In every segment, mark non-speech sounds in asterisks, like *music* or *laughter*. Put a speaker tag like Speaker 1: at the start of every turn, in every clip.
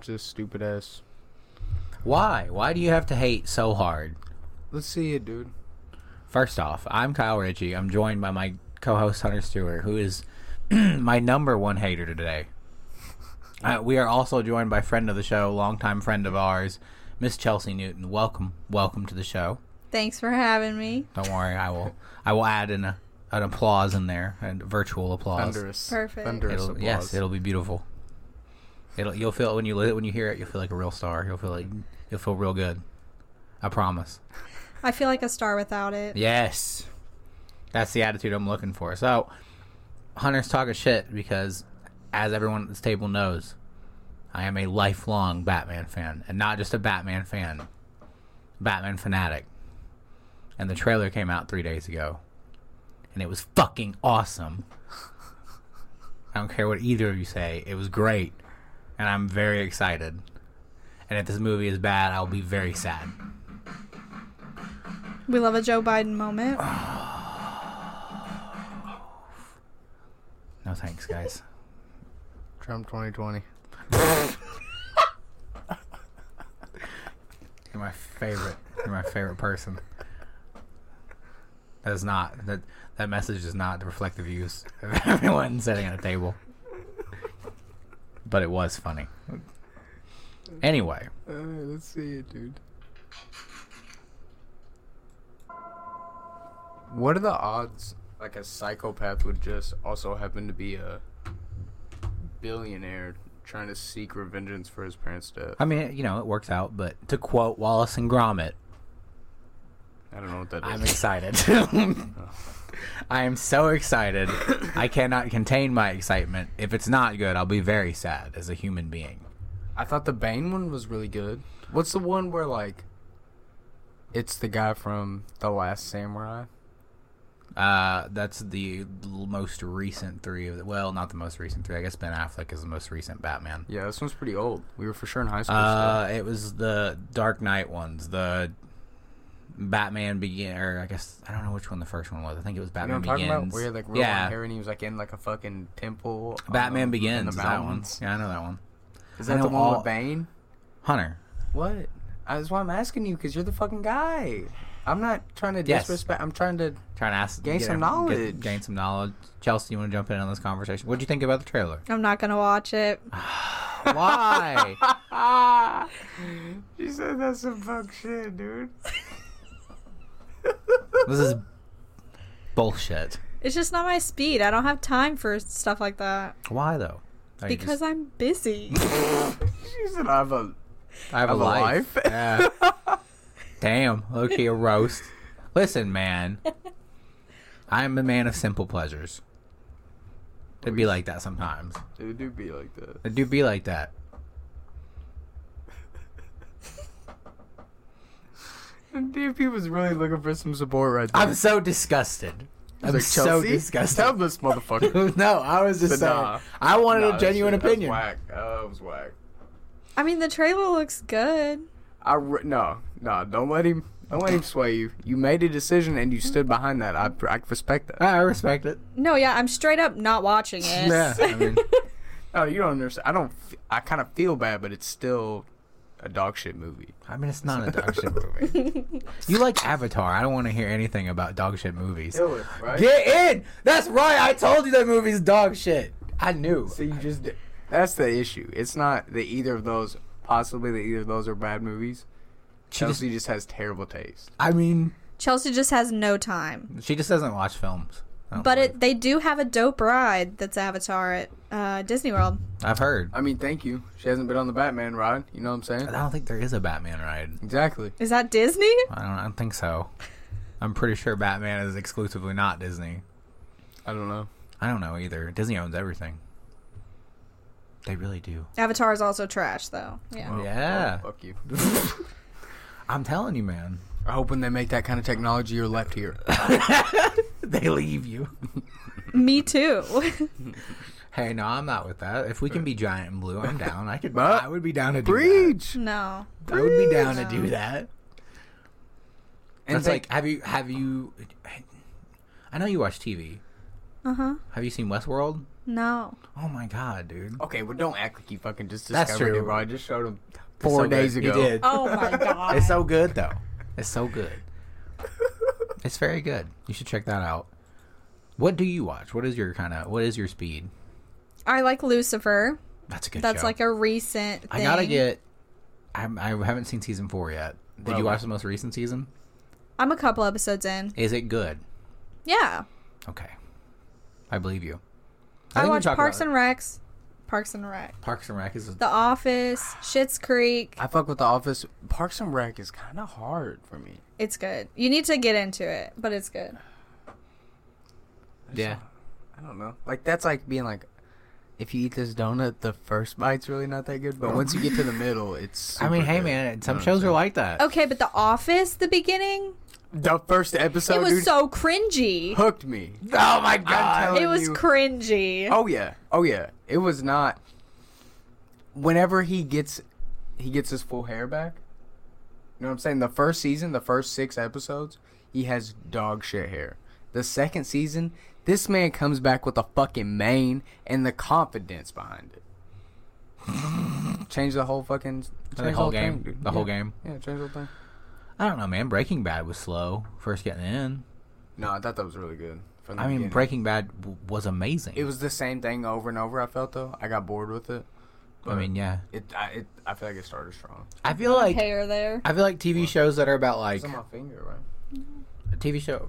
Speaker 1: Just stupid ass.
Speaker 2: Why? Why do you have to hate so hard?
Speaker 1: Let's see it, dude.
Speaker 2: First off, I'm Kyle Ritchie. I'm joined by my co-host Hunter Stewart, who is *clears throat* my number one hater today. Uh, we are also joined by friend of the show, longtime friend of ours, Miss Chelsea Newton. Welcome, welcome to the show.
Speaker 3: Thanks for having me.
Speaker 2: Don't worry, I will. I will add an, uh, an applause in there, and virtual applause.
Speaker 1: Thunderous.
Speaker 3: Perfect.
Speaker 1: Thunderous
Speaker 2: It'll-
Speaker 1: applause.
Speaker 2: yes, it'll be beautiful. It'll you'll feel when you li- when you hear it, you'll feel like a real star. You'll feel like you'll feel real good. I promise.
Speaker 3: I feel like a star without it.
Speaker 2: Yes. That's the attitude I'm looking for. So, Hunter's talking shit because, as everyone at this table knows, I am a lifelong Batman fan. And not just a Batman fan, Batman fanatic. And the trailer came out three days ago. And it was fucking awesome. I don't care what either of you say, it was great. And I'm very excited. And if this movie is bad, I'll be very sad.
Speaker 3: We love a Joe
Speaker 2: *sighs*
Speaker 3: Biden moment.
Speaker 2: No thanks, guys.
Speaker 1: Trump 2020.
Speaker 2: You're my favorite. You're my favorite person. That is not that that message is not to reflect the views of *laughs* everyone sitting at a table. But it was funny. Anyway,
Speaker 1: Uh, let's see it, dude. What are the odds like a psychopath would just also happen to be a billionaire trying to seek revengeance for his parents' death?
Speaker 2: I mean, you know, it works out. But to quote Wallace and Gromit,
Speaker 1: I don't know what that
Speaker 2: I'm
Speaker 1: is.
Speaker 2: excited. *laughs* I am so excited. I cannot contain my excitement. If it's not good, I'll be very sad as a human being.
Speaker 1: I thought the Bane one was really good. What's the one where like it's the guy from The Last Samurai?
Speaker 2: Uh, that's the l- most recent three of the, well, not the most recent three. I guess Ben Affleck is the most recent Batman.
Speaker 1: Yeah, this one's pretty old. We were for sure in high school.
Speaker 2: Uh, it was the Dark Knight ones, the Batman Begin, or I guess I don't know which one the first one was. I think it was
Speaker 1: You know
Speaker 2: Batman
Speaker 1: what I'm talking about?
Speaker 2: Begins.
Speaker 1: Where he had, like real long hair
Speaker 2: yeah,
Speaker 1: and he was like in like a fucking temple. on
Speaker 2: Batman
Speaker 1: the- in
Speaker 2: Begins.
Speaker 1: The
Speaker 2: is that one?
Speaker 1: mountains.
Speaker 2: Yeah, I know that one.
Speaker 1: Is
Speaker 2: I
Speaker 1: that the
Speaker 2: know
Speaker 1: one
Speaker 2: all-
Speaker 1: with Bane?
Speaker 2: Hunter.
Speaker 1: What? Uh, That's why I'm asking you because you're the fucking guy. I'm not trying to
Speaker 2: Yes.
Speaker 1: disrespect. I'm trying to.
Speaker 2: Trying to ask,
Speaker 1: Gain
Speaker 2: get-
Speaker 1: some
Speaker 2: get-
Speaker 1: knowledge.
Speaker 2: gain some knowledge. Chelsea, you want to jump in on this conversation? What do you think about the
Speaker 1: *laughs*
Speaker 2: trailer?
Speaker 3: I'm not gonna watch it.
Speaker 2: Why?
Speaker 1: *laughs* Ah, you said that's some fuck shit, dude. *laughs*
Speaker 2: this is bullshit.
Speaker 3: It's just not my speed. I don't have time for stuff like that
Speaker 2: Why though? Are Oh, you
Speaker 3: because
Speaker 2: just-
Speaker 3: I'm
Speaker 2: *laughs*
Speaker 3: busy.
Speaker 1: She said I have a.
Speaker 2: I have,
Speaker 1: have
Speaker 2: a
Speaker 1: a
Speaker 2: life.
Speaker 1: life. *laughs*
Speaker 2: Yeah. Damn, low key a roast. Listen, man, I'm a man of simple pleasures. It'd be like that sometimes.
Speaker 1: It do be like that.
Speaker 2: It do be like that.
Speaker 1: DP was really looking for some support right there.
Speaker 2: I'm so disgusted. I'm
Speaker 1: like,
Speaker 2: so
Speaker 1: "Chelsea, Tell
Speaker 2: disgusted.
Speaker 1: this motherfucker.
Speaker 2: no, *laughs* I was just
Speaker 1: But
Speaker 2: saying.
Speaker 1: nah.
Speaker 2: I wanted
Speaker 1: Nah,
Speaker 2: a
Speaker 1: that
Speaker 2: genuine
Speaker 1: shit- that's
Speaker 2: opinion.
Speaker 1: Whack. Uh, it was whack.
Speaker 3: I mean, the trailer looks good.
Speaker 1: I re- no no. Don't let him. Don't let him sway you. You made a decision and you stood behind that. I, I respect that.
Speaker 2: I respect it.
Speaker 3: No, yeah, I'm straight up not watching it.
Speaker 2: Yeah, I mean,
Speaker 1: Oh, you don't understand. I don't. f- I kind of feel bad, but it's still a dog shit movie.
Speaker 2: I mean, it's not a dog
Speaker 1: *laughs*
Speaker 2: shit *laughs* movie. You like Avatar? I don't want to hear anything about dog shit movies.
Speaker 1: right?
Speaker 2: Get in. That's right. I told you that movie's dog shit. I knew.
Speaker 1: So you just. d- That's the issue. It's not that either of those. Possibly that either of those are bad movies.
Speaker 2: She just,
Speaker 1: Chelsea just has terrible taste.
Speaker 2: I mean,
Speaker 3: *laughs* Chelsea just has no time.
Speaker 2: she just doesn't watch films. I don't
Speaker 3: But
Speaker 2: believe.
Speaker 3: it, they do have a dope ride that's Avatar at uh, Disney World.
Speaker 2: I've heard.
Speaker 1: I mean, thank you. She hasn't been on the Batman ride. You know what I'm saying?
Speaker 2: I don't think there is a Batman ride.
Speaker 1: Exactly.
Speaker 3: Is that Disney?
Speaker 2: I don't. I don't think so. I'm pretty sure Batman is exclusively not Disney.
Speaker 1: I don't know.
Speaker 2: I don't know either. Disney owns everything. They really do.
Speaker 3: Avatar is also trash, though.
Speaker 1: Oh.
Speaker 3: Yeah.
Speaker 2: Yeah,
Speaker 1: Fuck you.
Speaker 2: I'm telling you, man. *laughs*
Speaker 1: I hope when they make that kind of technology, you're left here.
Speaker 2: They leave you.
Speaker 3: Me too.
Speaker 2: Hey, no, I'm not with that. If we can be giant and blue, I'm down. I
Speaker 1: *laughs*
Speaker 2: could.
Speaker 1: But-
Speaker 2: I would be down to do
Speaker 1: Breach.
Speaker 3: *laughs* No.
Speaker 2: that. I would be down to
Speaker 3: Breach.
Speaker 2: do that.
Speaker 1: And
Speaker 2: That's
Speaker 1: they-
Speaker 2: like, have you have you? I know you watch TV.
Speaker 3: Uh huh.
Speaker 2: Have you seen Westworld?
Speaker 3: No.
Speaker 2: Oh my god, dude!
Speaker 1: okay, well, don't act like you fucking just
Speaker 2: That's
Speaker 1: discovered it,
Speaker 2: true.
Speaker 1: bro. I just showed him four
Speaker 2: so
Speaker 1: days
Speaker 2: good.
Speaker 1: ago.
Speaker 2: He did.
Speaker 3: Oh my
Speaker 2: *laughs*
Speaker 3: god.
Speaker 2: It's so good though. It's so good. *laughs* It's very good. You should check that out. What do you watch? What is your kind of? What is your speed?
Speaker 3: I like Lucifer.
Speaker 2: That's a good.
Speaker 3: That's
Speaker 2: show.
Speaker 3: like a recent. Thing.
Speaker 2: I gotta get. I'm, I haven't seen season four yet. Did
Speaker 1: Well-
Speaker 2: you watch the most recent season?
Speaker 3: I'm a couple episodes in.
Speaker 2: Is it good?
Speaker 3: Yeah.
Speaker 2: Okay, I believe you.
Speaker 3: I,
Speaker 2: think we
Speaker 3: watch
Speaker 2: talked
Speaker 3: Parks
Speaker 2: about
Speaker 3: and Recs. Parks and Rec.
Speaker 2: it. Parks and Rec is.
Speaker 3: The Office. Shit's Creek.
Speaker 1: I fuck with The Office. Parks and Rec is kind of hard for me.
Speaker 3: It's good. You need to get into it, but it's good.
Speaker 2: Yeah,
Speaker 1: I don't know. Like that's like being like, if you eat this donut, the first bite's really not that good, but once you get to the middle, it's.
Speaker 2: I mean,
Speaker 1: super
Speaker 2: hey
Speaker 1: good.
Speaker 2: man, some
Speaker 1: No,
Speaker 2: shows
Speaker 1: so-
Speaker 2: are like that.
Speaker 3: Okay, but The Office, the beginning,
Speaker 1: The first episode,
Speaker 3: it was
Speaker 1: dude,
Speaker 3: so cringy.
Speaker 1: hooked me.
Speaker 2: Oh my
Speaker 1: telling-
Speaker 3: It was
Speaker 1: you-
Speaker 3: cringy.
Speaker 1: Oh yeah, oh yeah. It was not. Whenever he gets, he gets his full hair back. You know what I'm saying? The first season, the first six episodes, he has dog shit hair. The second season, this man comes back with a fucking mane and the confidence behind *laughs* it. change the whole fucking change
Speaker 2: the whole
Speaker 1: thing,
Speaker 2: game.
Speaker 1: dude.
Speaker 2: the whole
Speaker 1: Yeah.
Speaker 2: game.
Speaker 1: Yeah, change the whole thing.
Speaker 2: I don't know, man. Breaking Bad was slow first getting in.
Speaker 1: No, I thought that was really good. from the
Speaker 2: I mean,
Speaker 1: beginning.
Speaker 2: Breaking Bad w- was amazing.
Speaker 1: It was the same thing over and over. I felt though. I got bored with it.
Speaker 2: I mean, yeah.
Speaker 1: It. I. It, I feel like it started strong.
Speaker 2: I feel like
Speaker 3: Hair there.
Speaker 2: I feel like TV shows that are about like
Speaker 1: It's on my finger, right?
Speaker 2: a TV show.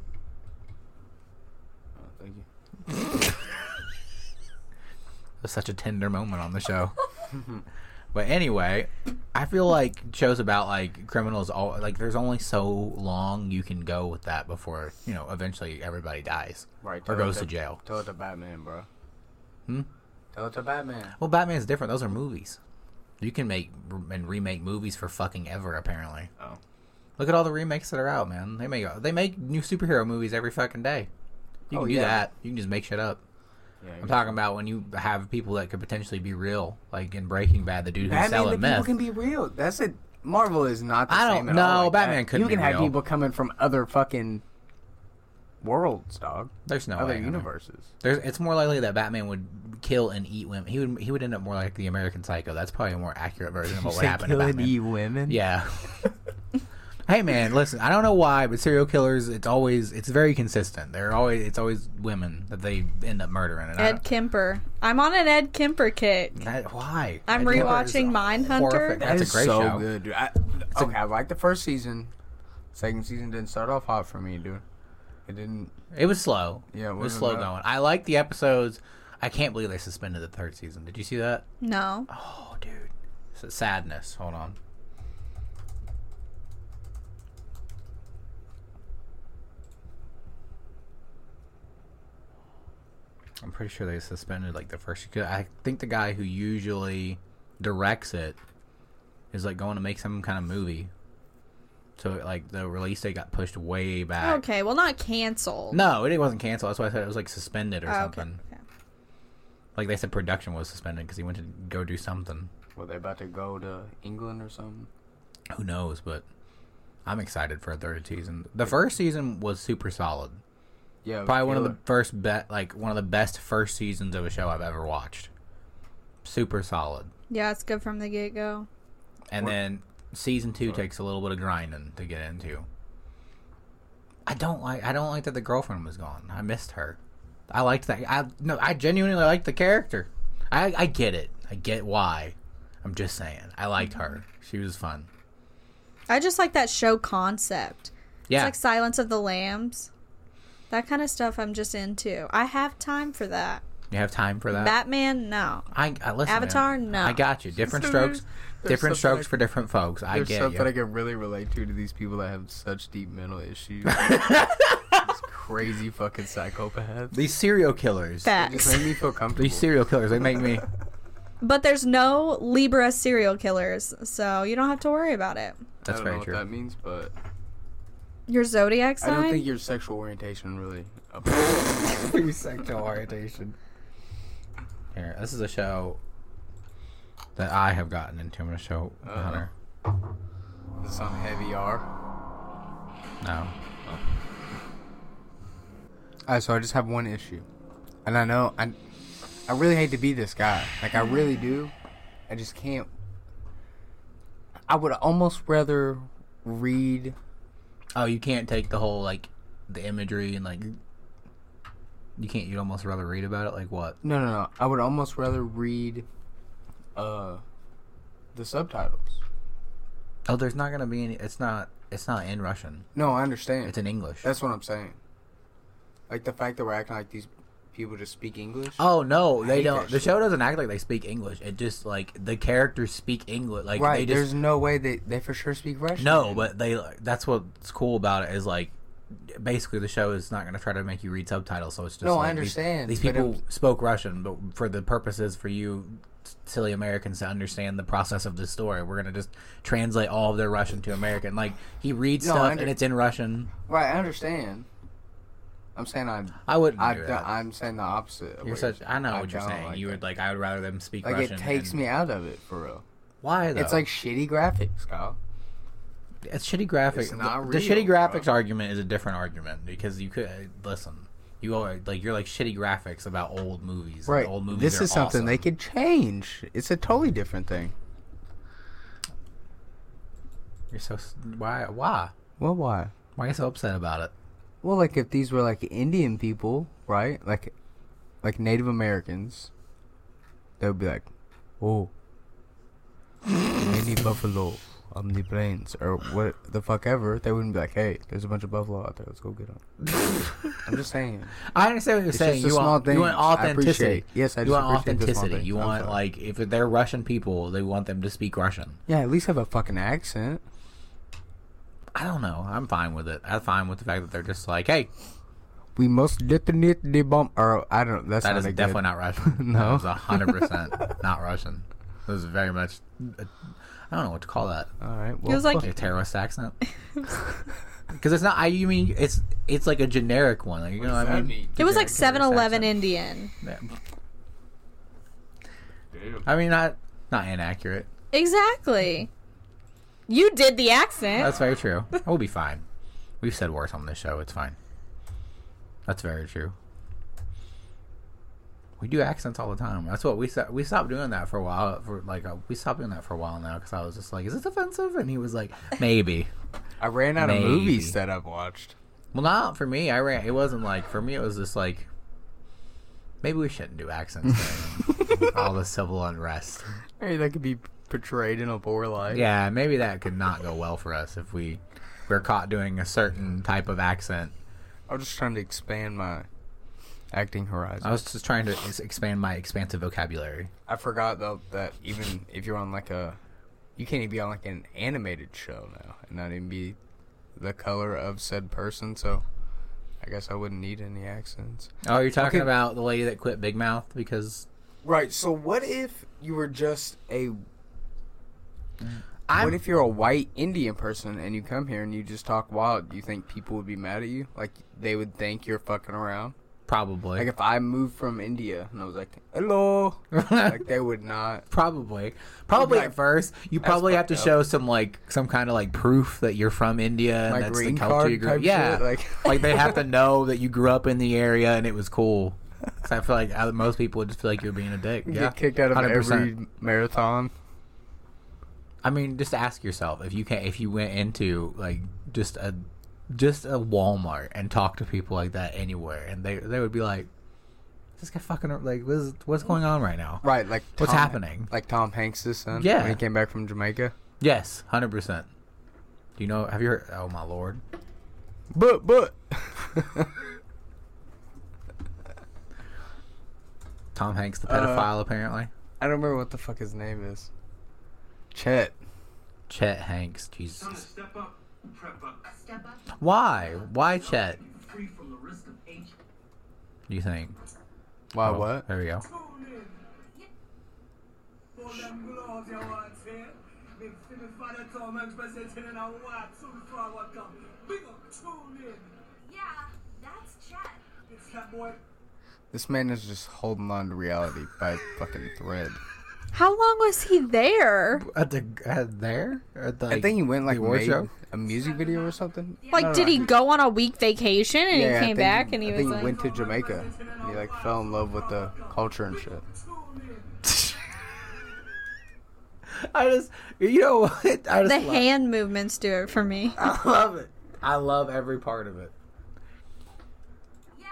Speaker 1: Oh, thank you.
Speaker 2: was such a tender moment on the show. *laughs* but anyway, I feel like shows about like criminals all like there's only so long you can go with that before you know eventually everybody dies
Speaker 1: Right.
Speaker 2: or
Speaker 1: tell
Speaker 2: goes
Speaker 1: it
Speaker 2: to jail.
Speaker 1: Tell it to Batman, bro.
Speaker 2: Hmm?
Speaker 1: Tell it to Batman.
Speaker 2: Well, Batman's different. Those are movies. You can make r- and remake movies for fucking ever. Apparently,
Speaker 1: Oh.
Speaker 2: look at all the remakes that are out, man. They make they make new superhero movies every fucking day. You
Speaker 1: Oh,
Speaker 2: can do
Speaker 1: yeah.
Speaker 2: that. You can just make shit up.
Speaker 1: Yeah.
Speaker 2: I'm talking about when you have people that could potentially be real, like in Breaking Bad, the dude who's
Speaker 1: Batman. The
Speaker 2: selling
Speaker 1: people
Speaker 2: meth.
Speaker 1: can be real. That's it. Marvel is not. The
Speaker 2: I
Speaker 1: same
Speaker 2: don't
Speaker 1: at all
Speaker 2: know,
Speaker 1: like
Speaker 2: Batman
Speaker 1: that.
Speaker 2: couldn't
Speaker 1: You can
Speaker 2: be
Speaker 1: have
Speaker 2: real.
Speaker 1: people coming from other fucking worlds, dog.
Speaker 2: There's no
Speaker 1: other
Speaker 2: way, Oh, I mean.
Speaker 1: universes.
Speaker 2: There's, it's more likely that Batman would kill and eat women. He would he would end up more like the American Psycho. That's probably a more accurate version
Speaker 1: *laughs*
Speaker 2: of what would happen to Batman.
Speaker 1: women.
Speaker 2: Yeah. hey man, listen. I don't know why, but serial killers. It's always it's very consistent. They're always it's always women that they end up murdering. And I
Speaker 3: Ed
Speaker 2: don't-
Speaker 3: Kemper. I'm on an Ed Kemper kick.
Speaker 2: that, why?
Speaker 3: I'm
Speaker 2: Ed Kemper is
Speaker 3: rewatching Mindhunter.
Speaker 2: horrific.
Speaker 1: That
Speaker 2: That's
Speaker 1: is
Speaker 2: a great
Speaker 1: so
Speaker 2: show.
Speaker 1: good, dude. I, okay, I liked the first season. Second season didn't start off hot for me, dude. It didn't.
Speaker 2: It was slow.
Speaker 1: Yeah, it
Speaker 2: it was
Speaker 1: wasn't
Speaker 2: slow
Speaker 1: bad.
Speaker 2: going. I like the episodes. I can't believe they suspended the third season. Did you see that?
Speaker 3: No.
Speaker 2: Oh, dude. S- Sadness. Hold on. I'm pretty sure they suspended like the first. 'cause I think the guy who usually directs it is like going to make some kind of movie. So like the release date got pushed way back.
Speaker 3: Okay, well, not canceled.
Speaker 2: No, it wasn't canceled. That's why I said it was like suspended or
Speaker 3: Oh, okay.
Speaker 2: something.
Speaker 3: okay.
Speaker 2: Like they said, production was suspended because he went to go do something.
Speaker 1: Were they about to go to England or something?
Speaker 2: who knows but i'm excited for a third season the first season was super solid
Speaker 1: Yeah, it was
Speaker 2: probably one of the
Speaker 1: killer.
Speaker 2: first bet like one of the best first seasons of a show i've ever watched super solid
Speaker 3: Yeah, it's good from the get go.
Speaker 2: and
Speaker 1: What-
Speaker 2: then season two
Speaker 1: Sorry.
Speaker 2: takes a little bit of grinding to get into i don't like i don't like that the girlfriend was gone i missed her i liked that i no i genuinely liked the character i i get it i get why i'm just saying i liked her she was fun
Speaker 3: I just like that show concept. It's
Speaker 2: yeah
Speaker 3: like Silence of the Lambs. That kind of stuff I'm just into. I have time for that.
Speaker 2: you have time for that
Speaker 3: Batman, no.
Speaker 2: I, I listen.
Speaker 3: Avatar?
Speaker 2: man.
Speaker 3: No.
Speaker 2: I got you. Different
Speaker 1: There's-
Speaker 2: strokes.
Speaker 1: there's
Speaker 2: different
Speaker 1: something
Speaker 2: strokes
Speaker 1: I-
Speaker 2: for different folks. I
Speaker 1: There's
Speaker 2: get
Speaker 1: something
Speaker 2: you.
Speaker 1: I can really relate to to these people that have such deep mental
Speaker 2: *laughs*
Speaker 1: issues. these crazy fucking psychopaths.
Speaker 2: These serial killers.
Speaker 1: Just
Speaker 3: Facts.
Speaker 1: make me
Speaker 2: *laughs*
Speaker 1: feel comfortable.
Speaker 2: These serial killers.
Speaker 1: *laughs*
Speaker 2: They make me.
Speaker 3: *laughs* But there's no Libra serial killers, so you don't have to worry about it.
Speaker 2: That's
Speaker 1: I don't know
Speaker 2: very
Speaker 1: what
Speaker 2: true.
Speaker 1: that means, but
Speaker 3: Your zodiac
Speaker 1: I
Speaker 3: sign?
Speaker 1: don't think your sexual orientation really.
Speaker 2: Free sexual orientation. Here, this is a show that I have gotten into. I'm gonna show
Speaker 1: Uh-oh.
Speaker 2: Hunter.
Speaker 1: Is this on heavy R?
Speaker 2: No,
Speaker 1: Alright, so I just have one issue, and I know I, I really hate to be this guy. Like I really do. I just can't. I would almost rather read.
Speaker 2: Oh, you can't take the whole like the imagery and like you can't. You'd almost rather read about it. Like what?
Speaker 1: No, no, no. I would almost rather read, uh, the subtitles.
Speaker 2: Oh, there's not gonna be any. It's not. It's not in Russian.
Speaker 1: No, I understand.
Speaker 2: It's in English.
Speaker 1: That's what I'm saying. Like the fact that we're acting like these people just speak English.
Speaker 2: Oh no,
Speaker 1: hate
Speaker 2: they
Speaker 1: that
Speaker 2: don't. The
Speaker 1: shit.
Speaker 2: show doesn't act like they speak English. It just like the characters speak English. Like
Speaker 1: right.
Speaker 2: they just
Speaker 1: there's no way they they for sure speak Russian.
Speaker 2: no, but they. That's what's cool about it is like basically the show is not going to try to make you read subtitles. So it's just
Speaker 1: No, I
Speaker 2: like, these-
Speaker 1: understand,
Speaker 2: These,
Speaker 1: but
Speaker 2: people spoke Russian, but for the purposes for you silly Americans to understand the process of the story, we're going to just translate all of their Russian to American. Like he reads
Speaker 1: No, I
Speaker 2: stuff
Speaker 1: under-
Speaker 2: and it's in Russian.
Speaker 1: right. I understand. I'm saying I.
Speaker 2: I wouldn't.
Speaker 1: I,
Speaker 2: do that.
Speaker 1: am saying the opposite. of
Speaker 2: you're
Speaker 1: what
Speaker 2: such. I know
Speaker 1: I
Speaker 2: what you're
Speaker 1: don't
Speaker 2: saying.
Speaker 1: like
Speaker 2: you
Speaker 1: that.
Speaker 2: would like. I would rather them speak
Speaker 1: Like
Speaker 2: Russian.
Speaker 1: it takes
Speaker 2: and-
Speaker 1: me out of it for real.
Speaker 2: Why though?
Speaker 1: It's like shitty graphics, Kyle.
Speaker 2: It's shitty graphics.
Speaker 1: It's not
Speaker 2: the, the
Speaker 1: real,
Speaker 2: shitty graphics
Speaker 1: bro.
Speaker 2: argument is a different argument because you could listen. You are like you're like shitty graphics about old movies. and
Speaker 1: Right.
Speaker 2: Old movies.
Speaker 1: this
Speaker 2: are
Speaker 1: is something
Speaker 2: awesome.
Speaker 1: they could change. It's a totally different thing.
Speaker 2: You're so s- why why
Speaker 1: Well, why?
Speaker 2: why are you so upset about it?
Speaker 1: Well, like if these were like Indian people, right? Like, like Native Americans, they would be like, "Oh, mini buffalo on the plains," or what the fuck ever. They wouldn't be like, "Hey, there's a bunch of buffalo out there. Let's go get them."
Speaker 2: *laughs*
Speaker 1: I'm just saying.
Speaker 2: I understand what you're
Speaker 1: It's
Speaker 2: saying.
Speaker 1: just the
Speaker 2: You
Speaker 1: small
Speaker 2: want, you want
Speaker 1: things. I
Speaker 2: authenticity.
Speaker 1: appreciate- yes, I
Speaker 2: you
Speaker 1: just
Speaker 2: want
Speaker 1: appreciate the small
Speaker 2: authenticity. You
Speaker 1: things. I'm
Speaker 2: want
Speaker 1: sorry.
Speaker 2: like if they're Russian people, they want them to speak Russian.
Speaker 1: Yeah, at least have a fucking accent.
Speaker 2: I don't know. I'm fine with it. I'm fine with the fact that they're just like, hey,
Speaker 1: We must detonate the bomb. Or I don't. That's
Speaker 2: that
Speaker 1: not
Speaker 2: is
Speaker 1: a good-
Speaker 2: definitely not
Speaker 1: *laughs*
Speaker 2: Russian.
Speaker 1: No.
Speaker 2: that was hundred percent not Russian. It was very much. I don't know what to call that.
Speaker 1: All right. Well,
Speaker 3: was like-
Speaker 1: fuck
Speaker 2: a
Speaker 1: it.
Speaker 2: terrorist accent because it's not i you mean it's it's like a generic one like, you know what i mean
Speaker 3: It was like
Speaker 2: Generic
Speaker 3: 7
Speaker 2: terrorist
Speaker 3: Eleven
Speaker 2: accent.
Speaker 3: Indian.
Speaker 2: Yeah. i mean not not inaccurate
Speaker 3: Exactly. You did the accent.
Speaker 2: that's very true we'll be fine we've said worse on this show it's fine that's very true we do accents all the time that's what we said we stopped doing that for a while for like a, we stopped doing that for a while now because i was just like is this offensive and he was like maybe
Speaker 1: I ran out
Speaker 2: Maybe.
Speaker 1: of movies that I've watched.
Speaker 2: Well, not for me. I ran. It wasn't like for me. It was just like maybe we shouldn't do accents.
Speaker 1: *laughs*
Speaker 2: during all the civil unrest.
Speaker 1: Hey, that could be portrayed in a poor light.
Speaker 2: Yeah, maybe that could not go well for us if we were caught doing a certain type of accent.
Speaker 1: I'm just trying to expand my acting horizon.
Speaker 2: I was just trying to ex- expand my expansive vocabulary.
Speaker 1: I forgot though that even if you're on like a, you can't even be on like an animated show now and not even be the color of said person. So I guess I wouldn't need any accents.
Speaker 2: Oh, you're talking
Speaker 1: Okay.
Speaker 2: about the lady that quit Big Mouth because
Speaker 1: Right. So what if you were just a?
Speaker 2: I'm
Speaker 1: what if you're a white Indian person and you come here and you just talk wild? Do you think people would be mad at you? Like they would think you're fucking around?
Speaker 2: probably
Speaker 1: Like if I moved from India and I was like, "Hello," like they would not.
Speaker 2: probably probably
Speaker 1: Like,
Speaker 2: at first you probably have
Speaker 1: fucked
Speaker 2: to
Speaker 1: up.
Speaker 2: show some like some kind of like proof that you're from India and
Speaker 1: My
Speaker 2: that's
Speaker 1: green
Speaker 2: the culture
Speaker 1: card
Speaker 2: you grew
Speaker 1: type
Speaker 2: yeah
Speaker 1: shit, like-
Speaker 2: *laughs* like
Speaker 1: *laughs*
Speaker 2: they have to know that you grew up in the area and it was cool 'Cause I feel like uh, most people would just feel like you're being a dick yeah
Speaker 1: Get kicked out of
Speaker 2: 100%.
Speaker 1: every marathon.
Speaker 2: I mean just ask yourself if you can if you went into like just a just a Walmart and talked to people like that anywhere and they they would be like this guy fucking like what's what's going on right now
Speaker 1: Right, like
Speaker 2: what's
Speaker 1: Tom-
Speaker 2: happening
Speaker 1: Like Tom Hanks' son.
Speaker 2: Yeah.
Speaker 1: when he came back from Jamaica.
Speaker 2: yes hundred percent do you know have you heard oh my lord
Speaker 1: But *laughs* but
Speaker 2: Tom Hanks,
Speaker 1: Uh,
Speaker 2: the pedophile, apparently.
Speaker 1: I don't remember what the fuck his name is. Chet.
Speaker 2: Chet Hanks, Jesus.
Speaker 4: Step up, prep up,
Speaker 5: Step up,
Speaker 2: Why? Why Chet?
Speaker 4: free from the risk of age.
Speaker 2: Do you think?
Speaker 1: Why
Speaker 2: Oh,
Speaker 1: what?
Speaker 2: There we go.
Speaker 4: Tune in. For them gloves you want here. Me see me father Tom Hanks presenting in a war. Soon forward come. Big up, tune in.
Speaker 5: yeah, that's Chet.
Speaker 4: It's that boy.
Speaker 1: This man is just holding on to reality by a fucking thread.
Speaker 3: How long was he there?
Speaker 2: At the at there? At the,
Speaker 1: I think he went like
Speaker 2: the award
Speaker 1: made
Speaker 2: show?
Speaker 1: a music video or something.
Speaker 3: Like,
Speaker 1: No, no,
Speaker 3: did
Speaker 1: no.
Speaker 3: he go on a week vacation and
Speaker 1: I
Speaker 3: he came
Speaker 1: think
Speaker 3: back and he
Speaker 1: I
Speaker 3: was
Speaker 1: think
Speaker 3: like,
Speaker 1: he went to Jamaica. and He like fell in love with the culture and shit.
Speaker 2: *laughs* I just you know what? I just
Speaker 3: the
Speaker 2: love,
Speaker 3: hand movements do it for me.
Speaker 2: I love it. I love every part of it.
Speaker 5: Yeah,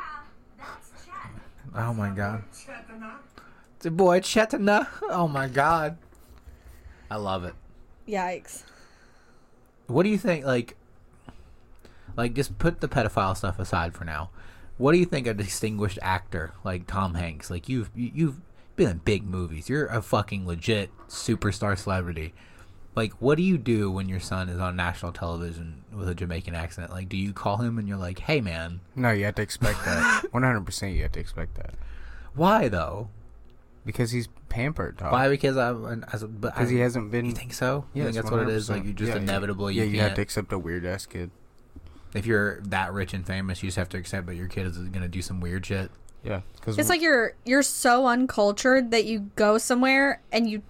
Speaker 5: that's Chet.
Speaker 2: Oh my god.
Speaker 4: Chetna.
Speaker 2: The boy Chetina. Oh my god. I love it.
Speaker 3: Yikes.
Speaker 2: What do you think? Like, like just put the pedophile stuff aside for now. What do you think a distinguished actor like Tom Hanks? Like you've you- you've been in big movies. You're a fucking legit superstar celebrity. Like, what do you do when your son is on national television with a Jamaican accent? Like, do you call him and you're like, "Hey, man,
Speaker 1: No, you have to expect
Speaker 2: *laughs*
Speaker 1: that. One hundred percent, you have to expect that
Speaker 2: why though?
Speaker 1: because he's pampered, dog.
Speaker 2: Why? Because I, I but I,
Speaker 1: Because he hasn't been.
Speaker 2: You think so?
Speaker 1: Yeah,
Speaker 2: you think that's what it is. Like, you just inevitably
Speaker 1: Yeah,
Speaker 2: you,
Speaker 1: you
Speaker 2: can't,
Speaker 1: have to accept a weird ass kid.
Speaker 2: if you're that rich and famous, you just have to accept that your kid is gonna do some weird shit.
Speaker 1: Yeah, because
Speaker 3: It's like you're you're so uncultured that you go somewhere and you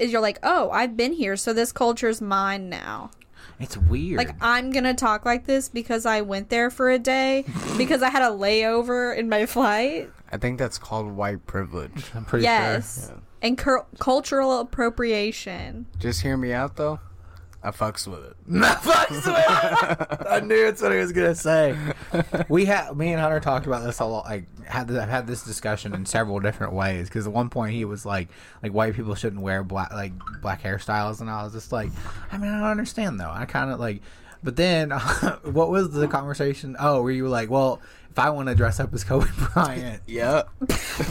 Speaker 3: you're like, "Oh, I've been here, so this culture's mine now."
Speaker 2: It's weird.
Speaker 3: Like I'm going to talk like this because I went there for a day
Speaker 2: *laughs*
Speaker 3: because I had a layover in my flight.
Speaker 1: I think that's called white privilege.
Speaker 2: *laughs* I'm pretty
Speaker 3: *laughs* yes. And cur- cultural appropriation.
Speaker 1: Just hear me out though. I fucks with it.
Speaker 2: *laughs* sure. *laughs* I knew that's what he was gonna say. We had me and Hunter talked about this a lot. Like had I've had this discussion in several different ways because at one point he was like, like white people shouldn't wear black like black hairstyles, and I was just like, I mean, I don't understand though. I kind of like, but then *laughs* what was the conversation? Oh, where you were like, well, if I want to dress up as Kobe *laughs* Bryant,
Speaker 1: Yeah.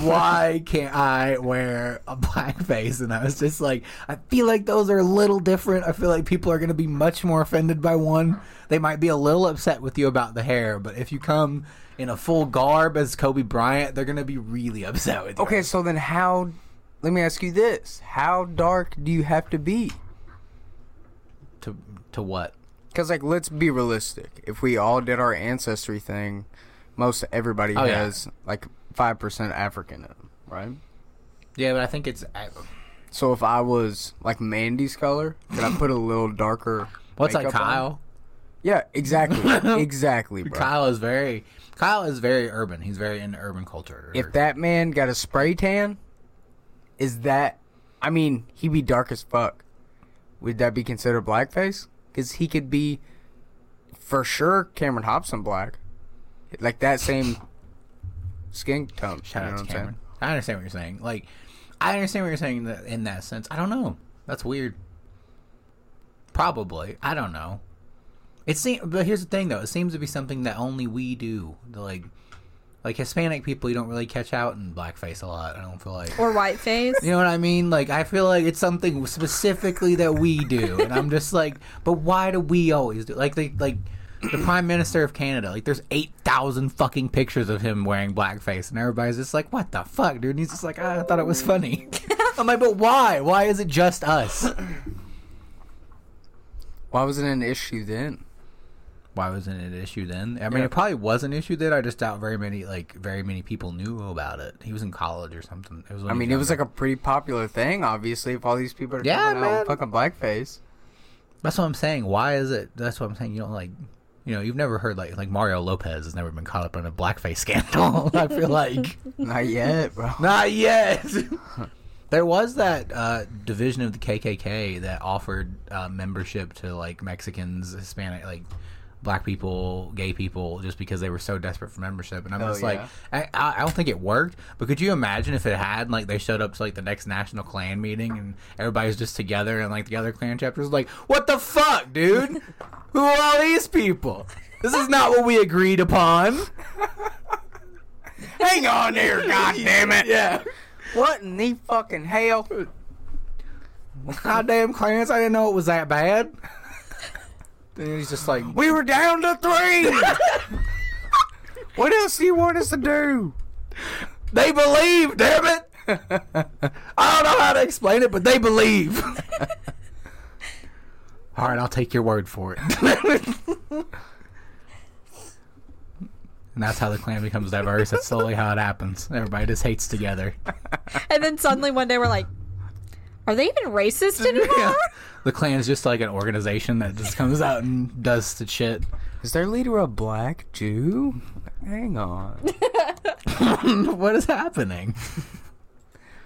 Speaker 2: why can't I wear a black face? And I was just like, I feel like those are a little different. I feel like people are going to be much more offended by one. They might be a little upset with you about the hair, but if you come in a full garb as Kobe Bryant, they're going to be really upset with you.
Speaker 1: Okay, so then how? Let me ask you this: How dark do you have to be?
Speaker 2: To, to what?
Speaker 1: Because like, let's be realistic. If we all did our ancestry thing, most everybody
Speaker 2: Oh, yeah.
Speaker 1: has like five percent African in them, right?
Speaker 2: Yeah, but I think it's. uh, I,
Speaker 1: So if I was like Mandy's color, could I put a little darker?
Speaker 2: *laughs* what's like
Speaker 1: makeup on?
Speaker 2: Kyle?
Speaker 1: Yeah,
Speaker 2: *laughs*
Speaker 1: exactly, exactly, bro.
Speaker 2: Kyle is very. Kyle is very urban. He's very into urban culture.
Speaker 1: If that man got a spray tan, is that? I mean, he be dark as fuck. Would that be considered blackface? Because he could be, for sure, Cameron Hobson black, like that same skin tone.
Speaker 2: Shout
Speaker 1: you know what
Speaker 2: out to
Speaker 1: I'm saying?
Speaker 2: Cameron. I understand what you're saying. Like, I understand what you're saying in that, in that sense. I don't know. That's weird. Probably. I don't know. It seems, but here's the thing though. It seems to be something that only we do. The, like, like Hispanic people, you don't really catch out in blackface a lot. I don't feel like.
Speaker 3: Or whiteface.
Speaker 2: You know what I mean? Like, I feel like it's something specifically that we do, and I'm just like, but why do we always do? Like, they, like the Prime Minister of Canada. Like, there's eight thousand fucking pictures of him wearing blackface, and everybody's just like, what the fuck, dude? And he's just like, "Ah, I thought it was funny. *laughs* I'm like, but why? Why is it just us?
Speaker 1: Why was it an issue then?
Speaker 2: Why wasn't it an issue then? I mean,
Speaker 1: Yeah.
Speaker 2: it probably was an issue then. I just doubt very many, like, very many people knew about it. He was in college or something. It was when
Speaker 1: I
Speaker 2: he
Speaker 1: mean, it was
Speaker 2: younger.
Speaker 1: like a pretty popular thing, obviously. If all these people are
Speaker 2: Yeah,
Speaker 1: coming out
Speaker 2: man.
Speaker 1: in fucking blackface,
Speaker 2: That's what I'm saying. Why is it? That's what I'm saying. You don't like, you know, you've never heard like like Mario Lopez has never been caught up in a blackface scandal. *laughs* I feel like
Speaker 1: not yet, bro. *laughs*
Speaker 2: not yet. there was that uh, division of the KKK that offered uh, membership to like Mexicans, Hispanic, like black people, gay people, just because they were so desperate for membership. And I'm
Speaker 1: Oh,
Speaker 2: just like,
Speaker 1: yeah.
Speaker 2: I, I I don't think it worked. But could you imagine if it had? Like they showed up to like the next national clan meeting and everybody's just together and like the other clan chapters like, what the
Speaker 1: *laughs*
Speaker 2: fuck, dude? Who are all these people? This is not what we agreed upon.
Speaker 1: Hang on
Speaker 2: *laughs*
Speaker 1: there, goddammit.
Speaker 2: Yeah.
Speaker 1: What in the fucking hell?
Speaker 2: Goddamn Clarence, I didn't know it was that bad. And he's just like,
Speaker 1: We were down to three. what else do you want us to do?
Speaker 2: they believe, damn it! *laughs* I don't know how to explain it, but they believe. *laughs* All right, I'll take your word for it. *laughs* and that's how the clan becomes diverse. That's slowly how it happens. Everybody just hates together. *laughs*
Speaker 3: And then suddenly one day we're like, are they even
Speaker 2: *laughs*
Speaker 3: racist anymore?
Speaker 2: The clan is just like an organization that just comes out and does the shit. *laughs*
Speaker 1: Is their leader a black Jew? Hang on.
Speaker 2: what is happening?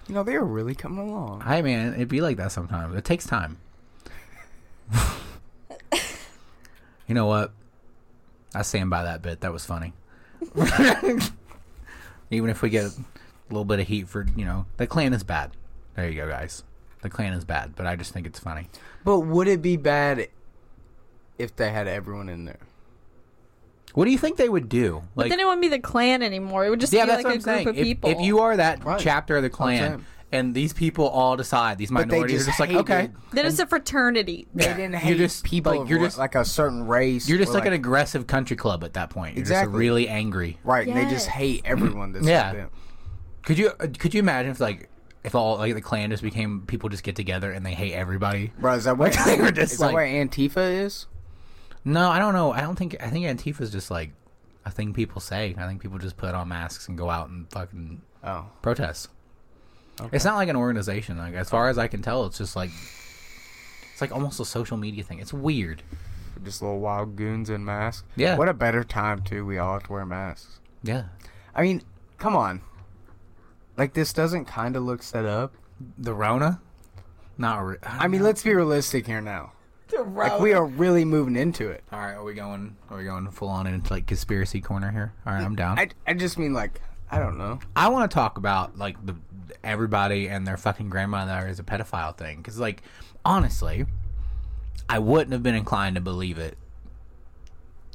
Speaker 1: You know, they are really coming along.
Speaker 2: Hi, man. It'd be like that sometimes. It takes
Speaker 3: *laughs*
Speaker 2: time. you know what? I stand by that bit. That was
Speaker 3: *laughs*
Speaker 2: funny. Even if we get a little bit of heat for, you know, the clan is bad. There you go, guys. The clan is bad, but I just think it's funny.
Speaker 1: But would it be bad if they had everyone in there?
Speaker 2: What do you think they would do?
Speaker 3: But
Speaker 2: Like,
Speaker 3: then it wouldn't be the clan anymore. It would just
Speaker 2: yeah,
Speaker 3: be
Speaker 2: that's
Speaker 3: like
Speaker 2: what
Speaker 3: a
Speaker 2: I'm
Speaker 3: group
Speaker 2: saying.
Speaker 3: of
Speaker 2: If-
Speaker 3: people.
Speaker 2: If, you are that
Speaker 1: Right.
Speaker 2: chapter of the
Speaker 1: what I'm
Speaker 2: clan,
Speaker 1: saying.
Speaker 2: and these people all decide, these
Speaker 1: But they
Speaker 2: minorities
Speaker 1: just,
Speaker 2: are just like, okay,
Speaker 1: hated-
Speaker 3: then it's a fraternity.
Speaker 1: They didn't
Speaker 2: You're
Speaker 1: hate
Speaker 2: just-
Speaker 1: people.
Speaker 2: like,
Speaker 1: of
Speaker 2: you're
Speaker 1: what-
Speaker 2: just-
Speaker 1: like a certain race.
Speaker 2: You're just
Speaker 1: or
Speaker 2: like, an aggressive country club at that point. You're
Speaker 1: Exactly.
Speaker 2: just really angry.
Speaker 1: right. and They just
Speaker 3: Yes.
Speaker 1: hate everyone. That's yeah.
Speaker 2: Yeah.
Speaker 1: Them.
Speaker 2: Could you uh, could you imagine if like if all like the clan just became people just get together and they hate everybody?
Speaker 1: Bro, is that where, *laughs*
Speaker 2: Like, they were just
Speaker 1: is
Speaker 2: like-
Speaker 1: that where Antifa is?
Speaker 2: No, I don't know. I don't think I think Antifa's just like a thing people say. I think people just put on masks and go out and fucking
Speaker 1: Oh.
Speaker 2: protest. It's not like an organization. Like as far as I can tell, it's just like it's like almost a social media thing. It's weird.
Speaker 1: Just little wild goons in masks.
Speaker 2: Yeah.
Speaker 1: What a better time, too. We all have to wear masks.
Speaker 2: Yeah,
Speaker 1: I mean, come on. Like, this doesn't kind of look set up.
Speaker 2: the Rona. Not. Re-
Speaker 1: I
Speaker 2: *laughs*
Speaker 1: mean, let's be realistic here now. Like, we are really moving into it.
Speaker 2: All right, are we going? Are we going full on into like conspiracy corner here? All right, I'm down.
Speaker 1: I, I just mean, like, I don't know.
Speaker 2: I want to talk about like the everybody and their fucking grandmother is a pedophile thing because like honestly, I wouldn't have been inclined to believe it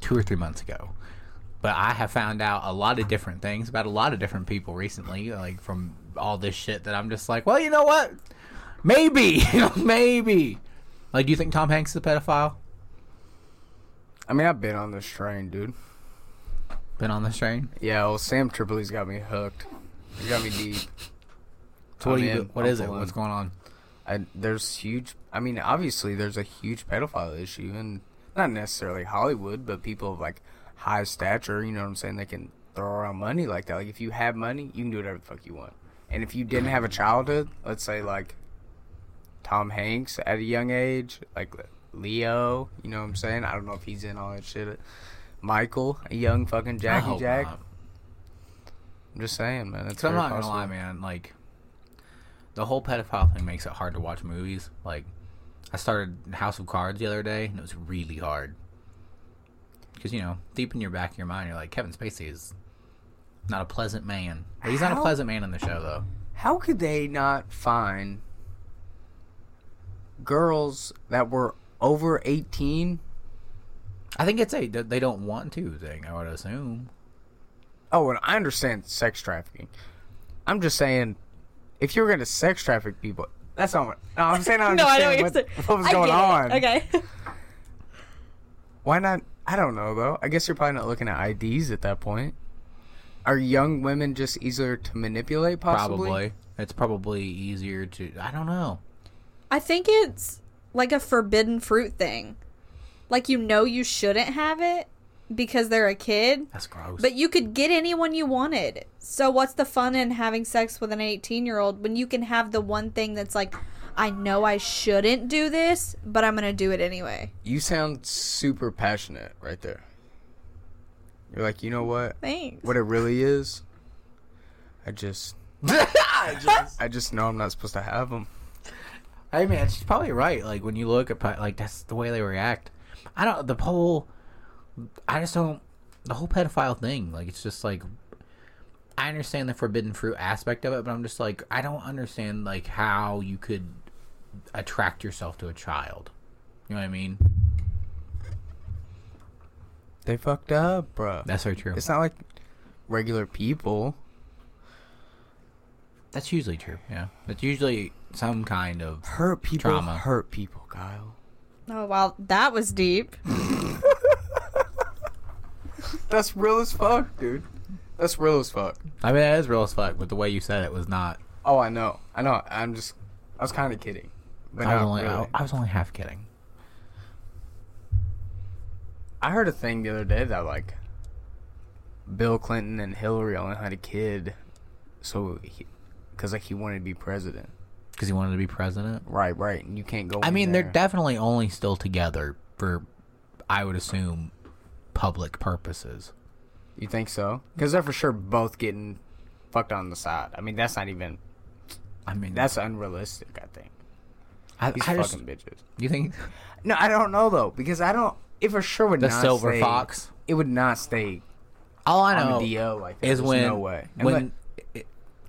Speaker 2: two or three months ago, but I have found out a lot of different things about a lot of different people recently, like from all this shit that I'm just like, well, you know what? Maybe, *laughs* maybe. Like, do you think Tom Hanks is a pedophile?
Speaker 1: I mean, I've been on this train, dude.
Speaker 2: Been on this train.
Speaker 1: Yeah, well, Sam Tripoli's got me hooked. He got me deep.
Speaker 2: So what
Speaker 1: I'm
Speaker 2: do you?
Speaker 1: in.
Speaker 2: What
Speaker 1: I'm
Speaker 2: is it?
Speaker 1: full in.
Speaker 2: What's going on?
Speaker 1: I, there's huge. I mean, obviously, there's a huge pedophile issue, and not necessarily Hollywood, but people of like high stature. You know what I'm saying? They can throw around money like that. Like if you have money, you can do whatever the fuck you want. And if you didn't have a childhood, let's say like Tom Hanks at a young age, like Leo. You know what I'm saying? I don't know if he's in all that shit. Michael, a young fucking
Speaker 2: I
Speaker 1: Jackie
Speaker 2: hope
Speaker 1: Jack.
Speaker 2: not.
Speaker 1: I'm just saying, man. It's
Speaker 2: Oh, So I'm
Speaker 1: very
Speaker 2: not
Speaker 1: possible.
Speaker 2: gonna lie, man. Like the whole pedophile thing makes it hard to watch movies. Like I started House of Cards the other day, and it was really hard because you know, deep in your back of your mind, you're like Kevin Spacey is not a pleasant man. But he's not a
Speaker 1: How?
Speaker 2: pleasant man in the show, though.
Speaker 1: How could they not find girls that were over 18?
Speaker 2: I think it's a that they don't want to thing. I would assume.
Speaker 1: Oh, and I understand sex trafficking. I'm just saying, if you're going to sex traffic people, that's not what. No, I'm saying I
Speaker 3: *laughs* No, I
Speaker 1: understand
Speaker 3: know
Speaker 1: what,
Speaker 3: what you're saying.
Speaker 1: what was
Speaker 3: I
Speaker 1: going
Speaker 3: get it.
Speaker 1: on.
Speaker 3: Okay. *laughs*
Speaker 1: Why not? I don't know, though. I guess you're probably not looking at IDs at that point. Are young women just easier to manipulate, possibly?
Speaker 2: Probably it's probably easier to. I don't know.
Speaker 3: I think it's like a forbidden fruit thing. Like you know you shouldn't have it because they're a kid,
Speaker 2: That's gross.
Speaker 3: but you could get anyone you wanted. So what's the fun in having sex with an 18-year-old when you can have the one thing that's like I know I shouldn't do this, but I'm going to do it anyway.
Speaker 1: You sound super passionate right there. You're like, you know what?
Speaker 3: Thanks.
Speaker 1: What it really is, I just, *laughs* I just know I'm not supposed to have them.
Speaker 2: I mean, she's probably right. Like when you look at pe- like that's the way they react. I don't the whole. I just don't the whole pedophile thing. Like it's just like I understand the forbidden fruit aspect of it, but I'm just like I don't understand like how you could attract yourself to a child. You know what I mean?
Speaker 1: They fucked up, bro.
Speaker 2: That's very true.
Speaker 1: It's not like regular people.
Speaker 2: That's usually true. Yeah, it's usually some kind of
Speaker 1: Hurt people.
Speaker 2: Trauma.
Speaker 1: Hurt people, Kyle. *laughs*
Speaker 3: Oh, wow, that was deep.
Speaker 1: That's real as fuck, dude. That's real as fuck.
Speaker 2: I mean, that is real as fuck. But the way you said it was not.
Speaker 1: Oh, I know. I know. I'm just. I was kind of kidding. But
Speaker 2: I was
Speaker 1: not
Speaker 2: only
Speaker 1: really.
Speaker 2: I, I was only half kidding.
Speaker 1: I heard a thing the other day that like Bill Clinton and Hillary only had a kid, so because like he wanted to be president.
Speaker 2: because he wanted to be president.
Speaker 1: Right, right. And you can't go.
Speaker 2: I
Speaker 1: in
Speaker 2: mean,
Speaker 1: there.
Speaker 2: they're definitely only still together for, I would assume, public purposes.
Speaker 1: You think so? Because they're for sure both getting fucked on the side. I mean, that's not even.
Speaker 2: I mean,
Speaker 1: That's unrealistic. I think
Speaker 2: I,
Speaker 1: these
Speaker 2: I
Speaker 1: fucking
Speaker 2: just-
Speaker 1: bitches.
Speaker 2: you think *laughs*
Speaker 1: No, I don't know though because I don't. It for sure would
Speaker 2: the
Speaker 1: not
Speaker 2: silver
Speaker 1: stay-
Speaker 2: fox?
Speaker 1: It would not stay
Speaker 2: All I
Speaker 1: on
Speaker 2: know
Speaker 1: the DO like that.
Speaker 2: is
Speaker 1: There's
Speaker 2: when
Speaker 1: no way. And
Speaker 2: when i- i- is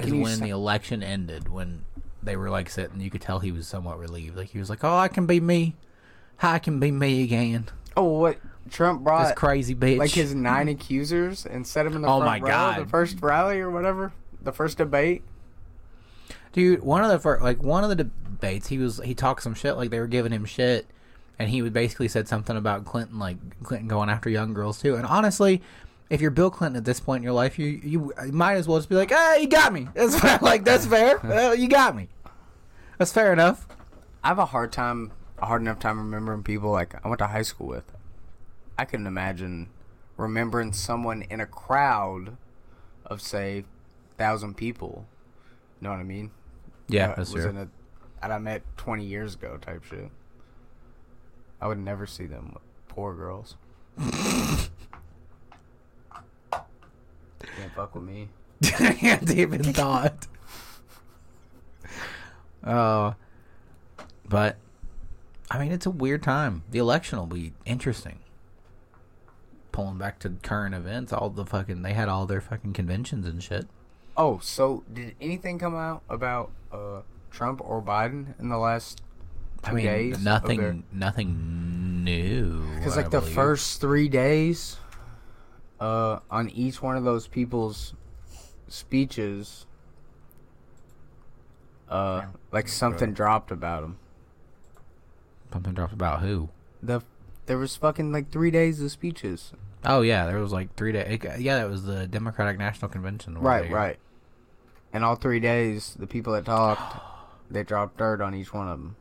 Speaker 1: Can you
Speaker 2: when
Speaker 1: sa-
Speaker 2: the election ended when they were like sitting. You could tell he was somewhat relieved. Like he was like, "Oh, I can be me. I can be me again."
Speaker 1: oh, what Trump
Speaker 2: This
Speaker 1: brought
Speaker 2: crazy bitch.
Speaker 1: Uh, like his nine accusers and set him in the
Speaker 2: Oh
Speaker 1: front
Speaker 2: my
Speaker 1: row,
Speaker 2: God.
Speaker 1: the first rally or whatever, the first debate.
Speaker 2: Dude, one of the first, like one of the debates, he was he talked some shit like they were giving him shit, and he would basically said something about Clinton like Clinton going after young girls too. And honestly, if you're Bill Clinton at this point in your life, you you might as well just be like, hey, you got me. *laughs* That's fair. like that's *laughs* fair. Uh, you got me. That's fair enough.
Speaker 1: I have a hard time, a hard enough time remembering people like I went to high school with. I couldn't imagine remembering someone in a crowd of say thousand people. You know what I mean?
Speaker 2: Yeah,
Speaker 1: That
Speaker 2: that's
Speaker 1: Uh, was
Speaker 2: true.
Speaker 1: in a- that I met twenty years ago type shit. I would never see them with poor *laughs* girls. Can't fuck with me.
Speaker 2: *laughs* Can't
Speaker 1: *laughs*
Speaker 2: even thought. Oh, but I mean, it's a weird time. The election will be interesting. Pulling back to current events, all the fucking they had all their fucking conventions and shit.
Speaker 1: Oh, so did anything come out about uh, Trump or Biden in the last
Speaker 2: I
Speaker 1: Two
Speaker 2: mean,
Speaker 1: days of
Speaker 2: nothing,
Speaker 1: their-
Speaker 2: nothing new.
Speaker 1: Because
Speaker 2: I
Speaker 1: like the
Speaker 2: believe.
Speaker 1: first three days, uh, on each one of those people's speeches, uh, like something dropped about them.
Speaker 2: something dropped about who?
Speaker 1: The there was fucking like three days of speeches.
Speaker 2: Oh yeah, there was like three days. Yeah, that was the Democratic National Convention. where
Speaker 1: Right,
Speaker 2: they-
Speaker 1: right. And all three days, the people that talked, they dropped dirt on each one of them.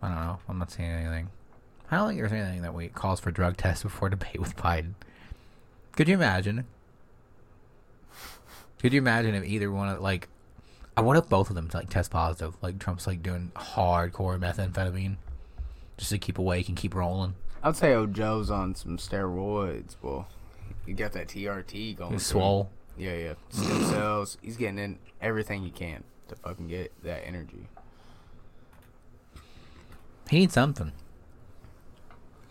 Speaker 2: I don't know. I'm not seeing anything. I don't think there's anything that we calls for drug tests before *laughs* debate with Biden. Could you imagine? Could you imagine if either one of like, I wonder if both of them like test positive. Like Trump's like doing hardcore methamphetamine, just to keep awake and keep rolling.
Speaker 1: I'd say old Joe's on some steroids. Well, he got that TRT going.
Speaker 2: He's
Speaker 1: through him.
Speaker 2: swole.
Speaker 1: Yeah, yeah. Stem cells. He's getting in everything he can to fucking get that energy.
Speaker 2: He needs something.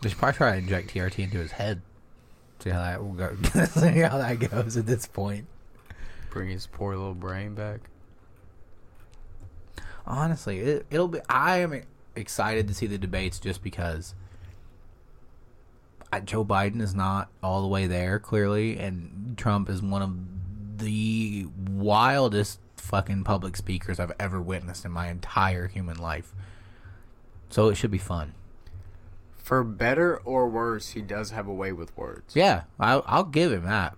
Speaker 2: They should probably try to inject TRT into his head. See how that will go. *laughs* see how that goes at this point.
Speaker 1: Bring his poor little brain back.
Speaker 2: honestly it, it'll be i am e, excited to see the debates just because I, joe biden is not all the way there clearly and trump is one of the wildest fucking public speakers i've ever witnessed in my entire human life so it should be fun
Speaker 1: For better or worse, he does have a way with words.
Speaker 2: yeah I, i'll give him that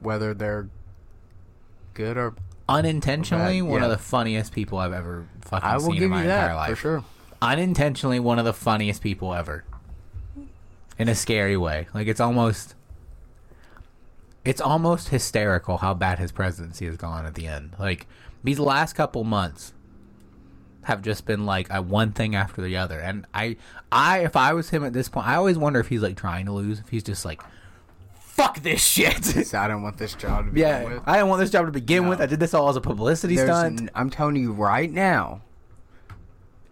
Speaker 1: Whether they're good or
Speaker 2: unintentionally
Speaker 1: Bad,
Speaker 2: one of
Speaker 1: yeah.
Speaker 2: the funniest people i've ever fucking
Speaker 1: I will
Speaker 2: seen
Speaker 1: give
Speaker 2: in
Speaker 1: you
Speaker 2: my entire
Speaker 1: that
Speaker 2: life
Speaker 1: for sure.
Speaker 2: unintentionally one of the funniest people ever in a scary way like it's almost it's almost hysterical how bad his presidency has gone at the end like these last couple months have just been like a one thing after the other and i i if i was him at this point i always wonder if he's like trying to lose if he's just like fuck this shit *laughs*
Speaker 1: So I don't want this job to be yeah,
Speaker 2: yeah
Speaker 1: with.
Speaker 2: i didn't want this job to begin
Speaker 1: No.
Speaker 2: with i did this all as a publicity
Speaker 1: There's
Speaker 2: stunt
Speaker 1: n- I'm telling you right now,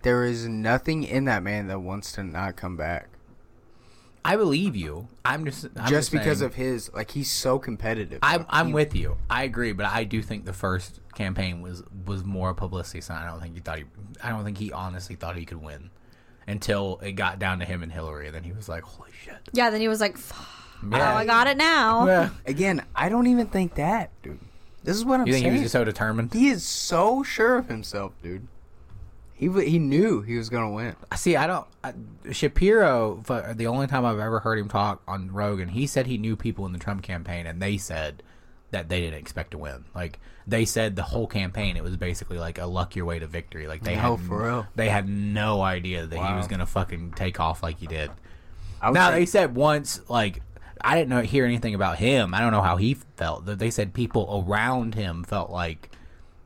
Speaker 1: there is nothing in that man that wants to not come back.
Speaker 2: i believe you i'm just I'm
Speaker 1: just because
Speaker 2: saying-
Speaker 1: of his, like, he's so competitive.
Speaker 2: I'm
Speaker 1: Like,
Speaker 2: I'm
Speaker 1: he-
Speaker 2: with you. I agree, but I do think the first campaign was was more a publicity stunt. I don't think he thought he. I don't think he honestly thought he could win, until it got down to him and Hillary, and then he was like, "Holy shit!"
Speaker 3: Yeah, then he was like, Fuck,
Speaker 2: Yeah.
Speaker 3: "Oh, I got it now."
Speaker 1: Again, I don't even think that, dude. This is what I'm
Speaker 2: You think
Speaker 1: saying.
Speaker 2: he was just so determined?
Speaker 1: He is so sure of himself, dude. He w- he knew he was gonna win.
Speaker 2: See, I don't. I, Shapiro, fu- the only time I've ever heard him talk on Rogan, he said he knew people in the Trump campaign, and they said that they didn't expect to win. Like they said the whole campaign, it was basically like a luck your way to victory. Like they
Speaker 1: No,
Speaker 2: had
Speaker 1: for real.
Speaker 2: they had no idea that he
Speaker 1: Wow.
Speaker 2: was gonna fucking take off like he did.
Speaker 1: I would
Speaker 2: Now
Speaker 1: say-
Speaker 2: they said once, like I didn't know hear anything about him. I don't know how he felt. Th- They said people around him felt like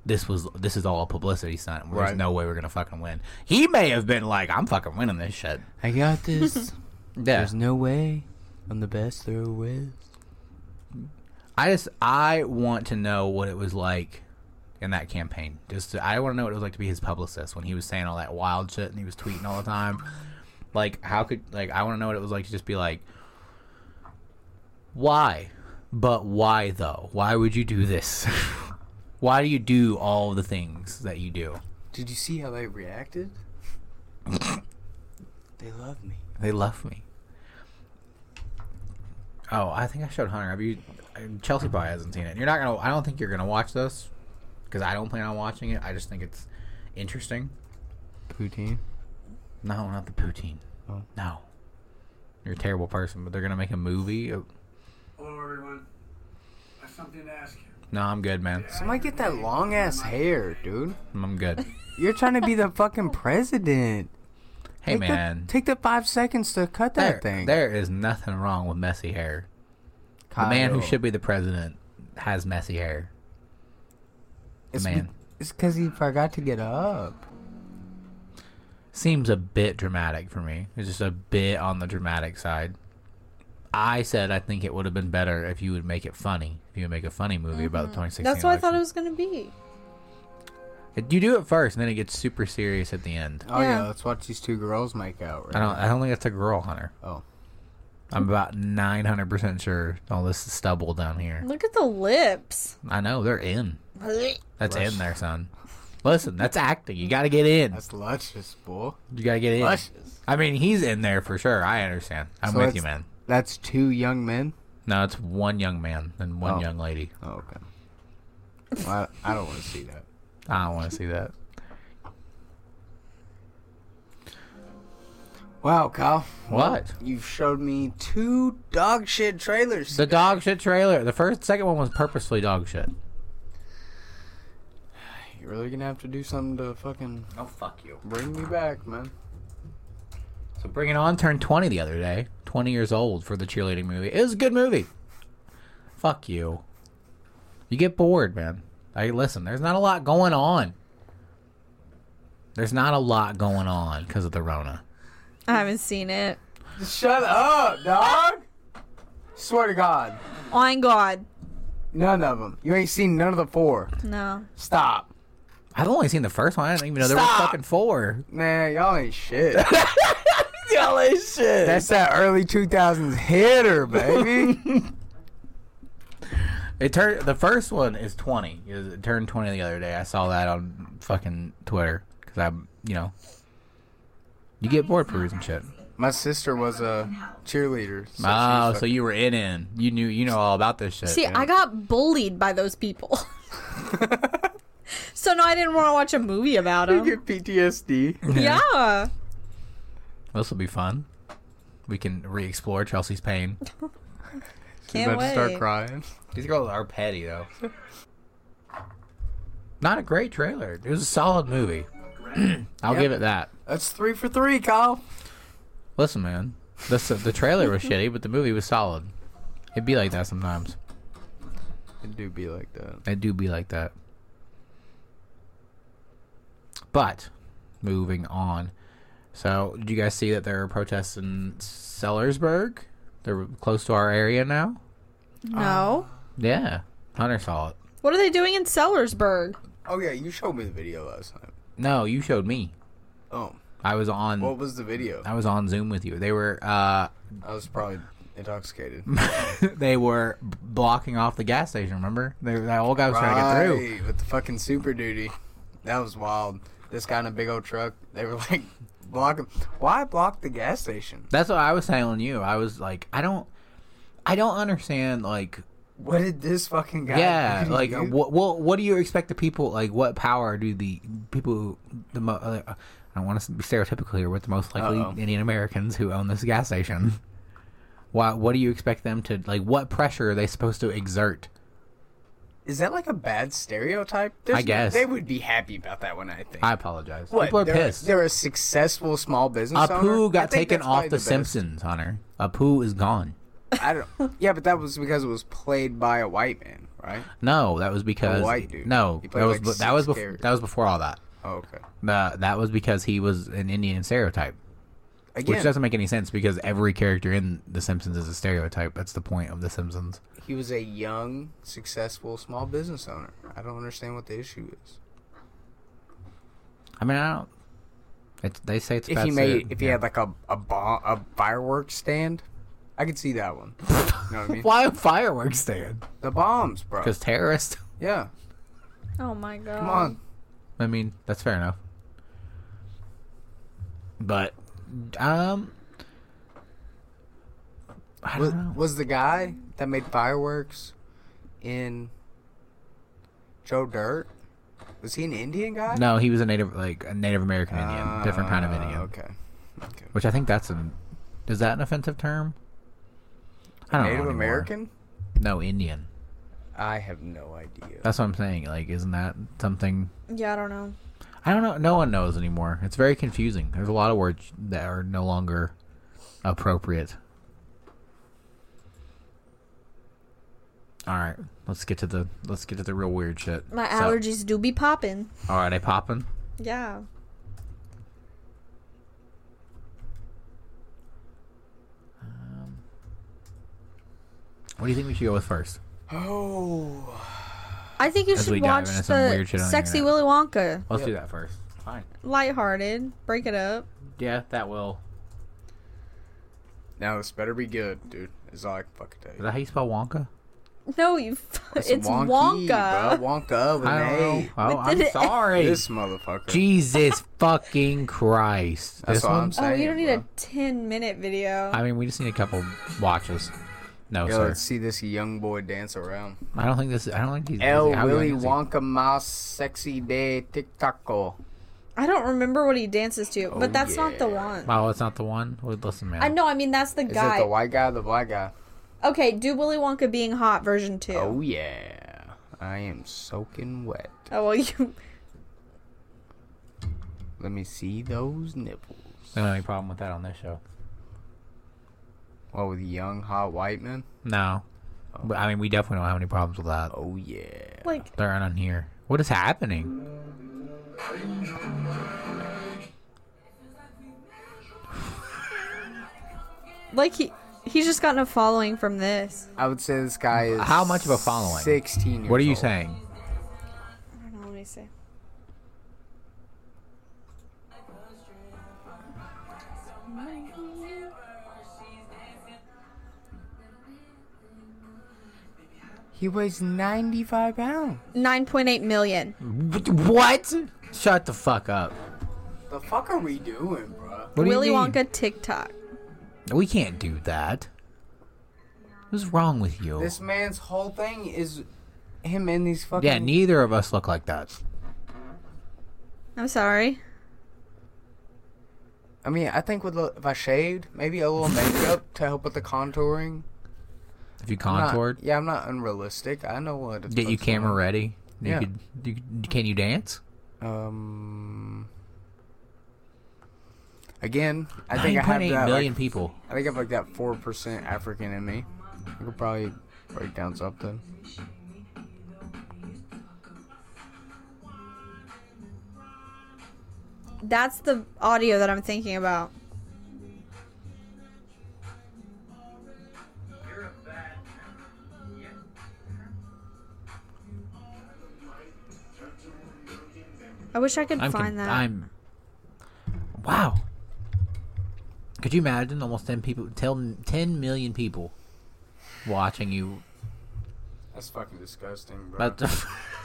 Speaker 2: this was this is all a publicity stunt. There's
Speaker 1: Right.
Speaker 2: no way we're gonna fucking win. He may have been like, I'm fucking winning this shit.
Speaker 1: I got this.
Speaker 2: *laughs* Yeah,
Speaker 1: There's no way I'm the best there is.
Speaker 2: I just I want to know what it was like in that campaign. Just to, I want to know what it was like to be his publicist when he was saying all that wild shit and he was tweeting all the time. Like how could like I want to know what it was like to just be like why? But why though? Why would you do this? *laughs* why do you do all the things that you do?
Speaker 1: Did you see how they
Speaker 2: *laughs*
Speaker 1: reacted? they love me.
Speaker 2: They love me. Oh, I think I showed Hunter. Have you? uh, Chelsea probably hasn't seen it. You're not gonna. I don't think you're gonna watch this because I don't plan on watching it. I just think it's interesting.
Speaker 1: Poutine.
Speaker 2: No, not the poutine.
Speaker 1: Oh.
Speaker 2: No, you're a terrible person. But they're gonna make a movie. of-
Speaker 4: Hello, everyone. I have something to ask you.
Speaker 2: No, I'm good, man.
Speaker 1: Somebody get that long ass hair, dude. *laughs*
Speaker 2: I'm good.
Speaker 1: You're trying to be the fucking president.
Speaker 2: Hey,
Speaker 1: take
Speaker 2: man.
Speaker 1: The, take the five seconds to cut that
Speaker 2: there,
Speaker 1: thing.
Speaker 2: there is nothing wrong with messy hair. The man who
Speaker 1: Kyle.
Speaker 2: should be the president has messy hair. The
Speaker 1: It's be-
Speaker 2: man
Speaker 1: It's because he forgot to get up.
Speaker 2: seems a bit dramatic for me. It's just a bit on the dramatic side. I said I think it would have been better if you would make it funny. If you would make a funny movie about the 2016
Speaker 3: Mm-hmm. That's what I thought it
Speaker 2: election.
Speaker 3: was gonna be.
Speaker 2: You do it first, and then it gets super serious at the end.
Speaker 1: Oh yeah,
Speaker 3: Yeah.
Speaker 1: let's watch these two girls make out. Right?
Speaker 2: I don't. I don't think that's a girl hunter.
Speaker 1: Oh,
Speaker 2: I'm about 900 percent sure all this stubble down here.
Speaker 3: Look at
Speaker 2: *laughs*
Speaker 3: the lips.
Speaker 2: I know they're in. That's
Speaker 1: Rush.
Speaker 2: in there, son. Listen, that's acting. You got to get in.
Speaker 1: that's luscious, boy.
Speaker 2: You got to get in.
Speaker 1: Luscious.
Speaker 2: I mean, he's in there for sure. I understand. I'm
Speaker 1: So
Speaker 2: with you,
Speaker 1: it's-
Speaker 2: man.
Speaker 1: That's two young men.
Speaker 2: No, it's one young man and one
Speaker 1: Oh.
Speaker 2: young lady.
Speaker 1: Oh, okay. Well, I, I don't want to see that.
Speaker 2: I don't want to see that.
Speaker 1: Wow, Kyle.
Speaker 2: What?
Speaker 1: You showed me two dog shit trailers.
Speaker 2: The dog shit trailer. The first, second one was purposely dog shit.
Speaker 1: You're really gonna have to do something to fucking
Speaker 2: Oh fuck you.
Speaker 1: bring me back, man.
Speaker 2: So Bring It On turned 20 the other day. 20 years old for the cheerleading movie. It was a good movie. Fuck you. You get bored, man. Hey, listen, there's not a lot going on. There's not a lot going on because of the Rona.
Speaker 3: I haven't seen it.
Speaker 1: Shut up, dog. Swear to God,
Speaker 3: On Oh, God,
Speaker 1: none of them. You ain't seen none of the four.
Speaker 3: no.
Speaker 1: Stop.
Speaker 2: I've only seen the first one. I didn't even know there
Speaker 1: Stop.
Speaker 2: was fucking four.
Speaker 1: Nah, y'all ain't *laughs* shit.
Speaker 2: Y'all is shit.
Speaker 1: That's that early 2000s *laughs* hitter, baby.
Speaker 2: It turned the first one is twenty. It, was- it turned twenty the other day. I saw that on fucking Twitter because I'm you know you get bored perusing shit.
Speaker 1: My sister was a cheerleader. So she
Speaker 2: Oh,
Speaker 1: was
Speaker 2: so you were in in you knew you know all about this shit.
Speaker 3: See,
Speaker 2: yeah.
Speaker 3: I got bullied by
Speaker 2: *laughs*
Speaker 3: those people. so no, I didn't want to watch a movie about
Speaker 1: fucking-
Speaker 3: them.
Speaker 1: you get PTSD.
Speaker 2: Ah.
Speaker 3: Yeah.
Speaker 2: this will be fun. We can re-explore Chelsea's pain.
Speaker 1: She's
Speaker 3: Can't
Speaker 1: about to start
Speaker 3: wait.
Speaker 1: crying.
Speaker 2: These girls are petty though. *laughs* Not a great trailer. It was a solid movie. *clears throat* I'll
Speaker 1: Yep.
Speaker 2: give it that.
Speaker 1: That's three for three, Kyle.
Speaker 2: Listen, man, the the trailer was shitty, but the movie was solid. It'd be like that sometimes.
Speaker 1: It do be like that.
Speaker 2: I do be like that. But moving on. So, did you guys see that there are protests in Sellersburg? They're close to our area now.
Speaker 3: No.
Speaker 2: Yeah, Hunter saw it.
Speaker 3: What are they doing in Sellersburg?
Speaker 1: Oh yeah, you showed me the video last time.
Speaker 2: No, you showed me.
Speaker 1: Oh,
Speaker 2: I was on.
Speaker 1: what was the video?
Speaker 2: I was on Zoom with you. They were. Uh, *laughs*
Speaker 1: I was probably intoxicated.
Speaker 2: they were b- blocking off the gas station. Remember? They, that old guy was trying to get through.
Speaker 1: Right, with the fucking super duty. That was wild. This guy in a big old truck. They were like, *laughs* block him. Why block the gas station?
Speaker 2: That's what I was telling you. I was like, I don't, I don't understand. Like,
Speaker 1: What did this fucking guy?
Speaker 2: yeah
Speaker 1: do to
Speaker 2: like
Speaker 1: you?
Speaker 2: what, what what do you expect the people like what power do the people who- the mo- uh, i don't want to be stereotypical here with the most likely
Speaker 1: Uh-oh.
Speaker 2: indian americans who own this gas station why what do you expect them to like what pressure are they supposed to exert
Speaker 1: Is that like a bad stereotype? There's
Speaker 2: I guess.
Speaker 1: they would be happy about that one. I think.
Speaker 2: I apologize.
Speaker 1: What,
Speaker 2: People are
Speaker 1: they're,
Speaker 2: pissed.
Speaker 1: They're a successful small business. owner?
Speaker 2: Apu
Speaker 1: I
Speaker 2: got
Speaker 1: think
Speaker 2: taken
Speaker 1: that's
Speaker 2: off
Speaker 1: probably
Speaker 2: The,
Speaker 1: best.
Speaker 2: Simpsons, Hunter. Apu is gone.
Speaker 1: I don't. Yeah, but that was because it was played by a white man, right?
Speaker 2: No, that was because
Speaker 1: white dude.
Speaker 2: no,
Speaker 1: He
Speaker 2: that
Speaker 1: played
Speaker 2: was
Speaker 1: like
Speaker 2: that was
Speaker 1: six
Speaker 2: before
Speaker 1: characters.
Speaker 2: that was before all that.
Speaker 1: Oh, okay.
Speaker 2: The, that was because he was an Indian stereotype, which
Speaker 1: Again,
Speaker 2: doesn't make any sense because every character in The Simpsons is a stereotype. That's the point of The Simpsons.
Speaker 1: he was a young, successful small business owner. I don't understand what the issue is.
Speaker 2: I mean, I don't. It's, they say it's
Speaker 1: If
Speaker 2: about
Speaker 1: he made, if he
Speaker 2: yeah.
Speaker 1: had like a a bomb, a fireworks stand, I could see that one. you know what I
Speaker 2: *laughs*
Speaker 1: mean?
Speaker 2: why a fireworks stand?
Speaker 1: The bombs, bro.
Speaker 2: Because terrorists. *laughs*
Speaker 1: Yeah,
Speaker 3: Oh my god.
Speaker 1: come on.
Speaker 2: I mean, that's fair enough. But, um, I
Speaker 1: Was,
Speaker 2: don't know.
Speaker 1: was the guy that made fireworks in Joe Dirt? Was he an Indian guy?
Speaker 2: No, he was a native, like a Native American Indian, different kind of
Speaker 1: Ah,
Speaker 2: Indian.
Speaker 1: Okay. okay.
Speaker 2: Which I think that's an. Is that an offensive term? I don't know.
Speaker 1: Native
Speaker 2: anymore.
Speaker 1: American?
Speaker 2: No, Indian.
Speaker 1: I have no idea.
Speaker 2: That's what I'm saying. Like, isn't that something?
Speaker 3: Yeah, I don't know.
Speaker 2: I don't know. No one knows anymore. It's very confusing. There's a lot of words that are no longer appropriate. All right, let's get to the let's get to the real weird shit.
Speaker 3: My
Speaker 2: So-
Speaker 3: allergies do be popping.
Speaker 2: all right, I popping.
Speaker 3: Yeah.
Speaker 2: What do you think we should go with first?
Speaker 1: Oh.
Speaker 3: I think you
Speaker 2: As we
Speaker 3: should
Speaker 2: dive
Speaker 3: watch
Speaker 2: into some
Speaker 3: the
Speaker 2: weird shit on the
Speaker 3: Sexy
Speaker 2: internet.
Speaker 3: Willy Wonka.
Speaker 2: Let's
Speaker 1: Yep.
Speaker 2: do that first. Fine.
Speaker 3: Lighthearted. Break it up.
Speaker 2: Yeah, that will.
Speaker 1: Now this better be good, dude. Is all I can fucking tell
Speaker 2: Is
Speaker 1: you.
Speaker 2: that how you spell Wonka?
Speaker 3: No, you. It's, it's
Speaker 1: wonky,
Speaker 3: Wonka.
Speaker 1: Bro. Wonka with
Speaker 2: I don't
Speaker 1: an
Speaker 2: know. Oh,
Speaker 3: But
Speaker 2: I'm
Speaker 3: did it-
Speaker 1: A.
Speaker 2: sorry.
Speaker 1: This motherfucker.
Speaker 2: Jesus fucking Christ.
Speaker 1: That's
Speaker 2: this
Speaker 1: all I'm
Speaker 2: one?
Speaker 3: Oh,
Speaker 1: Saying,
Speaker 3: you don't need a
Speaker 1: bro.
Speaker 3: 10 minute video.
Speaker 2: I mean, we just need a couple watches. No,
Speaker 1: Yo,
Speaker 2: sir.
Speaker 1: let's see this young boy dance around.
Speaker 2: I don't think this. I don't think he's.
Speaker 1: El
Speaker 2: how
Speaker 1: Willy
Speaker 2: young is he?
Speaker 1: Wonka mas sexy de tic taco.
Speaker 3: I don't remember what he dances to,
Speaker 1: Oh,
Speaker 3: but that's not the
Speaker 1: yeah.
Speaker 3: one.
Speaker 2: Oh, it's not the one. Well, listen, man.
Speaker 3: I know, I mean, that's the
Speaker 1: Is
Speaker 3: guy.
Speaker 1: it the white guy or the black guy?
Speaker 3: okay, do Willy Wonka being hot version 2.
Speaker 1: Oh, yeah. I am soaking wet.
Speaker 3: Oh, well, you. *laughs*
Speaker 1: Let me see those nipples.
Speaker 2: Don't have any problem with that on this show.
Speaker 1: What, with young, hot white men?
Speaker 2: No, but I mean, we definitely don't have any problems with that.
Speaker 1: Oh, yeah.
Speaker 3: Like,
Speaker 2: They're not on here. What is happening?
Speaker 3: like he. He's just gotten a following from this.
Speaker 1: I would say this guy is.
Speaker 2: How much of a following?
Speaker 1: 16 years
Speaker 2: What are you
Speaker 1: old.
Speaker 2: saying?
Speaker 3: I don't know what he say.
Speaker 1: He weighs 95 pounds.
Speaker 3: 9.8 million.
Speaker 2: What? Shut the fuck up.
Speaker 1: The fuck are we doing, bro?
Speaker 2: What do you
Speaker 3: Willy
Speaker 2: mean?
Speaker 3: Wonka TikTok.
Speaker 2: We can't do that. What's wrong with you?
Speaker 1: This man's whole thing is him in these fucking.
Speaker 2: Oh. yeah, neither of us look like that.
Speaker 3: I'm sorry.
Speaker 1: I mean, I think with a- if I shaved, maybe a little makeup to help with the contouring.
Speaker 2: If you
Speaker 1: I'm not-
Speaker 2: contoured,
Speaker 1: yeah, I'm not unrealistic. I know what. the
Speaker 2: get you
Speaker 1: fuck's going
Speaker 2: camera
Speaker 1: on.
Speaker 2: ready. You
Speaker 1: Yeah.
Speaker 2: could, you, could- can you dance?
Speaker 1: Um. Again, I think I
Speaker 2: Nine
Speaker 1: have
Speaker 2: point eight
Speaker 1: that.
Speaker 2: million
Speaker 1: Like,
Speaker 2: people.
Speaker 1: I think I have like that four percent African in me. I could probably break down something.
Speaker 3: That's the audio that I'm thinking about. I wish I could
Speaker 2: I'm con-
Speaker 3: find that.
Speaker 2: I'm. Wow. Could you imagine almost ten people, tell ten million people watching you?
Speaker 1: That's fucking disgusting, bro.
Speaker 2: But uh,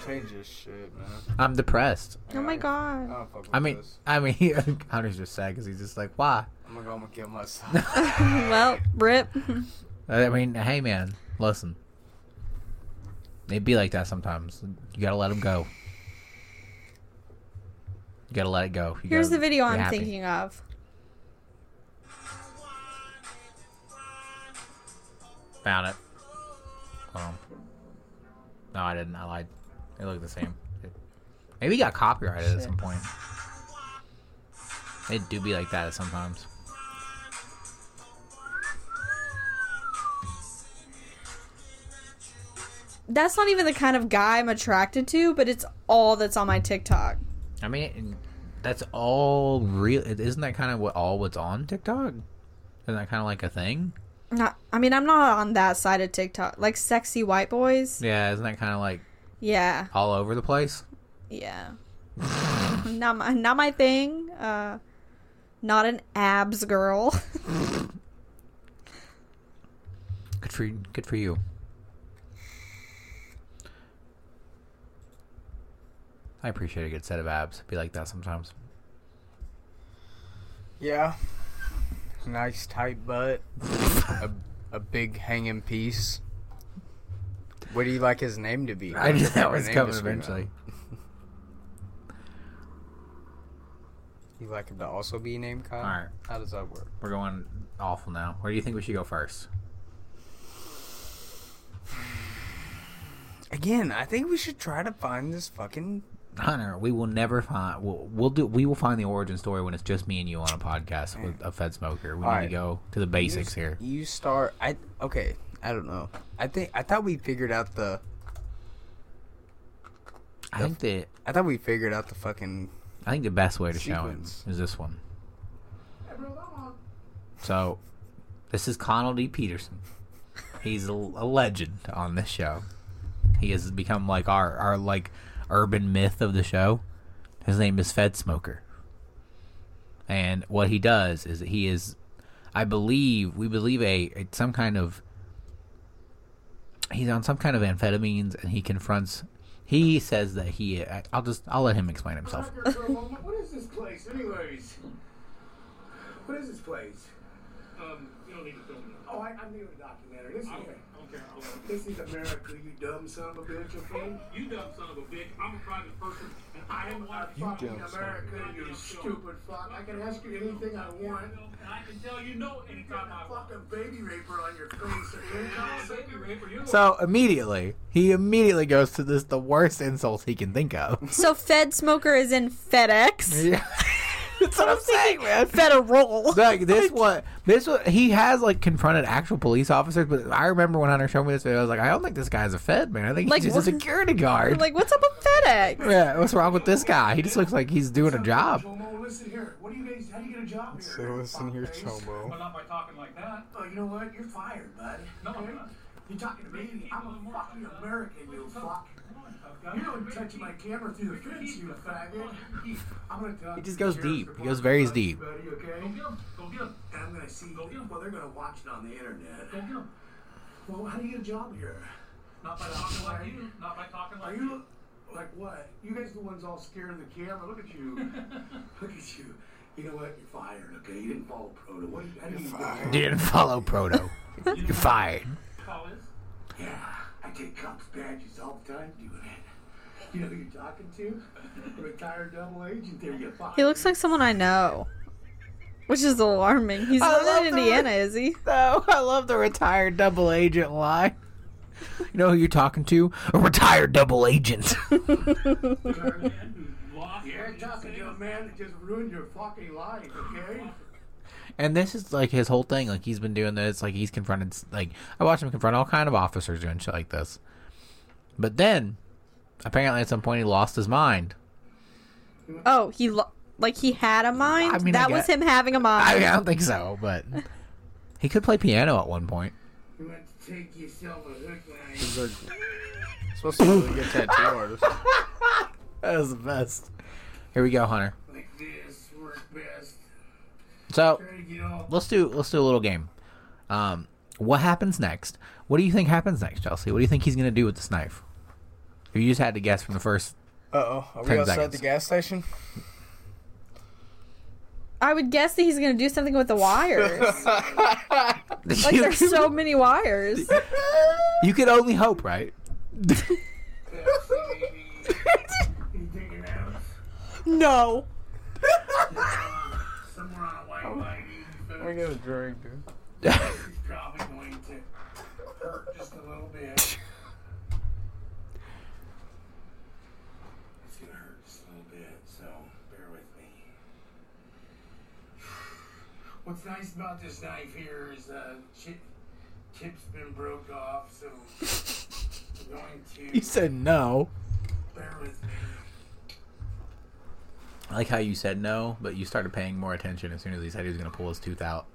Speaker 1: Change this shit, man.
Speaker 2: *laughs* I'm depressed.
Speaker 3: oh my
Speaker 1: I
Speaker 3: god. *laughs*
Speaker 1: don't fuck with
Speaker 2: I mean,
Speaker 1: this.
Speaker 2: I mean, *laughs* Hunter's just sad because he's just like, why?
Speaker 1: I'm gonna go home and kill
Speaker 2: *laughs*
Speaker 1: myself.
Speaker 3: well, rip. *laughs*
Speaker 2: I mean, hey man, listen. It'd be like that sometimes. You gotta let him go. You gotta let it go. You
Speaker 3: Here's
Speaker 2: gotta
Speaker 3: the video
Speaker 2: be
Speaker 3: I'm
Speaker 2: happy.
Speaker 3: thinking of.
Speaker 2: Found it. Um, No, I didn't. I lied. They look the same. Maybe he got copyrighted at some point. They do be like that sometimes.
Speaker 3: That's not even the kind of guy I'm attracted to, but it's all that's on my TikTok.
Speaker 2: I mean, that's all real. Isn't that kind of what all what's on TikTok? Isn't that kind of like a thing?
Speaker 3: Not, I mean, I'm not on that side of TikTok. Like sexy white boys.
Speaker 2: Yeah, isn't that kind of like
Speaker 3: Yeah,
Speaker 2: all over the place?
Speaker 3: yeah. not my, not my thing. Uh, not an abs girl. *laughs*
Speaker 2: Good for good for you. I appreciate a good set of abs. Be like that sometimes.
Speaker 1: Yeah. Nice tight butt. a, a big hanging piece. What do you like his name to be?
Speaker 2: I knew that
Speaker 1: Her
Speaker 2: was
Speaker 1: name
Speaker 2: coming
Speaker 1: is Reno.
Speaker 2: eventually.
Speaker 1: You like him to also be named Kyle?
Speaker 2: All right.
Speaker 1: How does that work?
Speaker 2: We're going awful now. Where do you think we should go first?
Speaker 1: Again, I think we should try to find this fucking.
Speaker 2: Hunter, we will never find. We'll, we'll do. We will find the origin story when it's just me and you on a podcast with a fed smoker. We need to
Speaker 1: Alright.
Speaker 2: go to the
Speaker 1: you
Speaker 2: basics
Speaker 1: s-
Speaker 2: here.
Speaker 1: You start. I okay. I don't know. I think I thought we figured out the.
Speaker 2: I think the
Speaker 1: I thought we figured out the fucking.
Speaker 2: I think the best way to
Speaker 1: Sequence.
Speaker 2: show him is this one. So, this is Connell D. Peterson. He's a, a legend on this show. He has become like our our like urban myth of the show. His name is Fed Smoker. And what he does is he is, I believe, we believe a, a some kind of. He's on some kind of amphetamines, and he confronts. He says that he. I- I'll just. I'll let him explain himself.
Speaker 4: what is this place, anyways? What is this place?
Speaker 5: Um, you don't need to film that.
Speaker 4: Oh, I, I'm doing a documentary. This is,
Speaker 5: I don't, I don't care. I'll-
Speaker 4: this is America, you dumb son of a bitch, okay?
Speaker 5: You dumb son of a bitch. I'm a private person, and I am one.
Speaker 4: You
Speaker 5: fucking
Speaker 4: dumb son of a bitch. You stupid fuck. I can ask you anything I want.
Speaker 5: And I can tell you no anytime I want.
Speaker 4: Fucking baby raper on your face, okay? Kyle?
Speaker 5: Baby raper, you're the
Speaker 2: So immediately, he immediately goes to this the worst insult he can think *laughs* of.
Speaker 3: so Fed Smoker is in FedEx.
Speaker 2: Yeah. That's what I'm saying, man.
Speaker 3: Federal. *laughs*
Speaker 2: Like this one, this one, he has like confronted actual police officers. But I remember when Hunter showed me this video, I was like, I don't think this guy's a Fed man. I think
Speaker 3: Like,
Speaker 2: he's just
Speaker 3: what-
Speaker 2: a security guard.
Speaker 3: like, what's up with FedEx?
Speaker 2: yeah, what's wrong with this guy? He just looks like he's doing a job.
Speaker 4: Chomo, listen here. What do you guys? How do you get a job here?
Speaker 1: So listen here,
Speaker 4: fuckface?
Speaker 5: well,
Speaker 1: Chomo.
Speaker 5: not by talking like that.
Speaker 4: Oh, you know what? You're fired, bud.
Speaker 5: No, I'm
Speaker 4: Okay?
Speaker 5: not.
Speaker 4: You talking to me? I'm a fucking American, you fuck. You don't touch my camera through the fence, you faggot. I'm gonna tell
Speaker 2: He
Speaker 4: you
Speaker 2: just
Speaker 4: the
Speaker 2: goes
Speaker 4: sheriff's
Speaker 2: deep. He
Speaker 4: department
Speaker 2: goes very
Speaker 4: loves you,
Speaker 2: deep.
Speaker 4: buddy, okay?
Speaker 5: Go get him. Go get him.
Speaker 4: And I'm gonna see.
Speaker 5: Go get 'em.
Speaker 4: Well, they're gonna watch it on the
Speaker 5: Go
Speaker 4: internet.
Speaker 5: get him.
Speaker 4: Well, how do you get a job here?
Speaker 5: Not by talking like you. Not by talking
Speaker 4: Are
Speaker 5: like
Speaker 4: you like what? You guys the ones all scared of the camera. Look at
Speaker 5: *laughs*
Speaker 4: you. Look at you. You know what? You're fired. Okay, you didn't follow Proto. What? How do you get a job?
Speaker 2: Didn't follow Proto. You're fired.
Speaker 5: Call is.
Speaker 4: Yeah, I take cops badges all the time doing it. You know who you're talking to? A retired double agent there, you fuck.
Speaker 3: He looks like someone I know, which is alarming. He's
Speaker 2: I
Speaker 3: not
Speaker 2: love
Speaker 3: in
Speaker 2: the-
Speaker 3: Indiana, is he?
Speaker 2: *laughs* Oh, I love the retired double agent lie. You know who you're talking to? A retired double agent.
Speaker 5: You're a man who lost.
Speaker 4: You're talking to a man that just ruined your fucking life, okay?
Speaker 2: And this is like his whole thing. Like he's been doing this. Like he's confronted. Like I watched him confront all kind of officers doing shit like this. But then, apparently, at some point, he lost his mind. *laughs*
Speaker 3: Oh, he lo- like he had a mind.
Speaker 2: I mean, I
Speaker 3: that was
Speaker 2: get-
Speaker 3: him having a
Speaker 2: I,
Speaker 3: mind.
Speaker 2: mean, I don't think so, but he could play piano at one point.
Speaker 4: You want to take yourself a hook line.
Speaker 1: He's a- supposed to be a really good
Speaker 2: *laughs*
Speaker 1: tattoo artist.
Speaker 2: That was the best. Here we go, Hunter.
Speaker 4: Like this works best.
Speaker 2: So
Speaker 4: Try to get off.
Speaker 2: let's do let's do a little game. Um, what happens next? What do you think happens next, Chelsea? What do you think he's gonna do with this knife? If you just had to guess from the first,
Speaker 1: Uh oh. Are we
Speaker 2: Ten
Speaker 1: outside
Speaker 2: seconds.
Speaker 1: the gas station?
Speaker 3: I would guess that he's gonna do something with
Speaker 2: *laughs*
Speaker 3: the wires. like
Speaker 2: you,
Speaker 3: there's so many
Speaker 2: *laughs*
Speaker 3: wires.
Speaker 2: you could only hope, *laughs* right?
Speaker 4: Pepsi, baby. You take it out.
Speaker 3: No.
Speaker 4: Somewhere on a white line.
Speaker 1: We get a drink, dude.
Speaker 4: It's probably going to hurt just a little bit. just a little bit, so bear with me. What's nice about this knife here is uh, chip, tip's been broke off, so
Speaker 2: *laughs*
Speaker 4: I'm going
Speaker 1: He
Speaker 4: to
Speaker 1: said no.
Speaker 4: bear with me.
Speaker 2: I like how you said no, but you started paying more attention as soon as he said he was going to pull his tooth out.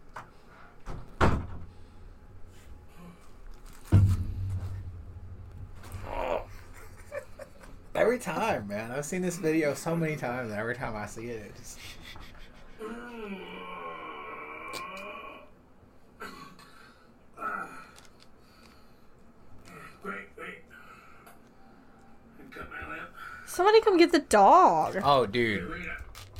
Speaker 2: Every time, man. I've seen this video so many times, and every time I see it, it just.
Speaker 4: Wait, wait. I cut my lip.
Speaker 3: Somebody come get the dog.
Speaker 2: Oh, dude.
Speaker 4: Rita,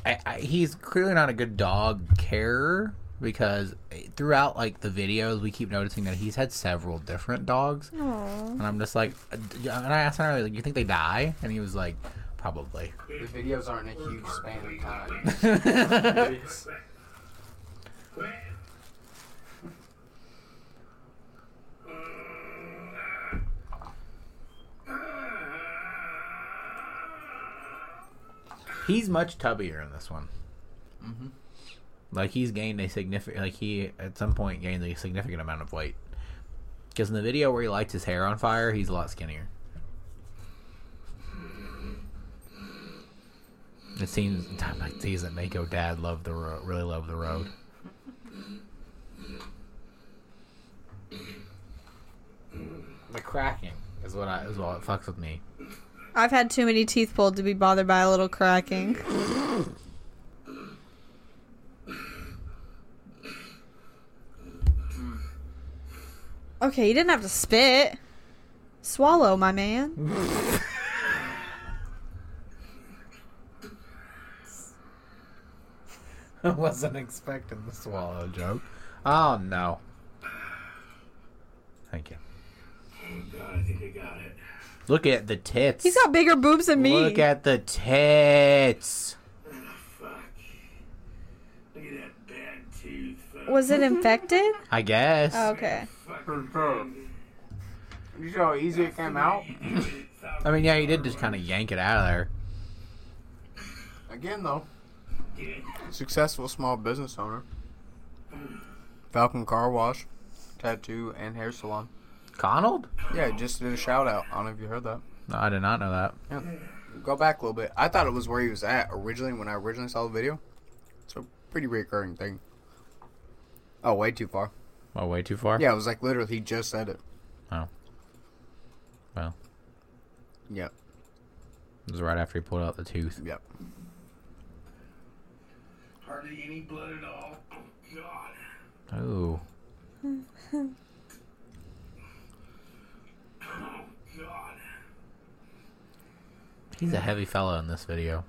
Speaker 2: I, I, he's clearly not a good dog carer because throughout like the videos, we keep noticing that he's had several different dogs.
Speaker 3: Aw.
Speaker 2: And I'm just like, uh, d- and I asked him, I was like, you think they die? And he was like, probably.
Speaker 1: The videos aren't a huge span of time.
Speaker 2: *laughs* I
Speaker 4: wait.
Speaker 2: He's much tubbier in this one. Mm-hmm. Like he's gained a significant, like he at some point gained a significant amount of weight. Because in the video where he lights his hair on fire, he's a lot skinnier. It seems in time like these that make your dad love the road, really love the road. The cracking is what I is what fucks with me.
Speaker 3: I've had too many teeth pulled to be bothered by a little cracking. Okay, you didn't have to spit. Swallow, my man.
Speaker 2: *laughs* I wasn't expecting the swallow joke. Oh no. Thank you.
Speaker 4: Oh, God, I think I got it.
Speaker 2: Look at the tits.
Speaker 3: He's got bigger boobs than me.
Speaker 2: Look at the tits.
Speaker 4: Fuck. Look at that bad tooth. Fuck.
Speaker 3: Was it *laughs* infected?
Speaker 2: I guess.
Speaker 3: Oh, Okay.
Speaker 4: Fucking
Speaker 1: You see how easy it came out?
Speaker 2: I mean, yeah, he did just kind of yank it out of there.
Speaker 1: Again, though, successful small business owner. Falcon Car Wash, tattoo, and hair salon.
Speaker 2: Conald?
Speaker 1: Yeah, just did a shout out. I don't know if you heard that.
Speaker 2: No, I did not know that.
Speaker 1: Go back a little bit. I thought it was where he was at originally when I originally saw the video. It's a pretty recurring thing. Oh, way too far.
Speaker 2: Well, Oh, way too far.
Speaker 1: Yeah, it was like literally he just said it.
Speaker 2: Oh. Well,
Speaker 1: Yep,
Speaker 2: it was right after he pulled out the tooth.
Speaker 1: yep.
Speaker 4: Hardly any blood at all. Oh, God.
Speaker 2: Oh.
Speaker 4: Oh, God.
Speaker 2: He's a heavy fellow in this video.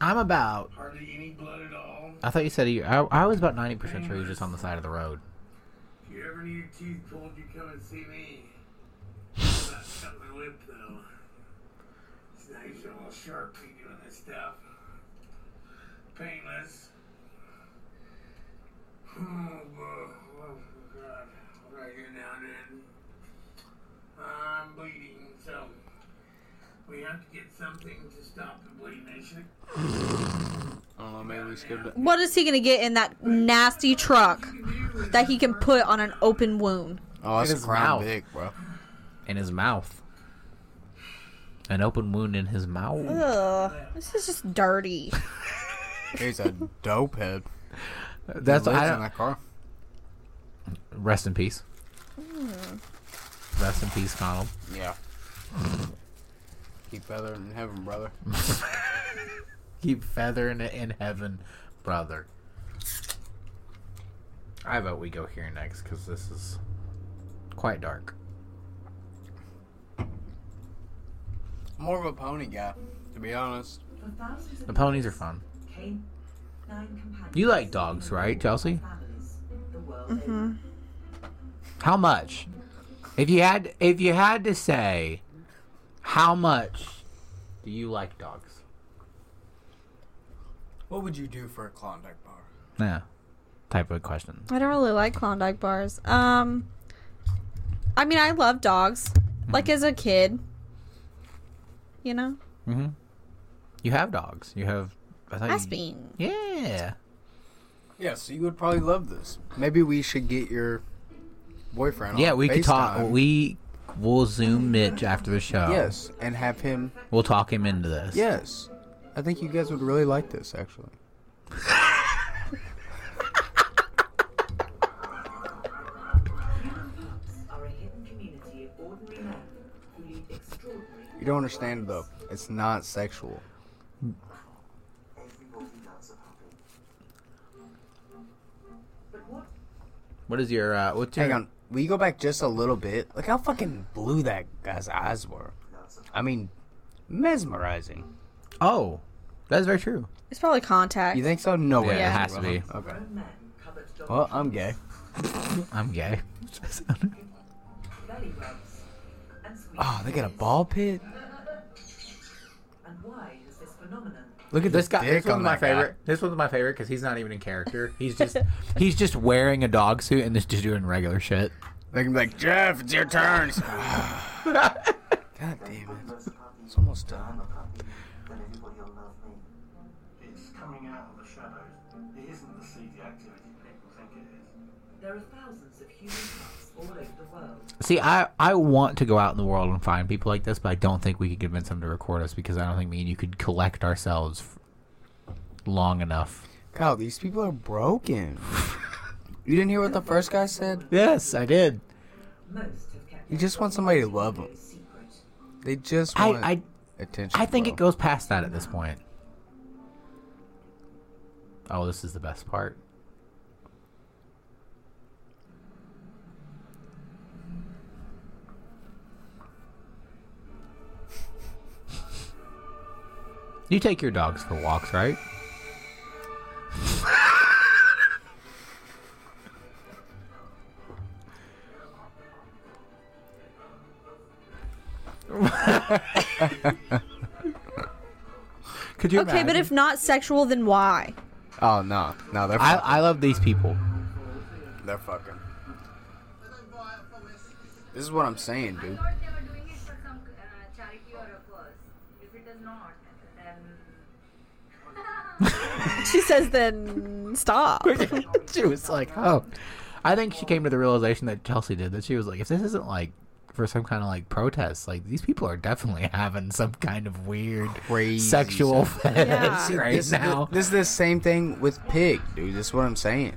Speaker 2: I'm about.
Speaker 4: Hardly any blood at all.
Speaker 2: I thought you said he. I, I was about 90% sure he was just on the side of the road.
Speaker 4: If you ever need your teeth pulled, you come and see me. I cut my lip, though. These knives are all sharp when you're doing this stuff. Painless. Oh, boy. oh God. What do I do now, dude? I'm bleeding, so we have to get something to stop the bleeding. They should
Speaker 1: I don't know, maybe we skipped it.
Speaker 3: What is he gonna get in that nasty truck that he can put on an open wound?
Speaker 1: Oh,
Speaker 2: It
Speaker 1: that's
Speaker 2: is
Speaker 1: crown
Speaker 2: mouth.
Speaker 1: big, bro.
Speaker 2: In his mouth. An open wound in his mouth.
Speaker 3: Ugh, this is just dirty.
Speaker 1: He's
Speaker 2: *laughs*
Speaker 1: a dope head.
Speaker 2: That's
Speaker 1: He lives
Speaker 2: what I
Speaker 1: in
Speaker 2: don't,
Speaker 1: that car.
Speaker 2: Rest in peace. Hmm. Rest in peace, Connell.
Speaker 1: Yeah. Keep better than heaven, brother.
Speaker 2: Keep feathering it in heaven, brother. I vote we go here next because this is quite dark.
Speaker 1: More of a pony guy, to be honest.
Speaker 6: For thousands
Speaker 2: The
Speaker 6: of
Speaker 2: ponies are fun.
Speaker 6: canine companions
Speaker 2: You like dogs, right, Chelsea?
Speaker 6: families the world over.
Speaker 2: How much? If you had, if you had to say, how much do you like dogs?
Speaker 1: What would you do for a Klondike bar?
Speaker 2: Yeah, type of question.
Speaker 3: I don't really like Klondike bars. Um, I mean, I love dogs. Like as a kid, you know?
Speaker 2: Mm-hmm. You have dogs. You have. I thought you-
Speaker 3: Aspin.
Speaker 2: Yeah.
Speaker 1: Yeah, so you would probably love this. Maybe we should get your boyfriend.
Speaker 2: Yeah,
Speaker 1: on
Speaker 2: we could talk.
Speaker 1: Oh, FaceTime.
Speaker 2: We will Zoom Mitch after the show.
Speaker 1: yes, and have him.
Speaker 2: We'll talk him into this.
Speaker 1: Yes, I think you guys would really like this actually.
Speaker 6: Human beings are a hidden community of ordinary men who lead extraordinary.
Speaker 1: You don't understand though. It's not sexual.
Speaker 6: But what
Speaker 2: What is your? Uh, what's your?
Speaker 1: Hang on. Will you go back just a little bit? Look how fucking blue that guy's eyes were. I mean, mesmerizing.
Speaker 2: Oh, that's very true.
Speaker 3: It's probably contact.
Speaker 1: You think so? No way.
Speaker 2: Yeah,
Speaker 3: it
Speaker 2: has to be.
Speaker 1: Okay.
Speaker 6: grown men covered dog
Speaker 1: Well, I'm gay.
Speaker 2: I'm gay. *laughs*
Speaker 6: belly rubs and sweet
Speaker 1: Oh, they got a
Speaker 6: kisses.
Speaker 1: ball pit.
Speaker 6: And why is this phenomenon?
Speaker 1: Look at
Speaker 2: this
Speaker 1: this
Speaker 2: guy. This
Speaker 1: Dick
Speaker 2: one's
Speaker 1: on
Speaker 2: my
Speaker 1: that guy.
Speaker 2: favorite. This one's my favorite because he's not even in character. He's *laughs* just he's just wearing a dog suit and just doing regular shit.
Speaker 1: They can be like, Jeff, it's your *laughs* turn. God damn it. It's almost done.
Speaker 7: It's coming out of the shadows. It isn't the seedy activity people think it is.
Speaker 6: There are thousands of human pups all over the world.
Speaker 2: *laughs* See, I I want to go out in the world and find people like this, but I don't think we could convince them to record us because I don't think me and you could collect ourselves f- long enough.
Speaker 1: Kyle, these people are
Speaker 2: *laughs*
Speaker 1: broken. You didn't hear what the first guy said?
Speaker 2: Yes, I did.
Speaker 6: Most have kept their
Speaker 1: You just want somebody to
Speaker 6: identity
Speaker 1: love 'em.
Speaker 6: secret.
Speaker 1: They just
Speaker 2: I
Speaker 1: want
Speaker 2: I
Speaker 1: attention.
Speaker 2: I think
Speaker 1: bro.
Speaker 2: it goes past that at this point. Oh, this is the best part. You take your dogs for walks, right? Could you
Speaker 3: okay, but if not sexual, then why? *laughs*
Speaker 1: Oh, no. No, they're
Speaker 2: I,
Speaker 1: fucking.
Speaker 2: I love these people.
Speaker 1: they're fucking. This is what I'm saying, dude.
Speaker 8: thought they were doing it for some uh, charity or a cause. If it is not, then.
Speaker 3: She says, then stop.
Speaker 2: *laughs* she was like, oh. I think she came to the realization that Chelsea did that she was like, if this isn't like for some kind of like protest, like these people are definitely *laughs* having some kind of weird
Speaker 1: Crazy
Speaker 2: *laughs* sexual fetish
Speaker 3: Yeah. See,
Speaker 2: right
Speaker 1: this,
Speaker 2: now.
Speaker 1: This, is the same thing with pig, dude. This is what I'm saying.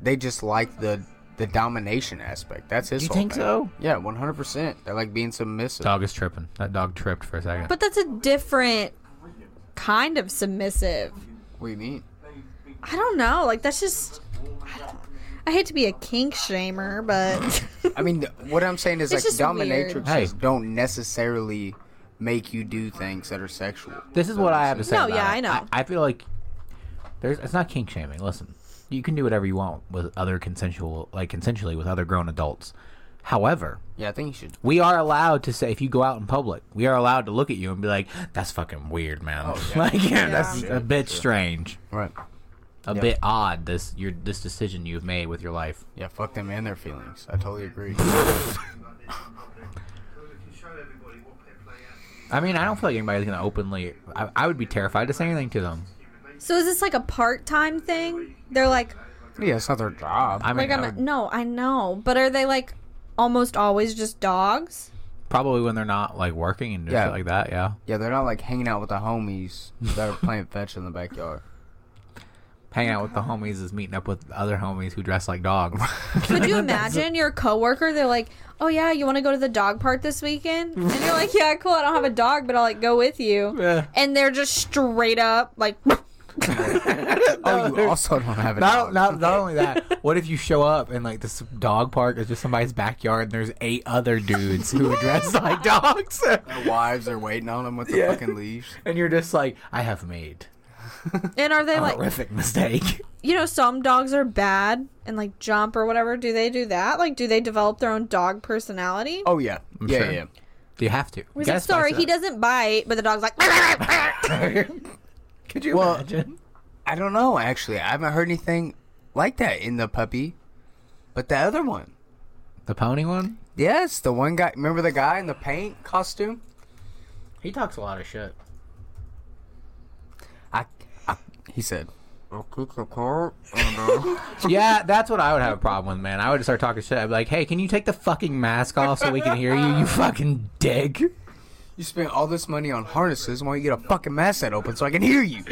Speaker 1: They just like the the domination aspect. That's his.
Speaker 2: You
Speaker 1: whole
Speaker 2: think
Speaker 1: thing.
Speaker 2: so?
Speaker 1: Yeah, 100. percent They like being submissive.
Speaker 2: dog is tripping. That dog tripped for a second.
Speaker 3: But that's a different kind of submissive.
Speaker 1: What do you mean?
Speaker 3: I don't know. Like, that's just. I, don't- I hate to be a kink shamer, but.
Speaker 1: *laughs* I mean, th- what I'm saying is
Speaker 3: It's
Speaker 1: like
Speaker 3: just weird.
Speaker 1: dominatrixes
Speaker 2: Hey.
Speaker 1: don't necessarily make you do things that are sexual.
Speaker 2: this is what I have to say.
Speaker 3: No,
Speaker 2: about
Speaker 3: yeah,
Speaker 2: it.
Speaker 3: I know.
Speaker 2: I, I feel like there's it's not kink shaming. Listen, you can do whatever you want with other consensual, like consensually with other grown adults. However,
Speaker 1: Yeah, I think you should.
Speaker 2: we are allowed to say if you go out in public, we are allowed to look at you and be like, "That's fucking weird, man. *laughs* like, Oh, yeah, that's
Speaker 1: Sure,
Speaker 2: a bit strange,
Speaker 1: Right.
Speaker 2: a
Speaker 1: Yeah.
Speaker 2: bit odd. This your this decision you've made with your life.
Speaker 1: Yeah, fuck them and their feelings. I totally *laughs* agree.
Speaker 7: Like this in public. Well, if you show everybody what pet play actually
Speaker 2: I mean, I don't feel like anybody's gonna openly. I, I would be terrified to say anything to them.
Speaker 3: so, is this like a part time thing? They're like,
Speaker 1: yeah, it's not their job.
Speaker 2: I mean,
Speaker 3: like
Speaker 2: I
Speaker 3: I'm
Speaker 2: would-
Speaker 3: no, I know, but are they like almost always just dogs?
Speaker 2: probably when they're not like working and doing
Speaker 1: Yeah.
Speaker 2: shit like that. Yeah.
Speaker 1: yeah, they're not like hanging out with the homies that are playing fetch in the backyard.
Speaker 2: Hanging out with the homies is meeting up with other homies who dress like *laughs* dogs.
Speaker 3: Could you imagine your coworker? They're like, "Oh yeah, you want to go to the dog park this weekend?"
Speaker 2: *laughs*
Speaker 3: And you're like, "Yeah, cool. I don't have a dog, but I'll like go with you."
Speaker 2: *laughs* Yeah.
Speaker 3: And they're just straight up like,
Speaker 1: *laughs*
Speaker 3: *laughs*
Speaker 1: oh, you also don't have a
Speaker 2: Not,
Speaker 1: dog.
Speaker 2: not, *laughs* not only that, what if you show up and like this dog park is just somebody's backyard and there's eight other dudes who are dressed
Speaker 3: *laughs*
Speaker 2: like dogs? *laughs*
Speaker 1: Their wives are waiting on them with the fucking leash.
Speaker 2: and you're just like, I have made
Speaker 3: and are they
Speaker 2: a
Speaker 3: like,
Speaker 2: horrific mistake.
Speaker 3: you know, some dogs are bad and like jump or whatever. Do they do that? Like, do they develop their own dog personality?
Speaker 1: *laughs* Oh yeah,
Speaker 2: I'm
Speaker 1: yeah,
Speaker 2: sure.
Speaker 1: yeah.
Speaker 2: You have to.
Speaker 3: We're like, sorry, he doesn't bite, but the dog's like, *laughs*
Speaker 2: doesn't. *laughs* Could you
Speaker 1: Well-
Speaker 2: imagine?
Speaker 1: I don't know actually. I haven't heard anything like that in the puppy, but the other one.
Speaker 2: The pony one?
Speaker 1: Yes, the one guy. Remember the guy in the paint costume?
Speaker 2: He talks a lot of shit.
Speaker 1: I, I he said. I kick the car. and, uh,
Speaker 2: yeah, that's what I would have a problem with, man. I would start talking shit. I'd be like, hey, can you take the fucking mask off so we can hear you, you fucking dick?
Speaker 1: *laughs* you spent all this money on harnesses. Why don't you get a fucking mask set open so I can hear you?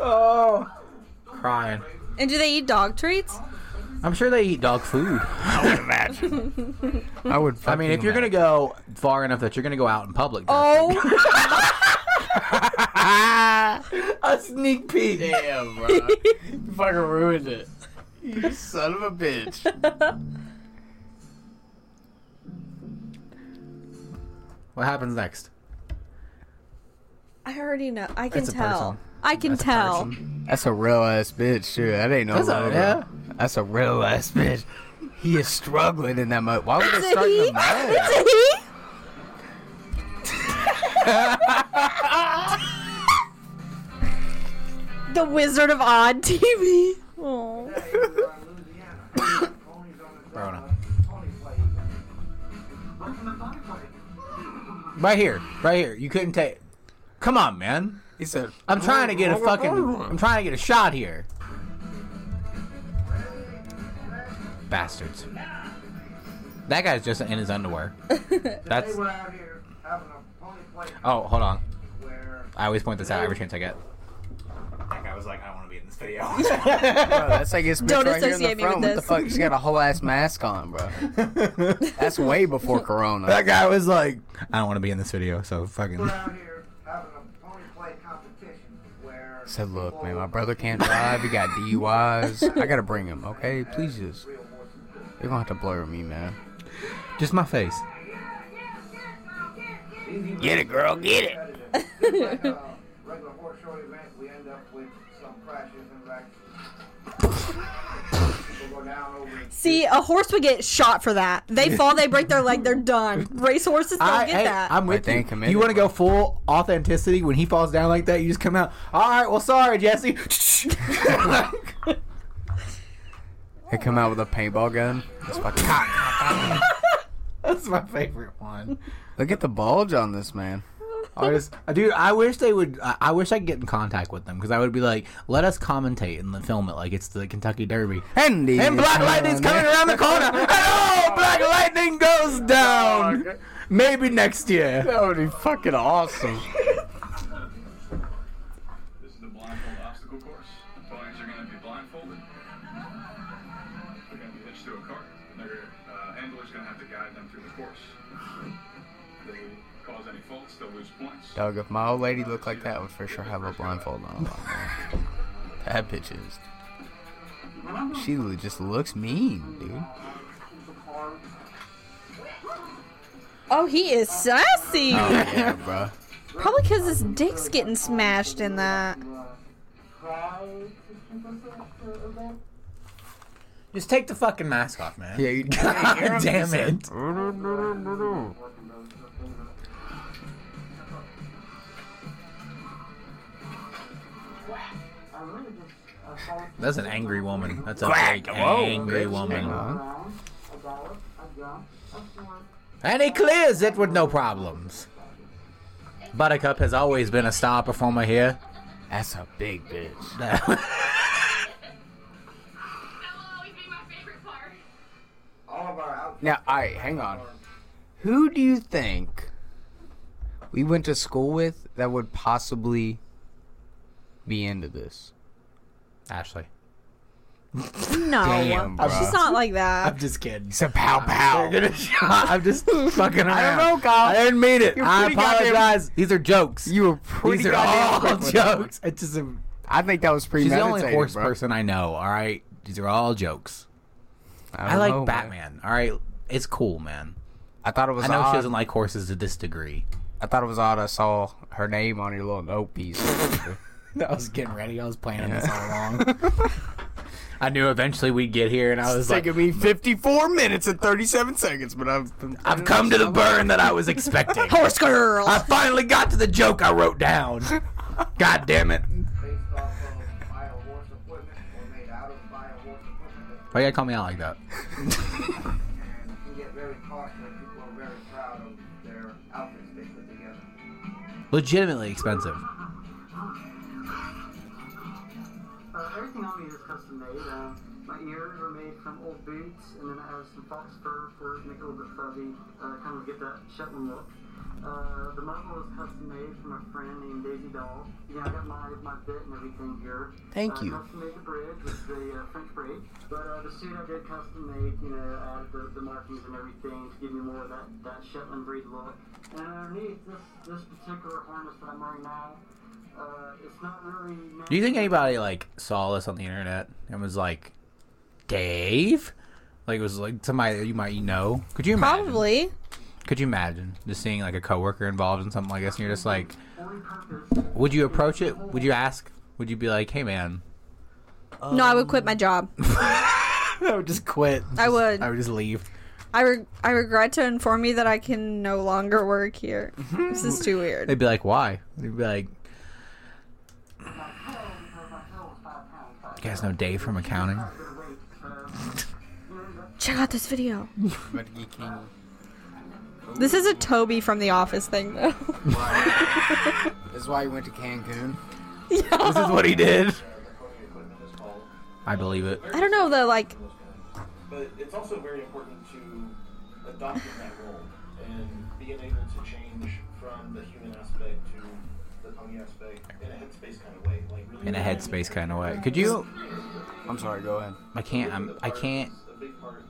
Speaker 2: Oh. Crying.
Speaker 3: And do they eat
Speaker 2: *laughs*
Speaker 3: dog treats?
Speaker 2: I'm sure they eat dog food.
Speaker 1: I would imagine. I would.
Speaker 2: I mean, if you're gonna go far enough that you're gonna go out in public, then-
Speaker 3: Oh,
Speaker 2: Oh, a sneak
Speaker 1: *laughs*
Speaker 2: peek.
Speaker 1: Damn, bro. you fucking ruined it. You son of a bitch.
Speaker 2: What happens next?
Speaker 3: I already know. I can
Speaker 2: It's a
Speaker 3: tell.
Speaker 2: person.
Speaker 3: I can
Speaker 2: That's a
Speaker 3: tell.
Speaker 1: That's a real ass bitch, too. That ain't no
Speaker 2: That's a-
Speaker 1: logo.
Speaker 2: yeah.
Speaker 1: That's a real ass bitch. He is struggling in that mud. Why would
Speaker 3: It's
Speaker 1: they
Speaker 3: a
Speaker 1: start in
Speaker 3: he.
Speaker 1: the mud?
Speaker 3: *laughs* It's a he. the Wizard of Odd TV. Oh.
Speaker 2: Rona. Right here, right here. You couldn't take. Come on, man.
Speaker 1: He said,
Speaker 2: I'm trying to get a
Speaker 1: *laughs*
Speaker 2: fucking. I'm trying to get a shot here. Bastards. That guy's just in his *laughs* underwear. That's.
Speaker 7: We're out here having a pony play
Speaker 2: Oh, hold on.
Speaker 7: where
Speaker 2: I always point this out every chance I get. That guy was like, I don't want to be in this video.
Speaker 1: bro, that's like his bitch
Speaker 3: Don't
Speaker 1: right here
Speaker 3: associate
Speaker 1: in
Speaker 3: me
Speaker 1: the front.
Speaker 3: with
Speaker 1: What the
Speaker 3: this.
Speaker 1: fuck? She's got a whole ass mask on, bro. That's way
Speaker 3: *laughs*
Speaker 1: before Corona.
Speaker 2: *laughs* that guy was like, I don't want to be in this video, so fucking.
Speaker 7: we're out here having a pony play competition where
Speaker 1: said, look, man, my brother can't drive. He got DUIs. I gotta bring him, okay? Please just.
Speaker 7: real horses
Speaker 1: You're gonna have to blur me, man.
Speaker 2: Just my face.
Speaker 1: Get it, girl. Get it.
Speaker 7: competitive. Just like a regular horse show event, we end up with some crashes and wrecks. People go down over
Speaker 3: See, a horse would get shot for that. They fall, they break their leg, they're done. Race horses don't
Speaker 2: I,
Speaker 3: get
Speaker 2: hey,
Speaker 3: that.
Speaker 2: I'm
Speaker 1: But
Speaker 2: with
Speaker 1: they
Speaker 2: you.
Speaker 1: ain't committed,
Speaker 2: You want to go
Speaker 1: bro.
Speaker 2: full authenticity when he falls down like that? You just come out. All right, well, sorry, Jesse. *laughs*
Speaker 1: They come out with a paintball gun. It's fucking
Speaker 2: That's my favorite one.
Speaker 1: Look at the bulge on this man.
Speaker 2: I just, dude, I wish they would. I, I wish I could get in contact with them because I would be like, let us commentate and then film it like it's the Kentucky Derby.
Speaker 1: And, the-
Speaker 2: And Black Lightning's coming around the corner. And oh, Black Lightning goes down. Maybe next year.
Speaker 1: That would be fucking awesome.
Speaker 5: This is the blindfold obstacle course. Ponies are going to be blindfolded. They're going to be hitched to a cart. And their uh, handler's going to have to guide them through the course. If they cause any faults, they'll lose points.
Speaker 1: Doug, if my old lady looked like that, I would for sure have a blindfold on. that bitch is. She lo- just looks mean, dude.
Speaker 3: oh, he is sassy.
Speaker 1: Yeah, bro.
Speaker 3: Probably because his dick's getting smashed in that.
Speaker 2: Just take the fucking mask off, man.
Speaker 1: Yeah, you
Speaker 2: God *laughs* damn it. That's an angry woman. That's a big, angry
Speaker 1: Hang
Speaker 2: woman.
Speaker 1: on.
Speaker 2: And he clears it with no problems. Buttercup has always been a star performer here.
Speaker 1: That's a big bitch.
Speaker 7: all of our outfits.
Speaker 1: Now, alright, hang on. Who do you think we went to school with that would possibly be into this?
Speaker 2: Ashley.
Speaker 3: No.
Speaker 1: Damn, bro.
Speaker 3: She's not like that.
Speaker 2: just kidding.
Speaker 1: It's a pow pow.
Speaker 2: *laughs* I'm just fucking around.
Speaker 1: I don't know, Kyle.
Speaker 2: I didn't mean it.
Speaker 1: You're
Speaker 2: I
Speaker 1: pretty goddamn-
Speaker 2: apologize. These are jokes.
Speaker 1: You were pretty
Speaker 2: These are
Speaker 1: goddamn
Speaker 2: all
Speaker 1: quick with that.
Speaker 2: jokes. It's just a,
Speaker 1: I think that was
Speaker 2: she's
Speaker 1: pretty.
Speaker 2: the only horse person I know. All right, these are all jokes. I, like Batman. All right, it's cool, man.
Speaker 1: I thought it was.
Speaker 2: I know
Speaker 1: odd.
Speaker 2: she doesn't like horses to this degree.
Speaker 1: I thought it was odd. I saw her name on your little note *laughs* piece.
Speaker 2: I was getting ready. I was planning
Speaker 1: this all
Speaker 2: all along. *laughs* I knew eventually we'd get here, and I was
Speaker 1: it's
Speaker 2: like,
Speaker 1: taking me 54 minutes and 37 seconds, but I've been,
Speaker 2: "I've come to the burn that I was expecting.
Speaker 3: Horse girl.
Speaker 2: I finally got to the joke I wrote down. God damn it!
Speaker 7: based off of bio-horse equipment or made out of bio-horse equipment.
Speaker 2: Why you gotta call me out like that?
Speaker 7: And you get very cautious when people are very proud of their outfits they put together.
Speaker 2: Legitimately expensive.
Speaker 7: Uh, everything on me is custom made. Uh, my ears are made from old boots, and then I have some fox fur for make it a little bit fuzzy, uh, kind of get that Shetland look. Uh, the muzzle is custom made from a friend named Daisy Doll. Yeah, I got my, my bit and everything here.
Speaker 1: Thank
Speaker 7: uh,
Speaker 1: you.
Speaker 7: Custom made the bridge with the uh, French braid, but uh, the suit I did custom made, you know, added the, the markings and everything to give me more of that, that Shetland breed look. And underneath this this particular harness that I'm wearing now, uh, it's not really.
Speaker 2: Do you think
Speaker 7: natural.
Speaker 2: anybody like saw this on the internet and was like, Dave? Like it was like somebody that you might know. Could you imagine?
Speaker 3: Probably.
Speaker 2: Could you imagine just seeing like a coworker involved in something like this and you're just like,
Speaker 7: Only purpose
Speaker 2: would you approach it? Would you ask? Would you be like, hey man?
Speaker 3: no, I would quit my job.
Speaker 2: *laughs* I would just quit.
Speaker 3: I would.
Speaker 2: I would just leave.
Speaker 3: I re- I regret to inform you that I can no longer work here.
Speaker 2: Mm-hmm.
Speaker 3: this is too weird.
Speaker 2: They'd be like, why? They'd be like, you guys know Dave from accounting?
Speaker 3: Check out this video.
Speaker 1: But he can-
Speaker 3: This is a Toby from The Office thing, though. *laughs*
Speaker 1: This is why he went to Cancun.
Speaker 2: *laughs* This is what he did. I believe it.
Speaker 3: I don't know though. Like,
Speaker 9: But it's also very important to adopting that role and being able to change from the human aspect to the pony aspect in a headspace kind of way. Like really
Speaker 3: Mm-hmm.
Speaker 2: In a headspace kind of way. Could you?
Speaker 1: I'm sorry, go ahead.
Speaker 2: I can't. I'm, I can't.
Speaker 9: a big part.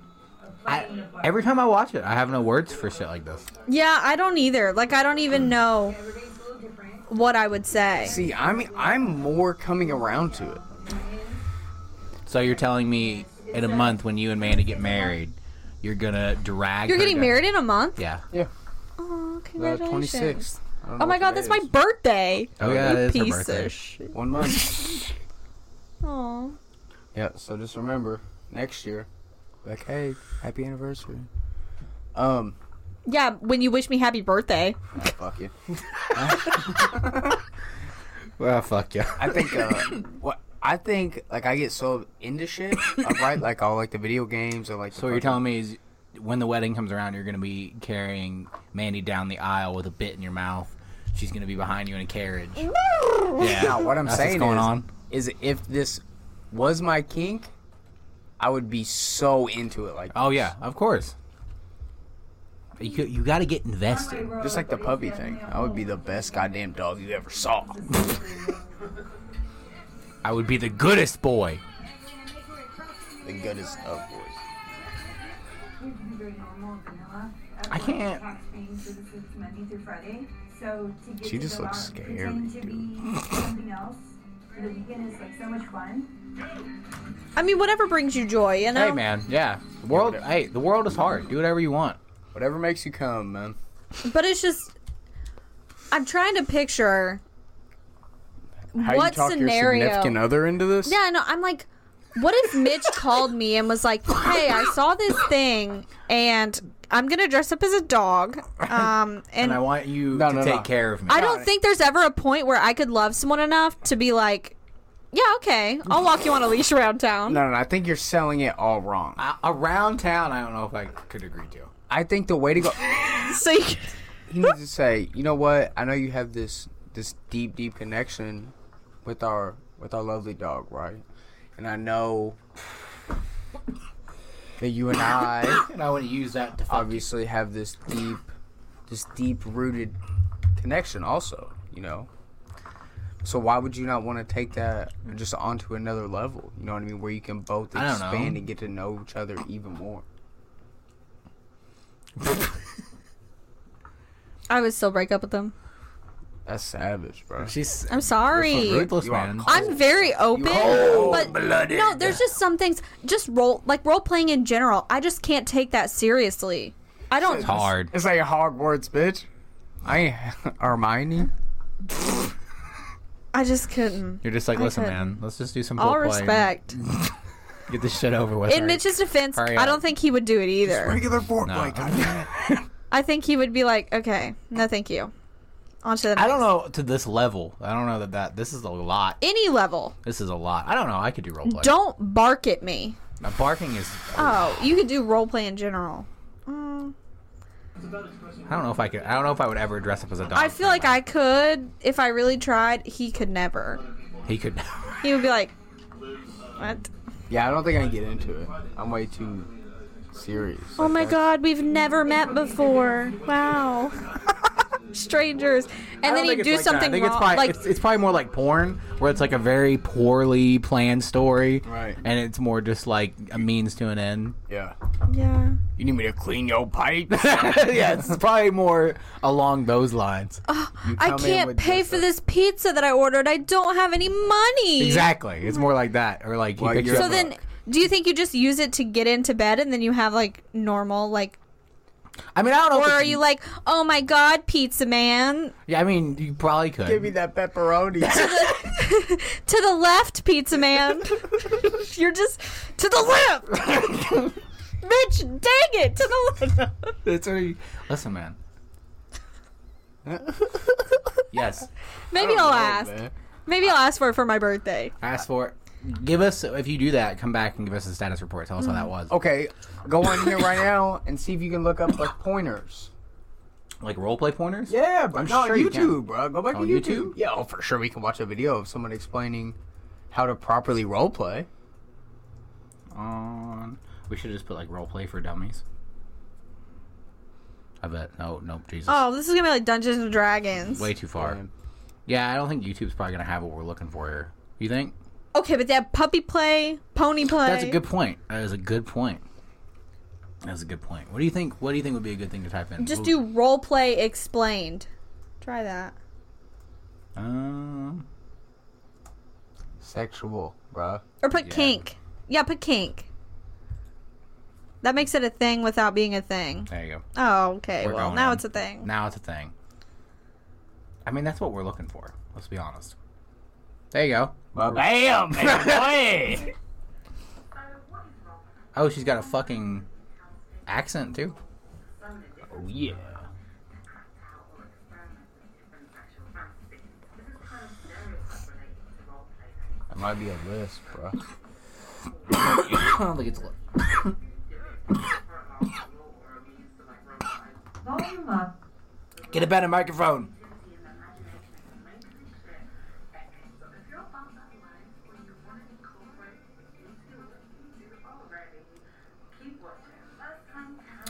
Speaker 2: I, every time I watch it, I have no words for shit like this.
Speaker 3: yeah, I don't either. Like, I don't
Speaker 2: Hmm.
Speaker 3: even know
Speaker 8: Everybody's a little different.
Speaker 3: what I would say.
Speaker 1: See, I'm I'm more coming around to it. Uh,
Speaker 2: So you're telling me in a month when you and Mandy get married, you're gonna drag.
Speaker 3: You're
Speaker 2: her
Speaker 3: getting
Speaker 2: down-
Speaker 3: married in a month.
Speaker 2: Yeah. Uh,
Speaker 3: Oh,
Speaker 1: The
Speaker 3: congratulations.
Speaker 1: 26th. I don't know
Speaker 3: Oh my
Speaker 1: what
Speaker 3: god,
Speaker 1: today
Speaker 3: that's my
Speaker 1: is.
Speaker 3: birthday.
Speaker 2: Oh yeah, it
Speaker 3: you
Speaker 2: is her
Speaker 3: piece
Speaker 2: birthday.
Speaker 3: of shit.
Speaker 1: one month.
Speaker 3: *laughs* Aw.
Speaker 1: yeah. So just remember, next year, like, hey, happy anniversary. Um,
Speaker 3: Yeah, when you wish me happy birthday.
Speaker 1: fuck you.
Speaker 2: Well, fuck yeah.
Speaker 1: I think
Speaker 3: *coughs*
Speaker 1: uh, what I think like I get so into shit, uh, right? Like all like the video games or like. the
Speaker 2: So what you're
Speaker 1: fucking-
Speaker 2: telling me is when the wedding comes around, you're gonna be carrying Mandy down the aisle with a bit in your mouth. She's gonna be behind you in a
Speaker 3: *laughs*
Speaker 2: carriage. yeah.
Speaker 1: No, what I'm
Speaker 2: That's
Speaker 1: saying
Speaker 2: what's going
Speaker 1: is-
Speaker 2: on.
Speaker 1: is if this was my kink, I would be so into it. Like,
Speaker 2: Oh yeah, of course. You you got to get invested.
Speaker 1: just like the puppy thing, I would be the best goddamn dog you ever saw.
Speaker 2: I would be the goodest boy.
Speaker 1: the goodest of boys.
Speaker 2: I can't.
Speaker 1: She just looks scary,
Speaker 8: The weekend is like so much fun.
Speaker 3: I mean, whatever brings you joy, you know.
Speaker 2: Hey man, yeah. The world, hey, the world is hard. Do whatever you want.
Speaker 1: Whatever makes you come, man.
Speaker 3: But it's just, I'm trying to picture
Speaker 1: How
Speaker 3: what
Speaker 1: you talk
Speaker 3: scenario.
Speaker 1: your significant other into this?
Speaker 3: Yeah, no, I'm like, what if Mitch called me and was like, "Hey, I saw this thing, and I'm gonna dress up as a dog." Um, and,
Speaker 2: And I want you
Speaker 1: No,
Speaker 2: to
Speaker 1: no,
Speaker 2: take
Speaker 1: no.
Speaker 2: care of me.
Speaker 3: I don't think there's ever a point where I could love someone enough to be like, "Yeah, okay, I'll walk you on a leash around town."
Speaker 1: No, no, no, I think you're selling it all wrong.
Speaker 2: I, around town, I don't know if I could agree to.
Speaker 1: I think the way to go,
Speaker 3: So you,
Speaker 1: he needs to say, you know what? I know you have this this deep, deep connection with our with our lovely dog, right? And I know that you and I
Speaker 2: And I want to use that to fuck
Speaker 1: obviously have this deep this deep rooted connection also you know so why would you not want to take that just onto another level you know what i mean where you can both
Speaker 2: I don't know.
Speaker 1: expand and get to know each other even more
Speaker 3: I would still break up with them.
Speaker 1: that's savage bro
Speaker 2: She's
Speaker 3: I'm
Speaker 2: a
Speaker 3: sorry.
Speaker 2: ruthless
Speaker 1: You are
Speaker 2: man.
Speaker 1: cold.
Speaker 3: I'm very open, but
Speaker 1: Cold-blooded.
Speaker 3: no, there's just some things. Just role, like role playing in general. I just can't take that seriously. I don't.
Speaker 2: It's hard.
Speaker 1: it's like hard words bitch i ain't *laughs* hermione
Speaker 3: I just couldn't.
Speaker 2: You're just like, listen,
Speaker 3: couldn't.
Speaker 2: man. Let's just do some
Speaker 3: All
Speaker 2: role play and
Speaker 3: respect.
Speaker 2: Get this shit over with.
Speaker 3: In Mitch's defense,
Speaker 2: Hurry
Speaker 3: I
Speaker 2: up.
Speaker 3: don't think he would do it either.
Speaker 1: regular fortnite
Speaker 2: No.
Speaker 1: *laughs* goddamn it.
Speaker 3: I think he would be like, okay, no, thank you. On to the next.
Speaker 2: I don't know to this level. I don't know that that this is a lot.
Speaker 3: Any level.
Speaker 2: This is a lot. I don't know. I could do role play.
Speaker 3: Don't Ah. bark at me.
Speaker 2: Now, barking is.
Speaker 3: Oh, you could do role play in general. Mm.
Speaker 9: It's about expressing.
Speaker 2: I don't know if I could. I don't know if I would ever dress up as a dog.
Speaker 3: I feel like I could if I really tried. He could never.
Speaker 2: He could.
Speaker 3: He would be like, what?
Speaker 1: Yeah, I don't think I can get into it. I'm way too serious.
Speaker 3: Oh
Speaker 1: like
Speaker 3: my
Speaker 1: that.
Speaker 3: god, we've never met before. Wow. *laughs* Strangers. And then
Speaker 2: I don't think
Speaker 3: you
Speaker 2: it's
Speaker 3: do
Speaker 2: like that.
Speaker 3: something
Speaker 2: I think
Speaker 3: wrong.
Speaker 2: It's probably,
Speaker 3: like
Speaker 2: it's, it's probably more like porn, where it's like a very poorly planned story,
Speaker 1: Right.
Speaker 2: And it's more just like a means to an end.
Speaker 3: *laughs*
Speaker 1: Yeah.
Speaker 3: Yeah.
Speaker 1: You need me to clean your pipe? *laughs*
Speaker 2: yeah, *laughs* it's probably more along those lines.
Speaker 3: I can't pay for this pizza that I ordered. I don't have any money.
Speaker 2: Exactly. It's more like that, or like he
Speaker 1: Well,
Speaker 2: picks you
Speaker 1: you're-
Speaker 3: So
Speaker 2: up.
Speaker 3: then do you think you just use it to get into bed and then you have like normal like
Speaker 2: I mean, I don't know.
Speaker 3: or
Speaker 2: if
Speaker 3: are
Speaker 2: it's-
Speaker 3: you like, "Oh my god, pizza man."
Speaker 2: Yeah, I mean, you probably could.
Speaker 1: Give me that *laughs* pepperoni.
Speaker 3: To the left, pizza man. You're just to the left. Bitch, dang it. To the left.
Speaker 2: *laughs* That's already. Listen,
Speaker 3: *laughs*
Speaker 2: man. yes,
Speaker 3: Maybe
Speaker 2: *laughs* Oh,
Speaker 3: I'll
Speaker 1: know,
Speaker 3: ask.
Speaker 1: man.
Speaker 3: Maybe I'll ask for it for my birthday.
Speaker 2: ask for it. Give us if you do that. Come back and give us a status report. Tell us
Speaker 3: Mm.
Speaker 2: how that was.
Speaker 3: Oh.
Speaker 1: Okay, go on here *laughs* right now and see if you can look up like pointers.
Speaker 2: Like role play pointers.
Speaker 1: Yeah, bro.
Speaker 2: I'm
Speaker 1: no,
Speaker 2: sure you
Speaker 1: YouTube,
Speaker 2: can.
Speaker 1: bro. Go back
Speaker 2: On
Speaker 1: to YouTube.
Speaker 2: YouTube?
Speaker 1: Yeah, oh, for sure we can watch a video of someone explaining how to properly role play.
Speaker 2: On. We should just put like role play for dummies. I bet. No, no, Jesus.
Speaker 3: Oh, this is gonna be like Dungeons and Dragons.
Speaker 2: Way too far.
Speaker 1: And-
Speaker 2: Yeah, I don't think YouTube's probably gonna have what we're looking for here. You think?
Speaker 3: Okay, but that puppy play, pony play.
Speaker 2: That's a good point. That is a good point. That's a good point. What do you think? What do you think would be a good thing to type in?
Speaker 3: Just
Speaker 2: Ooh.
Speaker 3: do role play explained. Try that.
Speaker 2: Um,
Speaker 1: Sexual, bro.
Speaker 3: Or put
Speaker 2: Yeah.
Speaker 3: kink. Yeah, put kink. That makes it a thing without being a thing.
Speaker 2: there you go.
Speaker 3: Oh, okay.
Speaker 2: We're
Speaker 3: well,
Speaker 2: going
Speaker 3: now
Speaker 2: on.
Speaker 3: it's a thing.
Speaker 2: Now it's a thing. I mean, that's what we're looking for. Let's be honest. There you go.
Speaker 1: Ba- *laughs* Bam, man, boy.
Speaker 2: Oh, she's got a fucking accent too. *coughs*
Speaker 1: Oh yeah. That might be a list, bro.
Speaker 2: I don't think it's.
Speaker 6: Volume up.
Speaker 2: Get a better microphone.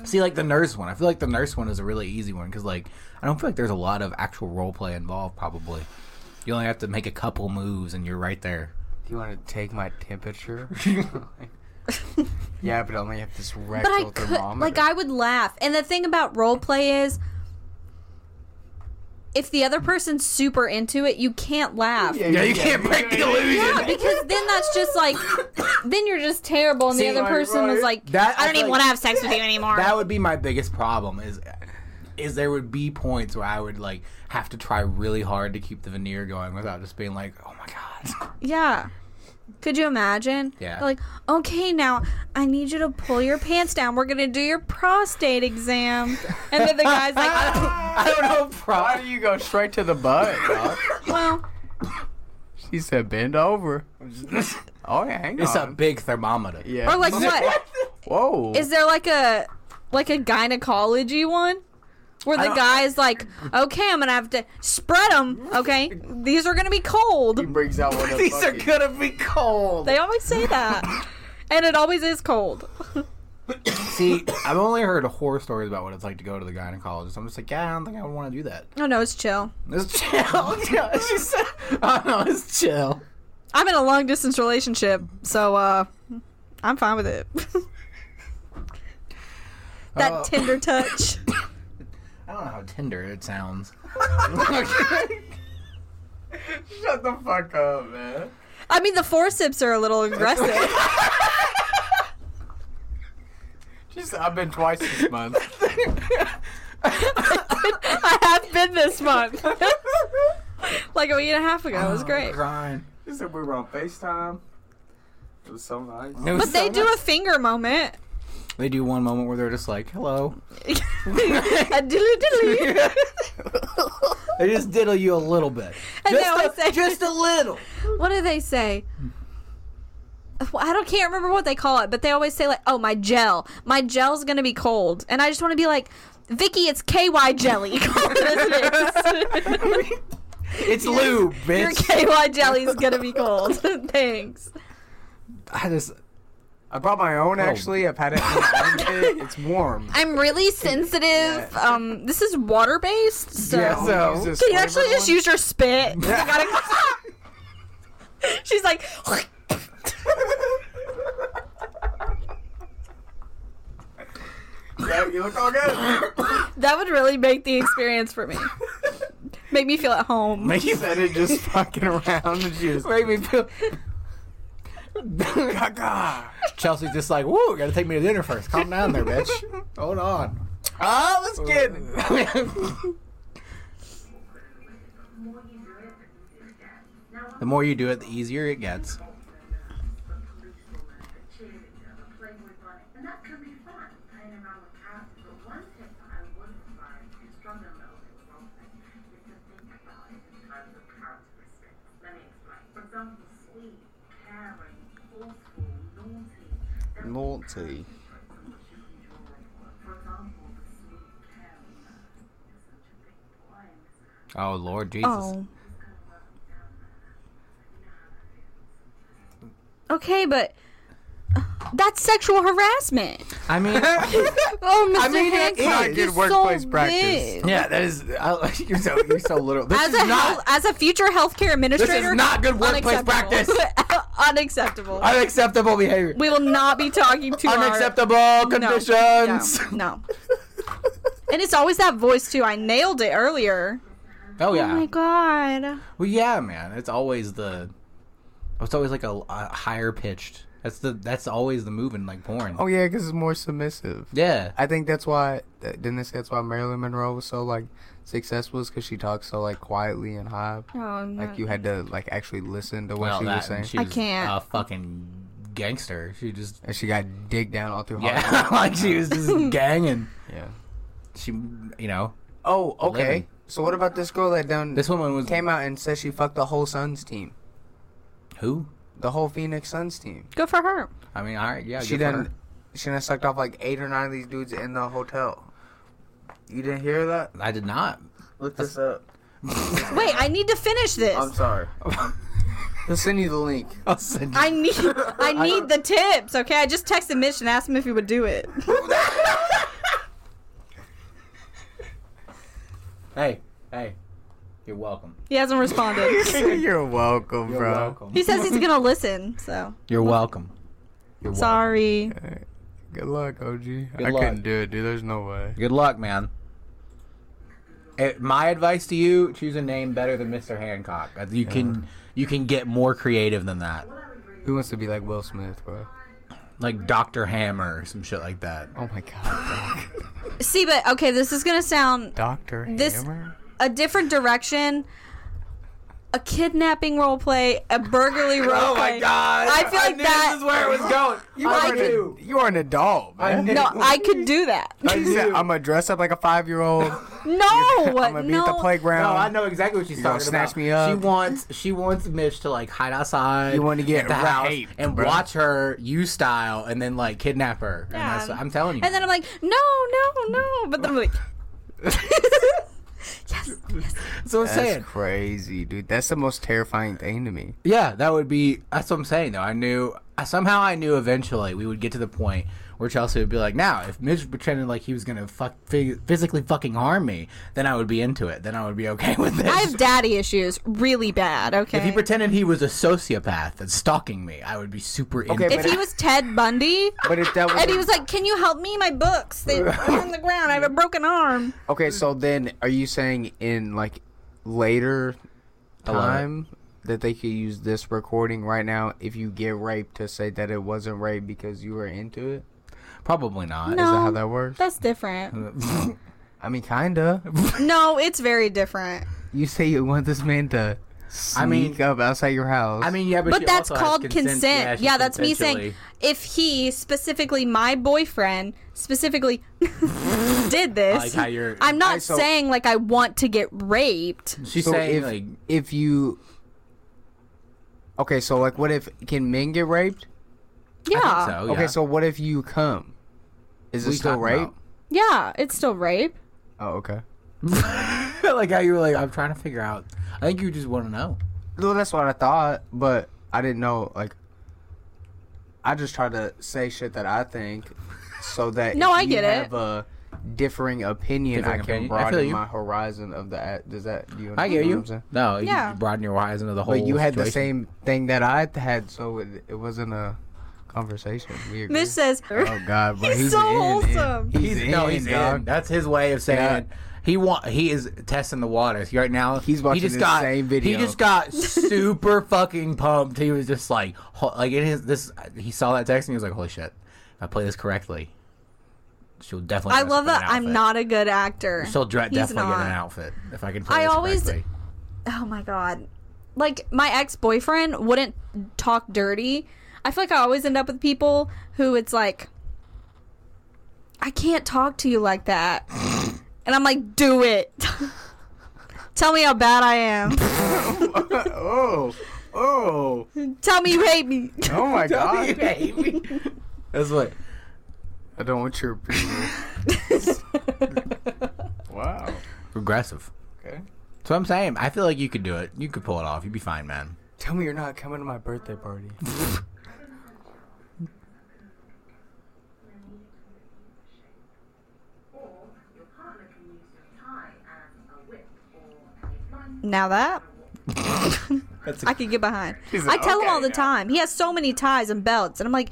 Speaker 2: See, like the nurse one. I feel like the nurse one is a really easy one because, like, I don't feel like there's a lot of actual role play involved. Probably, you only have to make a couple moves and you're right there.
Speaker 1: Do you want to take my
Speaker 2: *laughs*
Speaker 1: temperature? *laughs* yeah, but I only have this
Speaker 3: But
Speaker 1: rectal
Speaker 3: I could,
Speaker 1: thermometer.
Speaker 3: like, I would laugh. And the thing about role play is, if the other person's super into it, you can't laugh.
Speaker 1: yeah, you can't break the illusion.
Speaker 3: Yeah, because then that's just
Speaker 2: *coughs*
Speaker 3: like, then you're just terrible, and
Speaker 2: See,
Speaker 3: the other
Speaker 2: like,
Speaker 3: person is like,
Speaker 2: That-
Speaker 3: I
Speaker 2: I
Speaker 3: don't
Speaker 2: feel
Speaker 3: even
Speaker 2: like-
Speaker 3: want to have sex with you anymore.
Speaker 2: That would be my biggest problem is is there would be points where I would like have to try really hard to keep the veneer going without just being like, oh my god. *laughs*
Speaker 3: yeah. Could you imagine?
Speaker 2: Yeah.
Speaker 3: They're like, okay, now I need you to pull your pants down. We're gonna do your prostate exam, and then the guy's like,
Speaker 2: *laughs* I don't know.
Speaker 1: Why do you go straight to the butt? dog?
Speaker 3: well,
Speaker 1: she said, "Bend
Speaker 2: *laughs*
Speaker 1: over." oh yeah, hang
Speaker 2: It's a
Speaker 1: on.
Speaker 2: big thermometer.
Speaker 1: yeah.
Speaker 3: or like what?
Speaker 2: *laughs*
Speaker 1: Whoa.
Speaker 3: Is there like a like a gynecology one? Where the
Speaker 2: don't-
Speaker 3: guy's like, okay, I'm gonna have to spread them. Okay, these are gonna be
Speaker 1: he
Speaker 3: cold.
Speaker 1: brings out one of
Speaker 2: These are
Speaker 1: fucking-
Speaker 2: gonna be cold.
Speaker 3: They always say that, and it always is cold.
Speaker 2: See, I've only heard horror stories about what it's like to go to the gynecologist. I'm just like, yeah, I don't think I would want to do that.
Speaker 3: Oh no, it's chill.
Speaker 2: It's chill. *laughs* Yeah, she said, oh no, it's chill.
Speaker 3: I'm in a long distance relationship, so uh, I'm fine with it. *laughs* that
Speaker 2: Oh. *laughs*
Speaker 3: tender touch.
Speaker 2: I don't know how tender it sounds.
Speaker 1: *laughs* Shut the fuck up, man.
Speaker 3: I mean, the forceps are a little aggressive.
Speaker 2: *laughs*
Speaker 3: *laughs*
Speaker 1: She said, "I've been twice this
Speaker 2: *laughs*
Speaker 1: month."
Speaker 3: I have been this month, *laughs* like a week and a half ago. It
Speaker 2: Oh,
Speaker 3: was great.
Speaker 2: Crying.
Speaker 1: she said we were on Facetime. It was so nice.
Speaker 2: It was
Speaker 3: But they
Speaker 2: so
Speaker 3: do
Speaker 2: nice.
Speaker 3: a
Speaker 2: *laughs*
Speaker 3: finger moment. *laughs*
Speaker 2: They do one moment where they're just like, hello.
Speaker 3: A diddly
Speaker 2: *laughs*
Speaker 3: diddly.
Speaker 2: They just diddle you a little bit.
Speaker 3: And they always
Speaker 2: Just,
Speaker 3: say-
Speaker 2: a, just a little.
Speaker 3: *laughs* what do they say? Well, I don't can't remember what they call it, but they always say like, "Oh, my gel, my gel's gonna be cold," and I just want to be like, Vicky, it's KY jelly. *laughs* Call it as it is.
Speaker 2: *laughs* It's Lou,
Speaker 3: Your
Speaker 2: bitch.
Speaker 3: KY jelly's gonna be cold. *laughs* Thanks.
Speaker 2: I just
Speaker 1: I brought my
Speaker 2: Oh.
Speaker 1: own actually. I've had it. in my armpit. it's warm.
Speaker 3: I'm really sensitive. Um, this is water based, so
Speaker 1: Yeah, so- Use this
Speaker 3: can you actually
Speaker 1: flavored
Speaker 3: just use
Speaker 2: *laughs*
Speaker 3: your spit? I gotta- She's like,
Speaker 1: Yeah, you look all good.
Speaker 3: that would really make the experience
Speaker 1: *laughs*
Speaker 3: for me. Make me feel at home.
Speaker 1: Make you said it just fucking around and she was
Speaker 2: make me feel.
Speaker 1: Gaga.
Speaker 2: Chelsea's just like, woo, gotta take me to dinner first. Calm down there, bitch. *laughs* Hold on.
Speaker 1: Oh, let's get it.
Speaker 2: the more you do it, the easier it gets.
Speaker 8: And that can be fun, playing around with characters. But one thing that I would advise, and struggle a little bit from it, is to think about it in terms of characteristics. Let me explain. For example, sweet, caring, forceful, naughty. There are all kinds of
Speaker 1: Naughty.
Speaker 8: different things you can draw on. For example, the sweet, caring man is such a big boy and is
Speaker 2: Oh, Lord Jesus.
Speaker 3: Oh. Okay, but that's sexual harassment.
Speaker 2: I *laughs* mean,
Speaker 3: oh, Mr. I
Speaker 1: mean, it
Speaker 3: Hancock,
Speaker 1: is. Not good
Speaker 3: you're so
Speaker 1: workplace practice.
Speaker 3: big.
Speaker 2: yeah, that is. I, *laughs* you're, so, you're so literal. This
Speaker 3: As
Speaker 2: is
Speaker 3: a
Speaker 2: not.
Speaker 3: hel- as a future healthcare administrator,
Speaker 2: not good workplace practice.
Speaker 3: unacceptable. *laughs* unacceptable.
Speaker 2: unacceptable behavior.
Speaker 3: we will not be talking to our-
Speaker 2: unacceptable
Speaker 3: *laughs* No,
Speaker 2: conditions.
Speaker 3: No, no. and it's always that voice too. I nailed it earlier.
Speaker 2: Oh, yeah.
Speaker 3: Oh my god.
Speaker 2: Well, yeah, man. It's always the. It's always like a, a higher pitched. That's the. That's always the move in like porn.
Speaker 1: Oh yeah, because it's more submissive.
Speaker 2: yeah.
Speaker 1: I think that's why. th- Didn't they say that's why Marilyn Monroe was so like successful? Is because she talks so like quietly and high.
Speaker 3: Oh no.
Speaker 1: Like you had to like actually listen to what she was saying.
Speaker 2: and she
Speaker 3: I
Speaker 2: was
Speaker 3: can't.
Speaker 2: A fucking gangster. She just.
Speaker 1: and she got digged down all through
Speaker 2: Yeah,
Speaker 1: Hollywood.
Speaker 2: *laughs* like she was
Speaker 3: *laughs*
Speaker 2: just ganging.
Speaker 1: yeah.
Speaker 2: She, you know,
Speaker 1: Oh, okay.
Speaker 2: Eleven.
Speaker 1: So what about this girl that done
Speaker 2: this woman was
Speaker 1: came out and said she fucked the whole Suns team,
Speaker 2: who?
Speaker 1: the whole Phoenix Suns team.
Speaker 3: Good for her.
Speaker 2: I mean, all right, yeah.
Speaker 1: she
Speaker 2: good for
Speaker 1: done,
Speaker 2: her.
Speaker 1: she done sucked off like eight or nine of these dudes in the hotel. You didn't hear that?
Speaker 2: I did not. *laughs*
Speaker 1: Look this up.
Speaker 3: Wait, I need to finish this.
Speaker 1: I'm sorry. I'll send you the link.
Speaker 2: I'll send you-
Speaker 3: *laughs* I need I need the tips, okay? I just texted Mitch and asked him if he would do it.
Speaker 2: hey, hey, you're welcome.
Speaker 3: He hasn't responded.
Speaker 1: *laughs* You're welcome,
Speaker 2: You're
Speaker 1: bro.
Speaker 2: welcome.
Speaker 3: he says he's gonna listen, so
Speaker 2: You're welcome. You're welcome.
Speaker 3: sorry.
Speaker 1: Good luck, OG. I
Speaker 2: luck.
Speaker 1: couldn't do it, dude. There's no way.
Speaker 2: Good luck, man. Eh, my advice to you: choose a name better than Mr. Hancock. Uh, You can you can get more creative than that,
Speaker 1: Who wants to be like Will Smith, bro?
Speaker 2: like Doctor Hammer or some shit like that.
Speaker 1: Oh my god, bro.
Speaker 3: See, but okay, this is gonna sound
Speaker 1: Doctor
Speaker 3: This-
Speaker 1: Hammer.
Speaker 3: a different direction. A kidnapping role play, a burglary role play.
Speaker 2: god!
Speaker 3: I feel like
Speaker 2: knew
Speaker 3: that-
Speaker 2: This is where it was going.
Speaker 1: You
Speaker 2: I
Speaker 1: are, an,
Speaker 2: knew.
Speaker 1: you are an adult, man.
Speaker 2: knew. *laughs*
Speaker 3: No, I could do that.
Speaker 1: Like you said, I'm gonna dress up like a five year old.
Speaker 3: No,
Speaker 1: I'm gonna
Speaker 3: no.
Speaker 1: be at the playground.
Speaker 2: No, I know exactly what she's
Speaker 1: You gonna
Speaker 2: talking
Speaker 1: snatch
Speaker 2: about.
Speaker 1: me up?
Speaker 2: She wants she wants Mitch to like hide outside.
Speaker 1: You wanna
Speaker 2: at
Speaker 1: get
Speaker 2: the house
Speaker 1: raped,
Speaker 2: and
Speaker 1: bro.
Speaker 2: watch her you style and then like kidnap her. And that's
Speaker 3: Yeah.
Speaker 2: I'm telling you.
Speaker 3: And then I'm like, no, no, no. But
Speaker 2: *laughs*
Speaker 3: then I'm like, yes,
Speaker 2: that's
Speaker 3: yes.
Speaker 2: what I'm
Speaker 1: That's
Speaker 2: saying.
Speaker 1: crazy, dude. That's the most terrifying thing to me.
Speaker 2: Yeah, that would be. That's what I'm saying though. I knew I- somehow I knew eventually we would get to the point where Chelsea would be like, "Now, if Mitch pretended like he was gonna fuck phy- physically fucking harm me, then I would be into it. Then I would be okay *laughs* with this."
Speaker 3: I have daddy issues really bad, okay?
Speaker 2: if he pretended he was a sociopath that's stalking me, I would be super into
Speaker 1: but
Speaker 2: it.
Speaker 3: If he was Ted Bundy
Speaker 1: But if that was,
Speaker 3: and he was like, can you help me? My books, they're on the ground. I have a broken arm.
Speaker 1: okay, so then are you saying in like later
Speaker 2: love it.
Speaker 1: time that they could use this recording right now if you get raped to say that it wasn't rape because you were into it?
Speaker 2: Probably not.
Speaker 1: Is that how
Speaker 3: No,
Speaker 1: that works?
Speaker 3: Um, that's different.
Speaker 1: *laughs* I mean, kinda.
Speaker 3: No, it's very different.
Speaker 1: You say you want this man to sneak
Speaker 2: I mean-
Speaker 1: up outside your house.
Speaker 2: I mean, yeah, but,
Speaker 3: But
Speaker 2: she
Speaker 3: that's
Speaker 2: also has
Speaker 3: called consent.
Speaker 2: she
Speaker 3: Yeah, that's me saying
Speaker 2: consensually-
Speaker 3: if he, specifically my boyfriend, specifically *laughs* did this,
Speaker 2: like how you're.
Speaker 3: I'm not
Speaker 1: I- so-
Speaker 3: saying like I want to get raped.
Speaker 2: She's
Speaker 1: so
Speaker 2: saying
Speaker 1: if
Speaker 2: like
Speaker 1: if you. Okay, so like, what if can men get raped?
Speaker 3: Yeah.
Speaker 2: I think so. Oh, yeah.
Speaker 1: Okay, so what if you come? Is
Speaker 2: What
Speaker 1: it
Speaker 2: you
Speaker 1: still
Speaker 2: talking
Speaker 1: rape?
Speaker 2: about?
Speaker 3: Yeah, it's still rape.
Speaker 1: Oh, okay.
Speaker 2: like *laughs* how you were like, I'm trying to figure out. I think you just want to know.
Speaker 1: Well, that's what I thought, but I didn't know. Like, I just try to say shit that I think,
Speaker 2: *laughs*
Speaker 1: so that
Speaker 3: No,
Speaker 1: if
Speaker 3: I
Speaker 1: you
Speaker 3: get it.
Speaker 1: Have a differing opinion.
Speaker 2: Differing
Speaker 1: I can
Speaker 2: opinion. I feel
Speaker 1: broaden
Speaker 2: you.
Speaker 1: my horizon of the. a- Does that? Do you
Speaker 2: I get
Speaker 1: know Mm-hmm. what
Speaker 2: you.
Speaker 1: I'm saying?
Speaker 2: No, you-
Speaker 3: Yeah.
Speaker 2: you broaden your horizon of the whole.
Speaker 1: But you had the
Speaker 2: situation.
Speaker 1: same thing that I had, so it, it wasn't a conversation. We agree.
Speaker 3: Mish says,
Speaker 1: Oh God, but
Speaker 3: He's
Speaker 1: he's,
Speaker 3: so
Speaker 1: in, in.
Speaker 3: wholesome.
Speaker 1: He's, in,
Speaker 2: no, he's
Speaker 1: dog.
Speaker 2: in. That's his way of saying
Speaker 1: Yeah.
Speaker 2: he want he is testing the waters right now.
Speaker 1: He's
Speaker 2: he
Speaker 1: watching
Speaker 2: just
Speaker 1: the
Speaker 2: got,
Speaker 1: same
Speaker 2: He
Speaker 1: video.
Speaker 2: just got super *laughs* fucking pumped. He was just like, ho- like in his this, he saw that text and he was like, "Holy shit! If I play this correctly, she'll definitely."
Speaker 3: I
Speaker 2: dress
Speaker 3: love
Speaker 2: up in an
Speaker 3: that I'm
Speaker 2: outfit.
Speaker 3: not a good actor.
Speaker 2: She'll dre-
Speaker 3: He's
Speaker 2: definitely get
Speaker 3: not.
Speaker 2: an outfit if I can play
Speaker 3: I
Speaker 2: this
Speaker 3: always-
Speaker 2: correctly.
Speaker 3: oh my god like my ex-boyfriend wouldn't talk dirty i feel like i always end up with people who it's like i can't talk to you like that and i'm like do it tell me how bad i am
Speaker 1: *laughs* *laughs* oh, oh,
Speaker 3: tell me you hate me
Speaker 1: *laughs* oh my God!
Speaker 2: That's what.
Speaker 1: I don't want your opinion. *laughs*
Speaker 3: *laughs*
Speaker 1: wow.
Speaker 2: Progressive.
Speaker 1: Okay.
Speaker 2: That's what I'm saying. I feel like you could do it. You could pull it off. You'd be fine, man.
Speaker 1: Tell me you're not coming to my birthday party.
Speaker 8: Or your partner can use your tie as a whip or a blunt.
Speaker 3: now
Speaker 2: *laughs*
Speaker 3: that I could get behind i tell him all the time he has so many ties and belts and i'm like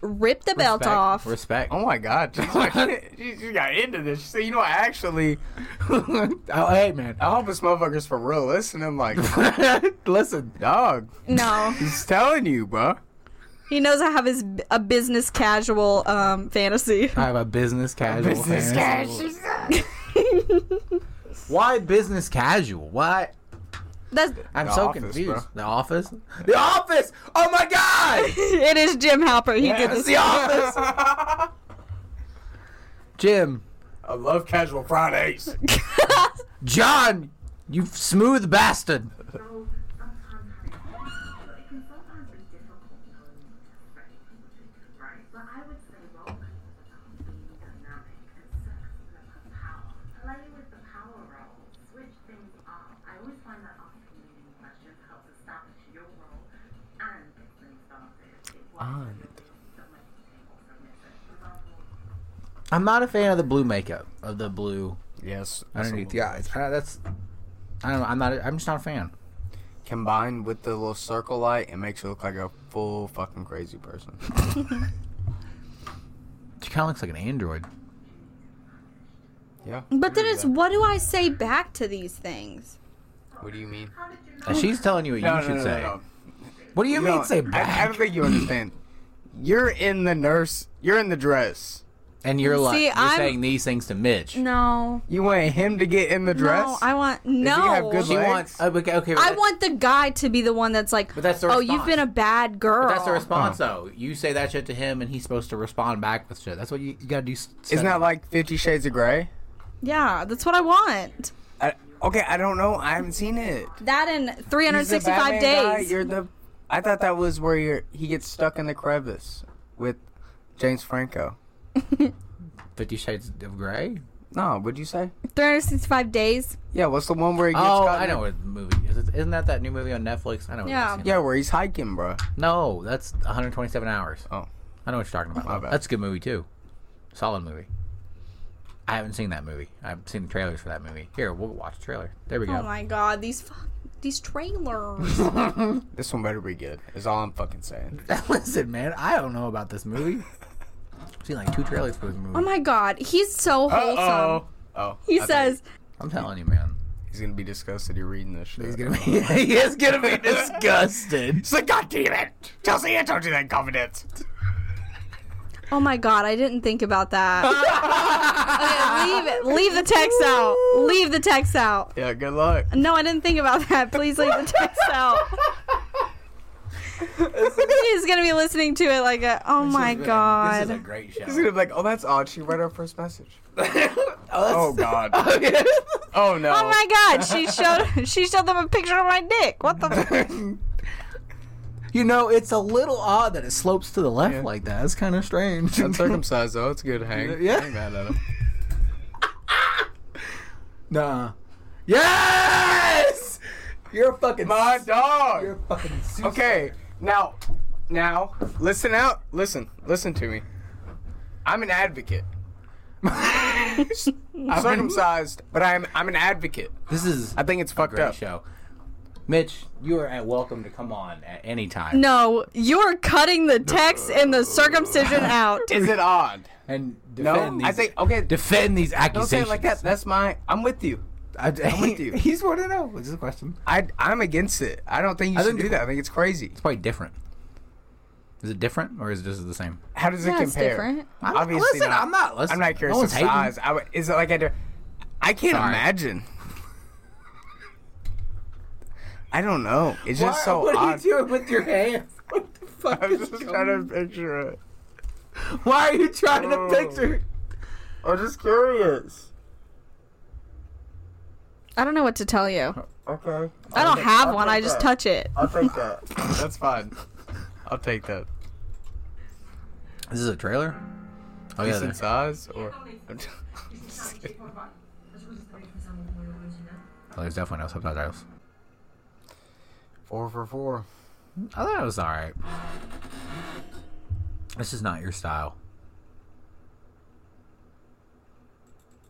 Speaker 3: rip the belt
Speaker 2: Respect.
Speaker 3: off
Speaker 2: Respect.
Speaker 1: Oh my god, *laughs* she's like, she, she got into this. She said, you know, I actually, *laughs* I
Speaker 2: Oh, hey, man.
Speaker 1: hope this motherfucker's for real. Listen, I'm *laughs* like,
Speaker 2: Listen.
Speaker 1: dog,
Speaker 3: no
Speaker 2: *laughs*
Speaker 1: he's telling you, bruh.
Speaker 3: he knows i have his a business casual um fantasy
Speaker 2: I have a business casual.
Speaker 1: Business
Speaker 2: fantasy. Why business casual? Why?
Speaker 3: that's *laughs*
Speaker 2: I'm
Speaker 1: The
Speaker 2: so
Speaker 1: Office,
Speaker 2: confused.
Speaker 1: bro.
Speaker 2: The office? The office! Oh my god!
Speaker 3: It is Jim Halper. He did
Speaker 2: It's
Speaker 3: this.
Speaker 2: the office! Jim.
Speaker 1: I love casual Fridays.
Speaker 2: John! You smooth bastard!
Speaker 8: So sometimes having it can sometimes be difficult knowing what to say, right? But I would say role play is about being dynamic and sex is about power. Play with the power role, switch things up. I always find that asking leading questions helps establish your role and gets things started. It works
Speaker 1: And.
Speaker 8: so much to take or submit. So, for example,
Speaker 2: I'm not a fan of the blue makeup. Of the blue
Speaker 1: Yes.
Speaker 2: underneath the eyes. Uh, that's. I don't know. I'm not. I'm just not a fan.
Speaker 1: Combined with the little circle light, it makes you look like a full fucking crazy *laughs* person.
Speaker 2: She kind of looks like an android.
Speaker 1: Yeah.
Speaker 3: *laughs* But then it's what do I say back to these things?
Speaker 1: What do you mean?
Speaker 2: Uh, She's telling you what you should say. What do you, mean? Say
Speaker 1: I, I
Speaker 2: back.
Speaker 1: don't think you understand. You're in the nurse. You're in the dress.
Speaker 2: and you're like,
Speaker 3: See,
Speaker 2: you're
Speaker 3: I'm-
Speaker 2: saying these things to Mitch.
Speaker 3: No.
Speaker 1: You want him to get in the dress?
Speaker 3: No, I want
Speaker 1: Does he
Speaker 3: no.
Speaker 1: have good
Speaker 2: She
Speaker 1: legs?
Speaker 2: wants. uh, Okay. okay
Speaker 3: I
Speaker 2: but-
Speaker 3: want the guy to be the one that's like,
Speaker 2: But that's the
Speaker 3: oh, you've
Speaker 2: response.
Speaker 3: been a bad girl.
Speaker 2: But that's the response, though. You say that shit to him, and he's supposed to respond back with shit. That's what you, you gotta do. s-
Speaker 1: Isn't
Speaker 2: study.
Speaker 1: that like Fifty Shades of Grey?
Speaker 3: Yeah, that's what I want.
Speaker 1: I, okay, I don't know. I haven't seen it.
Speaker 3: That in
Speaker 1: He's the
Speaker 3: 365
Speaker 1: Batman
Speaker 3: days.
Speaker 1: Guy. You're the. I thought that was where you're, he gets stuck in the crevice with James Franco.
Speaker 2: Fifty Shades of Grey?
Speaker 1: No, what'd you say?
Speaker 3: 365 days.
Speaker 1: Yeah, what's the one where he gets
Speaker 2: Oh,
Speaker 1: caught?
Speaker 2: I
Speaker 1: in-
Speaker 2: know what movie is. It- Isn't that that new movie on Netflix? I know. what it
Speaker 3: Yeah.
Speaker 2: is.
Speaker 1: Yeah, where he's hiking, bro.
Speaker 2: No, that's 127 hours.
Speaker 1: Oh.
Speaker 2: I know what you're talking
Speaker 1: My
Speaker 2: about.
Speaker 1: bad.
Speaker 2: That's a good movie too. Solid movie. I haven't seen that movie. I've seen the trailers for that movie. Here, we'll watch the trailer. There we go. *laughs*
Speaker 3: Oh my god, these fu- these trailers.
Speaker 1: This one better be good. Is all I'm fucking saying.
Speaker 2: Listen, man, I don't know about this movie. I've seen like two trailers for this movie.
Speaker 3: *laughs* oh my god, he's so wholesome.
Speaker 1: Uh-oh. Oh.
Speaker 3: He
Speaker 1: I thought
Speaker 3: says,
Speaker 2: I'm telling you, man.
Speaker 1: he's gonna be disgusted. You're reading this shit.
Speaker 2: He's gonna be *laughs* he is gonna
Speaker 1: *laughs*
Speaker 2: be disgusted.
Speaker 1: It's like, God damn it! Chelsea, I told you that in confidence.
Speaker 3: "Oh my god, I didn't think about that." Okay, leave it. Leave the text out. Leave the text out.
Speaker 1: Yeah, good luck.
Speaker 3: No, I didn't think about that. Please leave the text out. He's gonna be listening to it like a. Oh my
Speaker 2: This is a
Speaker 3: god.
Speaker 2: great show. *laughs*
Speaker 1: He's gonna be like, oh, that's odd. She read our first message. oh, God.
Speaker 2: *laughs* oh
Speaker 1: Oh, no.
Speaker 3: Oh my god. She showed. She showed them a picture of my dick. What the.
Speaker 2: You know, it's a little odd that it slopes to the left
Speaker 1: Yeah.
Speaker 2: like that. It's kind of strange.
Speaker 1: *laughs* Uncircumcised, though. It's a good hang.
Speaker 2: Yeah.
Speaker 1: I ain't mad at him.
Speaker 2: *laughs* Nah. Yes! You're a fucking.
Speaker 1: My
Speaker 2: s-
Speaker 1: dog.
Speaker 2: You're a fucking. Suicide.
Speaker 1: Okay, now, now, listen out. Listen, listen to me. I'm an *laughs* advocate. I'm circumcised, but I'm I'm an advocate.
Speaker 2: This is
Speaker 1: I think it's
Speaker 2: a
Speaker 1: fucked
Speaker 2: great
Speaker 1: up.
Speaker 2: show. Mitch, you are at welcome to come on at any time.
Speaker 3: No, you're cutting the text and the circumcision out.
Speaker 1: Is it odd?
Speaker 2: And
Speaker 1: No,
Speaker 2: defend these.
Speaker 1: I think okay.
Speaker 2: defend these
Speaker 1: Don't
Speaker 2: accusations.
Speaker 1: say it like that. That's my. I'm with you.
Speaker 2: I, am *laughs*
Speaker 1: with *laughs* you.
Speaker 2: He's want to know. This is a question.
Speaker 1: I I'm against it. I don't think you
Speaker 2: I
Speaker 1: should
Speaker 2: think
Speaker 1: do
Speaker 2: the-
Speaker 1: that. I think it's crazy.
Speaker 2: It's probably different. Is it different or is it just the same?
Speaker 1: How does it
Speaker 3: Yeah,
Speaker 1: compare?
Speaker 3: it's different.
Speaker 2: I'm-
Speaker 1: Obviously
Speaker 2: listen,
Speaker 1: not.
Speaker 2: I'm not- listen,
Speaker 1: I'm not curious
Speaker 2: no
Speaker 1: of
Speaker 2: one's hating.
Speaker 1: size. I would- is it like I do? I can't
Speaker 2: Sorry.
Speaker 1: imagine. *laughs* I don't know. It's just so
Speaker 2: what
Speaker 1: odd. *laughs*
Speaker 2: are you doing with your hands? *laughs* What the fuck
Speaker 1: I was
Speaker 2: is
Speaker 1: just
Speaker 2: going
Speaker 1: trying to picture it.
Speaker 2: Why are you trying
Speaker 1: Oh.
Speaker 2: to picture?
Speaker 1: I'm just curious.
Speaker 3: I don't know what to tell you.
Speaker 1: Okay.
Speaker 3: I don't have
Speaker 1: I'll
Speaker 3: one.
Speaker 1: take
Speaker 3: I just
Speaker 1: that.
Speaker 3: touch it.
Speaker 1: I'll take that. *laughs* That's fine. I'll take that.
Speaker 2: This is a trailer. Oh yeah,
Speaker 1: Decent
Speaker 2: there-
Speaker 1: size or
Speaker 2: oh, there's definitely no subtitles.
Speaker 1: *laughs* four for four.
Speaker 2: I thought it was all right. This is not your style.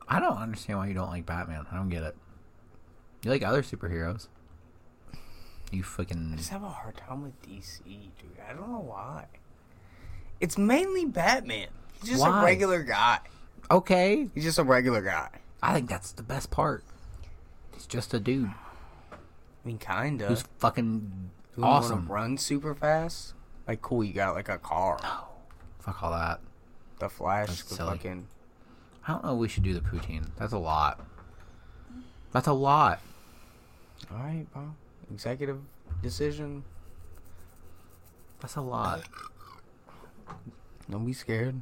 Speaker 2: I don't understand why you don't like Batman. I don't get it. You like other superheroes. You
Speaker 1: I
Speaker 2: fucking
Speaker 1: just have a hard time with DC, dude. I don't know why. It's mainly Batman. He's just
Speaker 2: Why?
Speaker 1: a regular guy.
Speaker 2: okay.
Speaker 1: He's just a regular guy.
Speaker 2: I think that's the best part. It's just a dude
Speaker 1: I mean, kinda.
Speaker 2: who's fucking
Speaker 1: Who wanna
Speaker 2: awesome.
Speaker 1: Run super fast. Like, cool. You got like a car.
Speaker 2: Fuck all that.
Speaker 1: *gasps* The Flash.
Speaker 2: That's
Speaker 1: The
Speaker 2: silly.
Speaker 1: fucking.
Speaker 2: I don't know. if We should do the poutine. That's a lot. That's a lot.
Speaker 1: All right, bro. Executive decision.
Speaker 2: That's a lot. *coughs*
Speaker 1: Don't be scared.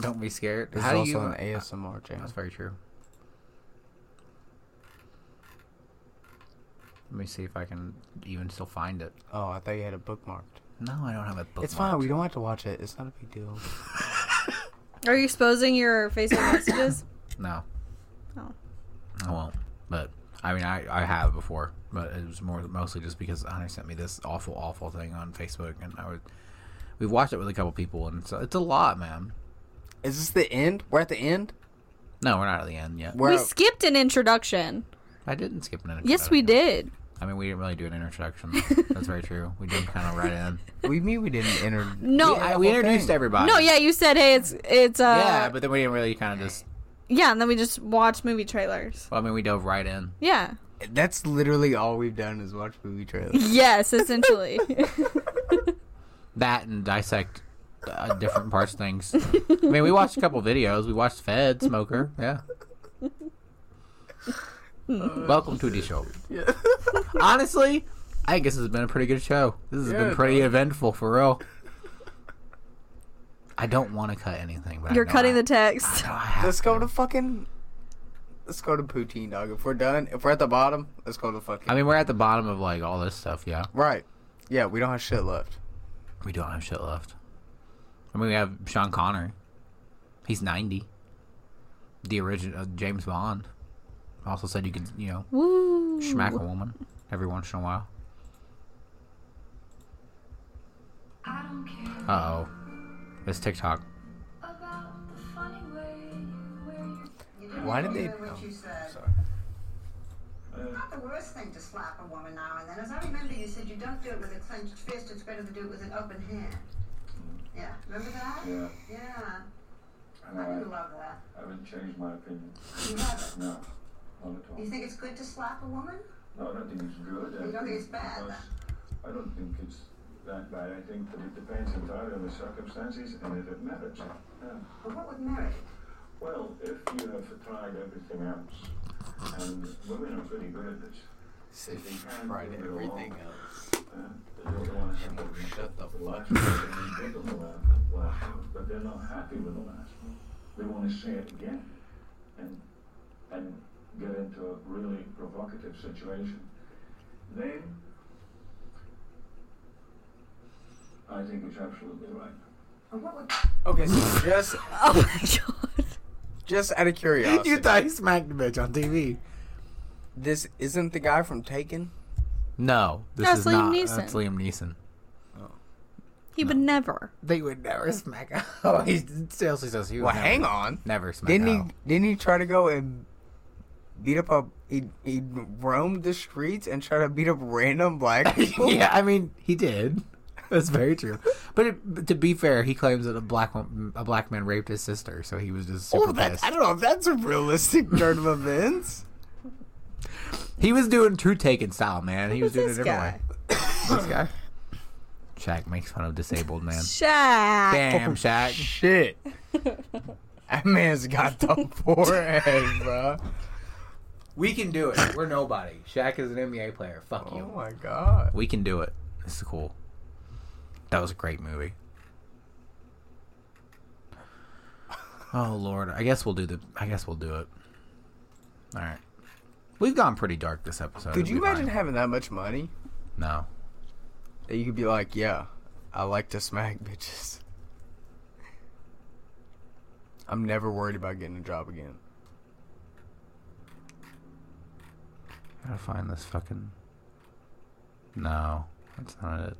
Speaker 2: Don't be scared.
Speaker 1: This
Speaker 2: How do
Speaker 1: is
Speaker 2: you?
Speaker 1: also an ASMR channel.
Speaker 2: That's very true. Let me see if I can even still find it.
Speaker 1: Oh, I thought you had it bookmarked.
Speaker 2: No, I don't have it bookmarked.
Speaker 1: It's fine. We don't have to watch it. It's not a big *laughs* deal.
Speaker 3: Are you exposing your *coughs* Facebook messages?
Speaker 2: No.
Speaker 3: Oh.
Speaker 2: I won't. But I mean, I, I have before, but it was more mostly just because Hunter sent me this awful, awful thing on Facebook, and I would. We've watched it with a couple people, and so it's a lot, man.
Speaker 1: Is this the end? We're at the end.
Speaker 2: No, we're not at the end yet.
Speaker 1: We're
Speaker 3: We skipped an introduction.
Speaker 2: I didn't skip an introduction.
Speaker 3: Yes, we did.
Speaker 2: I mean, we didn't really do an introduction.
Speaker 3: *laughs*
Speaker 2: That's very true. We jumped kind of right in.
Speaker 1: we mean we *laughs* didn't enter.
Speaker 3: No,
Speaker 2: I, we introduced everybody.
Speaker 3: no, yeah, you said, hey, it's it's uh,
Speaker 2: Yeah, but then we didn't really kind of just.
Speaker 3: yeah, and then we just watched movie trailers.
Speaker 2: Well, I mean, we dove right in.
Speaker 3: Yeah.
Speaker 1: That's literally all we've done is watch movie trailers.
Speaker 3: Yes, essentially. *laughs*
Speaker 2: that and dissect uh, different parts of things. I mean, we watched a couple videos. We watched Fed Smoker. Yeah. Welcome to the show. Honestly, I guess this has been a pretty good show. This has
Speaker 1: Yeah,
Speaker 2: been pretty eventful for real. I don't want to cut anything, but I
Speaker 3: You're
Speaker 2: know
Speaker 3: cutting
Speaker 2: I-
Speaker 3: the text. *laughs*
Speaker 2: I know I have
Speaker 1: Let's
Speaker 2: to.
Speaker 1: go to fucking. Let's go to poutine, dog. If we're done, if we're at the bottom, let's go to fucking.
Speaker 2: I mean, we're at the bottom of like all this stuff. Yeah,
Speaker 1: right. Yeah, we don't have shit left.
Speaker 2: we don't have shit left. I mean, we have Sean Connery. He's ninety. The original uh, James Bond. Also said you could, you know,
Speaker 3: Woo.
Speaker 2: smack a woman every once in a while.
Speaker 8: I don't care
Speaker 2: Uh oh. It's TikTok.
Speaker 8: about the funny way where you
Speaker 1: Why did they? oh,
Speaker 10: What you said.
Speaker 1: Sorry.
Speaker 10: Not the worst thing to slap a woman now and then. As I remember, you said you don't do it with a clenched fist. It's better to do it with an open hand. Yeah, remember that?
Speaker 5: Yeah,
Speaker 10: Yeah.
Speaker 5: and
Speaker 10: I do
Speaker 5: I
Speaker 10: love that.
Speaker 5: haven't changed my opinion.
Speaker 10: You love
Speaker 5: No, not at
Speaker 10: it. You
Speaker 5: all.
Speaker 10: think it's good to slap a woman?
Speaker 5: No, I don't think it's good. I
Speaker 10: You don't think it's bad,
Speaker 5: because I don't think it's that bad. I think that it depends entirely on the circumstances and if it merits it. Yeah.
Speaker 10: But what would merit?
Speaker 5: Well, if you have tried everything else, and women are pretty good at this.
Speaker 1: Say fried everything else.
Speaker 5: They don't want to have to be
Speaker 1: Shut the fuck.
Speaker 5: big on the laugh, laugh, but they're not uh, happy with the laugh. They want to say it again, and and uh, get into a really provocative situation. Then, I think it's absolutely right.
Speaker 10: And what would
Speaker 1: Okay, so just
Speaker 3: Oh my god.
Speaker 1: Just out of curiosity,
Speaker 2: you thought he smacked the bitch on TV.
Speaker 1: this isn't the guy from Taken.
Speaker 2: No, this
Speaker 3: That's
Speaker 2: is
Speaker 3: Liam
Speaker 2: not.
Speaker 3: Neeson.
Speaker 2: That's Liam Neeson.
Speaker 3: He would never.
Speaker 2: They would never smack out. *laughs* Oh, he seriously says he would
Speaker 1: Well,
Speaker 2: never,
Speaker 1: hang on.
Speaker 2: Never smack
Speaker 1: Didn't
Speaker 2: out.
Speaker 1: he? Didn't he try to go and beat up a? He he roamed the streets and tried to beat up random
Speaker 2: *laughs*
Speaker 1: black people.
Speaker 2: yeah, I mean, he did. That's very true. But, it, but to be fair, he claims that a black wo- a black man raped his sister, so he was just super
Speaker 1: Well, that's,
Speaker 2: pissed.
Speaker 1: I don't know if that's a realistic turn of events.
Speaker 2: He was doing true taken style, man. He was
Speaker 3: Who's
Speaker 2: doing it a different
Speaker 3: this guy?
Speaker 2: way. This guy. Shaq makes fun of disabled *laughs* man.
Speaker 3: Shaq.
Speaker 2: Damn, Shaq.
Speaker 1: *laughs* Shit. that man's got the forehead, *laughs* bro.
Speaker 2: We can do it. We're nobody. Shaq is an NBA player. Fuck
Speaker 1: Oh my god.
Speaker 2: We can do it. This is cool. That was a great movie. Oh lord, I guess we'll do the. I guess we'll do it. All right, we've gone pretty dark this episode.
Speaker 1: Could you
Speaker 2: It'll be
Speaker 1: imagine
Speaker 2: fine.
Speaker 1: having that much money
Speaker 2: no,
Speaker 1: that you could be like, yeah, I like to smack *laughs* bitches. I'm never worried about getting a job again.
Speaker 2: I gotta find this fucking. No, that's not it.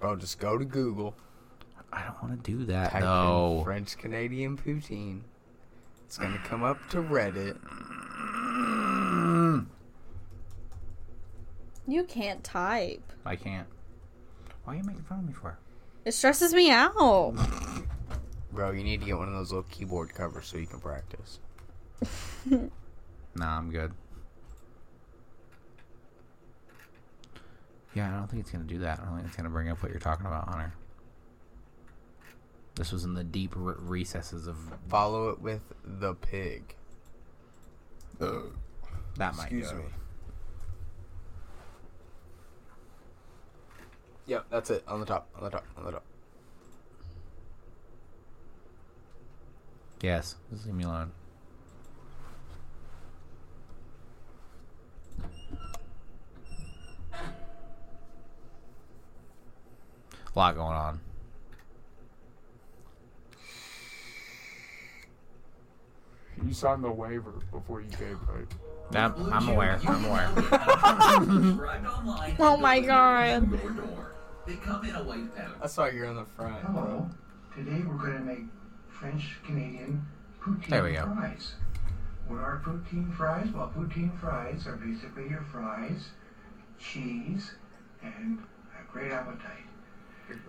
Speaker 1: Bro, just go to Google,
Speaker 2: I don't want to do that
Speaker 1: type in
Speaker 2: though.
Speaker 1: French Canadian poutine. It's gonna come up to Reddit.
Speaker 3: You can't type.
Speaker 2: I can't. Why are you making fun of me for?
Speaker 3: It stresses me out.
Speaker 1: Bro, you need to get one of those little keyboard covers so you can practice.
Speaker 2: Nah, I'm good. Yeah, I don't think it's gonna do that. I don't think it's gonna bring up what you're talking about, Hunter. This was in the deep re- recesses of
Speaker 1: Follow it with the pig.
Speaker 2: Uh, that might.
Speaker 1: Excuse
Speaker 2: go.
Speaker 1: me. Yep, that's it. On the top, on the top, on the top.
Speaker 2: Yes, just leave me alone. A lot going on.
Speaker 11: You signed the waiver before you came, right?
Speaker 2: I'm, I'm aware. I'm aware.
Speaker 3: Oh my god.
Speaker 1: I saw you're in the front.
Speaker 8: Hello. Today we're going to make French Canadian poutine
Speaker 2: There we go.
Speaker 8: fries. What are poutine fries? Well, poutine fries are basically your fries, cheese, and a great appetite.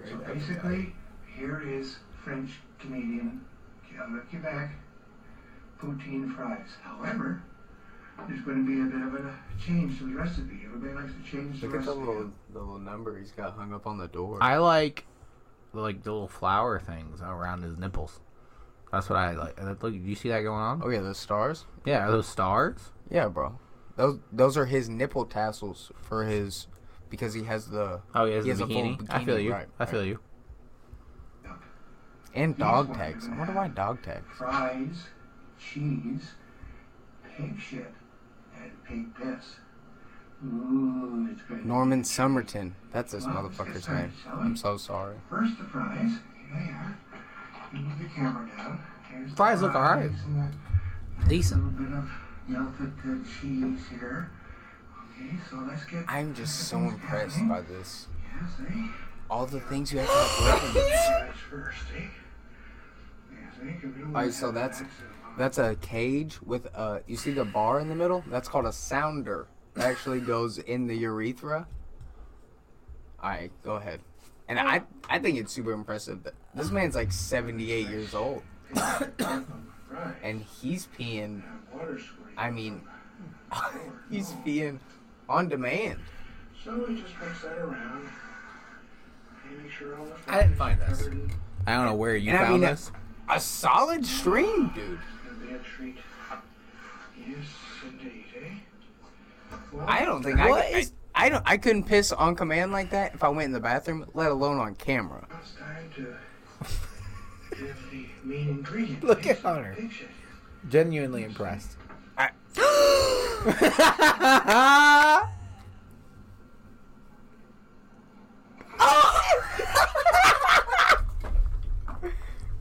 Speaker 8: so basically, here is French Canadian out of Quebec poutine fries. However, there's going to be a bit of a change to the recipe. Everybody likes to change the
Speaker 1: Look at the
Speaker 8: recipe.
Speaker 1: little, the little number he's got hung up on the door.
Speaker 2: I like like the little flower things around his nipples. That's what I like. Uh, Look, you see that going on?
Speaker 1: oh yeah, the stars.
Speaker 2: Yeah, are those stars?
Speaker 1: Yeah, bro. Those those are his nipple tassels for his because he has the
Speaker 2: Oh, yeah,
Speaker 1: He
Speaker 2: it's
Speaker 1: has
Speaker 2: a
Speaker 1: a full
Speaker 2: bikini. I feel
Speaker 1: bikini,
Speaker 2: you.
Speaker 1: right,
Speaker 2: I feel
Speaker 1: right.
Speaker 2: you.
Speaker 1: and dog tags. I wonder why dog tags.
Speaker 8: fries, cheese, pig shit, and pig piss. Ooh, it's great.
Speaker 1: Norman Summerton. That's this motherfucker's name. I'm so sorry.
Speaker 8: First the fries. Here they are. You move the camera down. Here's the
Speaker 2: Fries look alright.
Speaker 8: and the-
Speaker 2: Decent.
Speaker 8: A little bit of melted uh, cheese here. Okay, so let's get.
Speaker 1: I'm just so impressed by this.
Speaker 8: Yes, eh?
Speaker 1: All the things you have to have broken.
Speaker 8: Fries first, eh? Yes, eh? Give it a
Speaker 1: Alright,
Speaker 8: whirl.
Speaker 1: so that's that's a cage with a. You see the bar in the middle? That's called a sounder. It actually goes in the urethra. Alright, go ahead. And I I think it's super impressive that this man's like 78 years old
Speaker 8: Right.
Speaker 1: and he's peeing.
Speaker 8: Water screen.
Speaker 1: I mean, *laughs* he's peeing on demand.
Speaker 8: So we just mix that around. And make sure all the
Speaker 2: I didn't find this. I don't know where you
Speaker 1: And I
Speaker 2: found
Speaker 1: mean,
Speaker 2: this.
Speaker 1: A solid stream, dude.
Speaker 8: It'll be a treat. Yes, indeed, eh? Well,
Speaker 1: I don't think I, I I don't I couldn't piss on command like that if I went in the bathroom, let alone on camera.
Speaker 8: now It's time to give the main ingredient.
Speaker 2: Look
Speaker 8: eh?
Speaker 2: at Hunter.
Speaker 8: Pig shit.
Speaker 2: Genuinely impressed.
Speaker 1: *laughs*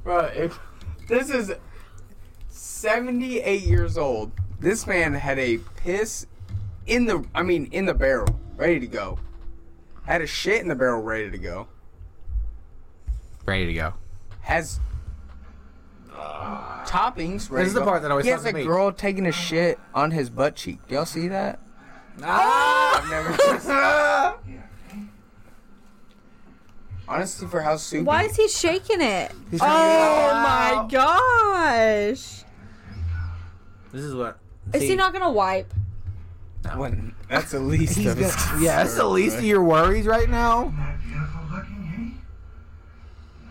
Speaker 1: Bro, if this is 78 years old, this man had a piss in the, I mean, in the barrel, ready to go. Had a shit in the barrel, ready to go.
Speaker 2: Ready to go.
Speaker 1: Has toppings. Ready
Speaker 2: This is
Speaker 1: to
Speaker 2: the
Speaker 1: go.
Speaker 2: part that always
Speaker 1: He has a
Speaker 2: fucks me.
Speaker 1: girl taking a shit on his butt cheek. Y'all see
Speaker 2: *laughs*
Speaker 1: that? I've never. Honestly, for how soon?
Speaker 3: Why is he shaking it?
Speaker 1: He's trying to
Speaker 3: oh my gosh!
Speaker 2: This is what.
Speaker 3: Is he not gonna wipe?
Speaker 1: When, *laughs* that's the least of his. *laughs*
Speaker 2: Yeah, that's the least of your worries right now.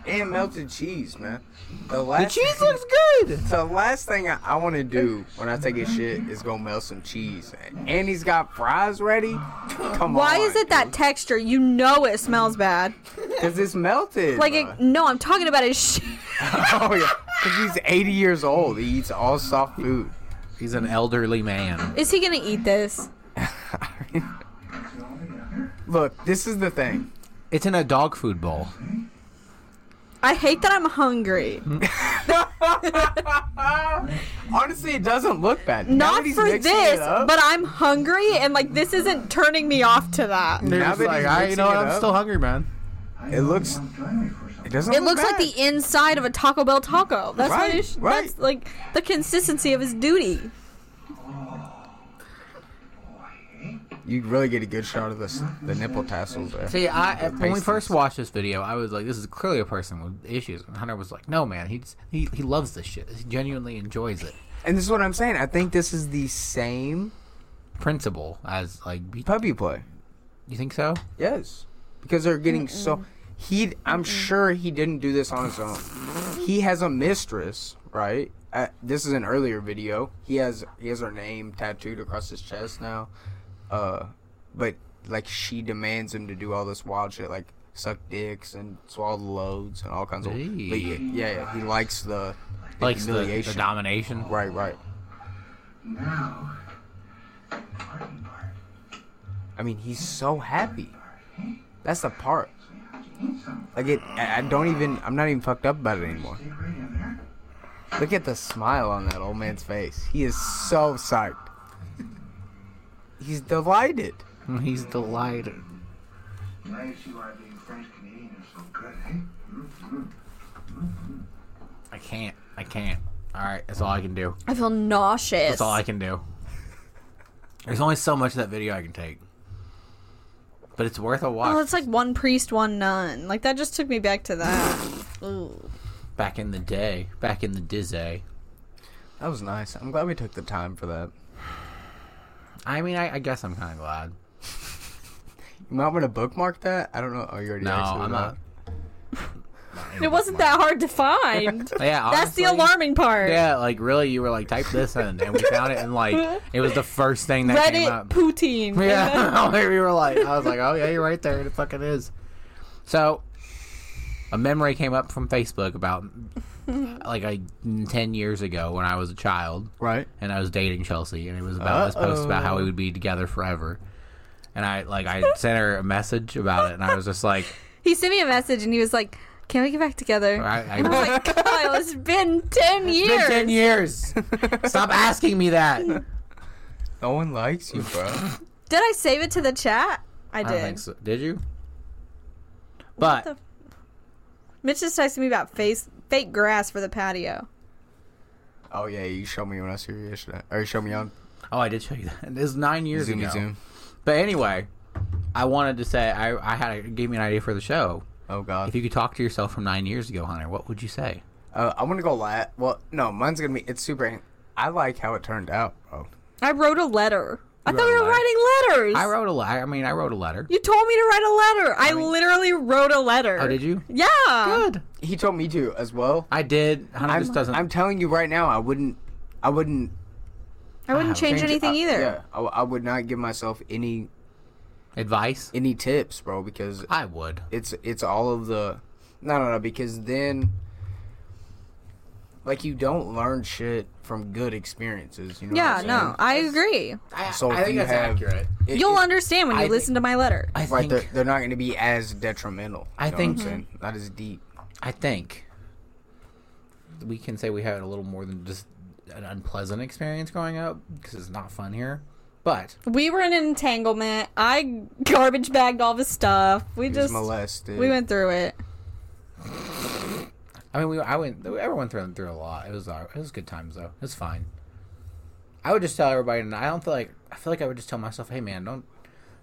Speaker 1: And melted cheese, man. The
Speaker 2: The
Speaker 1: last
Speaker 2: cheese looks good.
Speaker 1: The last thing I, I want to do when I take a shit is go melt some cheese. And he's got fries ready. Come
Speaker 3: Why
Speaker 1: on.
Speaker 3: is it that texture? You know it
Speaker 1: *laughs*
Speaker 3: smells bad.
Speaker 1: Because it's melted.
Speaker 3: Like,
Speaker 1: bruh.
Speaker 3: it, no, I'm talking about his shit.
Speaker 1: oh yeah. Because he's 80 years old. He eats all soft food.
Speaker 2: He's an elderly man.
Speaker 3: Is he gonna eat this?
Speaker 1: Look, this is the thing.
Speaker 2: It's in a dog food bowl.
Speaker 3: I hate that I'm hungry.
Speaker 1: Honestly, it doesn't look bad. Now
Speaker 3: Not
Speaker 1: that he's
Speaker 3: for
Speaker 1: mixing it
Speaker 3: this,
Speaker 1: up-
Speaker 3: but I'm hungry, and like this isn't turning me off to that.
Speaker 1: Now that he's
Speaker 2: you
Speaker 1: mixing
Speaker 2: know what?
Speaker 1: it
Speaker 2: I'm
Speaker 1: up,
Speaker 2: still hungry, man.
Speaker 1: It looks. It doesn't.
Speaker 3: It
Speaker 1: look
Speaker 3: looks like
Speaker 1: bad.
Speaker 3: the inside of a Taco Bell taco. That's
Speaker 1: Right,
Speaker 3: what it sh-
Speaker 1: right.
Speaker 3: that's like the consistency of his duty.
Speaker 1: You really get a good shot of the s- the nipple tassels there.
Speaker 2: See, I when we
Speaker 1: Tastes
Speaker 2: first watched this video, I was like, "This is clearly a person with issues." And Hunter was like, "No, man, he just, he he loves this shit. He genuinely enjoys it.
Speaker 1: And this is what I'm saying. I think this is the same
Speaker 2: Principle as like, be-
Speaker 1: puppy play.
Speaker 2: you think so?
Speaker 1: Yes, because they're getting so. He, I'm sure he didn't do this on his own. He has a mistress, right? Uh, this is an earlier video. He has he has her name tattooed across his chest now, uh, but like she demands him to do all this wild shit, like suck dicks and swallow loads and all kinds of. But yeah,
Speaker 2: Hey.
Speaker 1: yeah, yeah, he likes the, the
Speaker 2: Likes the, the
Speaker 1: humiliation.
Speaker 2: domination.
Speaker 1: right, right.
Speaker 4: Now, parking part.
Speaker 1: I mean, he's so happy. That's the part. Like it, I I don't even. I'm not even fucked up about it anymore.
Speaker 4: Stay right in there.
Speaker 1: Look at the smile on that old man's face. He is so psyched. He's delighted.
Speaker 2: He's delighted.
Speaker 4: Now you see why being French Canadian is so good, eh? mm eh?
Speaker 2: I can't. I can't. All right, that's all I can do.
Speaker 3: I feel nauseous.
Speaker 2: That's all I can do. There's only so much of that video I can take, but it's worth a watch.
Speaker 3: Oh, it's like one priest, one nun. Like that just took me back
Speaker 2: *sighs*
Speaker 3: to that. Ooh.
Speaker 2: back in the day, back in the dizzy.
Speaker 1: That was nice. I'm glad we took the time for that.
Speaker 2: I mean, I, I guess I'm kind of glad.
Speaker 1: You might want to bookmark that. I don't know. Oh, you already.
Speaker 2: No,
Speaker 1: exited
Speaker 2: I'm
Speaker 1: that.
Speaker 2: not.
Speaker 3: It wasn't that hard to find.
Speaker 2: Yeah,
Speaker 3: That's
Speaker 2: *laughs* honestly-
Speaker 3: the alarming part.
Speaker 2: Yeah, like really, you were like, type this in, and we found it, and like it was the first thing that came
Speaker 3: Reddit
Speaker 2: up.
Speaker 3: poutine.
Speaker 2: *laughs* Yeah, we were *laughs* like, I was like, oh yeah, you're right there. It fucking is. So, a memory came up from Facebook about like I, ten years ago when I was a child
Speaker 1: Right.
Speaker 2: and I was dating Chelsea, and it was about this post about how we would be together forever. And I like I sent her a message about it, and I was just
Speaker 3: *laughs*
Speaker 2: like,
Speaker 3: *laughs* He sent me a message and he was like, "Can we get back together?"
Speaker 2: I, I,
Speaker 3: I'm
Speaker 2: *laughs*
Speaker 3: like, Kyle, it's been ten years.
Speaker 2: It's been ten years. Stop asking me that.
Speaker 1: *laughs* No one likes you, bro.
Speaker 3: Did I save it to the chat? I
Speaker 2: I
Speaker 3: did.
Speaker 2: don't think so. Did you? But
Speaker 3: What the- Mitch just texted me about face fake grass for the patio.
Speaker 1: oh yeah, you showed me when I saw you yesterday. Or you showed me on
Speaker 2: oh, I did show you that. It was nine years
Speaker 1: Zoomy
Speaker 2: ago.
Speaker 1: Zoom.
Speaker 2: But anyway, I wanted to say I I had a, gave me an idea for the show.
Speaker 1: Oh god.
Speaker 2: If you could talk to yourself from nine years ago, Hunter, what would you say?
Speaker 1: Uh, I'm gonna go lat. Well, no, mine's gonna be. It's super. I like how it turned out, bro.
Speaker 3: I wrote a letter. I thought
Speaker 2: wrote a
Speaker 3: we were
Speaker 2: letter?
Speaker 3: writing letters.
Speaker 2: I wrote a le- I mean, I wrote a letter.
Speaker 3: You told me to write a letter. I, literally wrote a letter.
Speaker 2: Oh, did you?
Speaker 3: Yeah.
Speaker 2: Good.
Speaker 1: He told me to as well.
Speaker 2: I did. Hunter
Speaker 1: I'm,
Speaker 2: just doesn't.
Speaker 1: I'm telling you right now, I wouldn't. I wouldn't
Speaker 3: I wouldn't change, anything
Speaker 1: I-
Speaker 3: either.
Speaker 1: Yeah, I, I would not give myself any
Speaker 2: advice.
Speaker 1: any tips, bro, because
Speaker 2: I would.
Speaker 1: it's it's all of the no no no because then like you don't learn shit from good experiences. You know?
Speaker 3: Yeah,
Speaker 1: what I'm
Speaker 3: no, I agree.
Speaker 2: I,
Speaker 1: So I if think you that's have- accurate. saying? It-
Speaker 3: You'll
Speaker 1: it-
Speaker 3: understand when you
Speaker 2: I
Speaker 3: listen to my letter.
Speaker 2: I
Speaker 1: Right,
Speaker 2: think.
Speaker 1: they're, they're not going to be as detrimental.
Speaker 2: I
Speaker 1: you know what
Speaker 2: think-
Speaker 1: I'm saying? not as deep.
Speaker 2: I think we can say we had a little more than just an unpleasant experience growing up because it's not fun here. But
Speaker 3: We were in an entanglement. I garbage bagged all of his stuff. We
Speaker 1: He was
Speaker 3: just
Speaker 1: molested.
Speaker 3: We went through it.
Speaker 2: I mean, we I went everyone through through a lot. It was all- it was good times though. It was fine. I would just tell everybody, and I don't feel like I feel like I would just tell myself, hey man, don't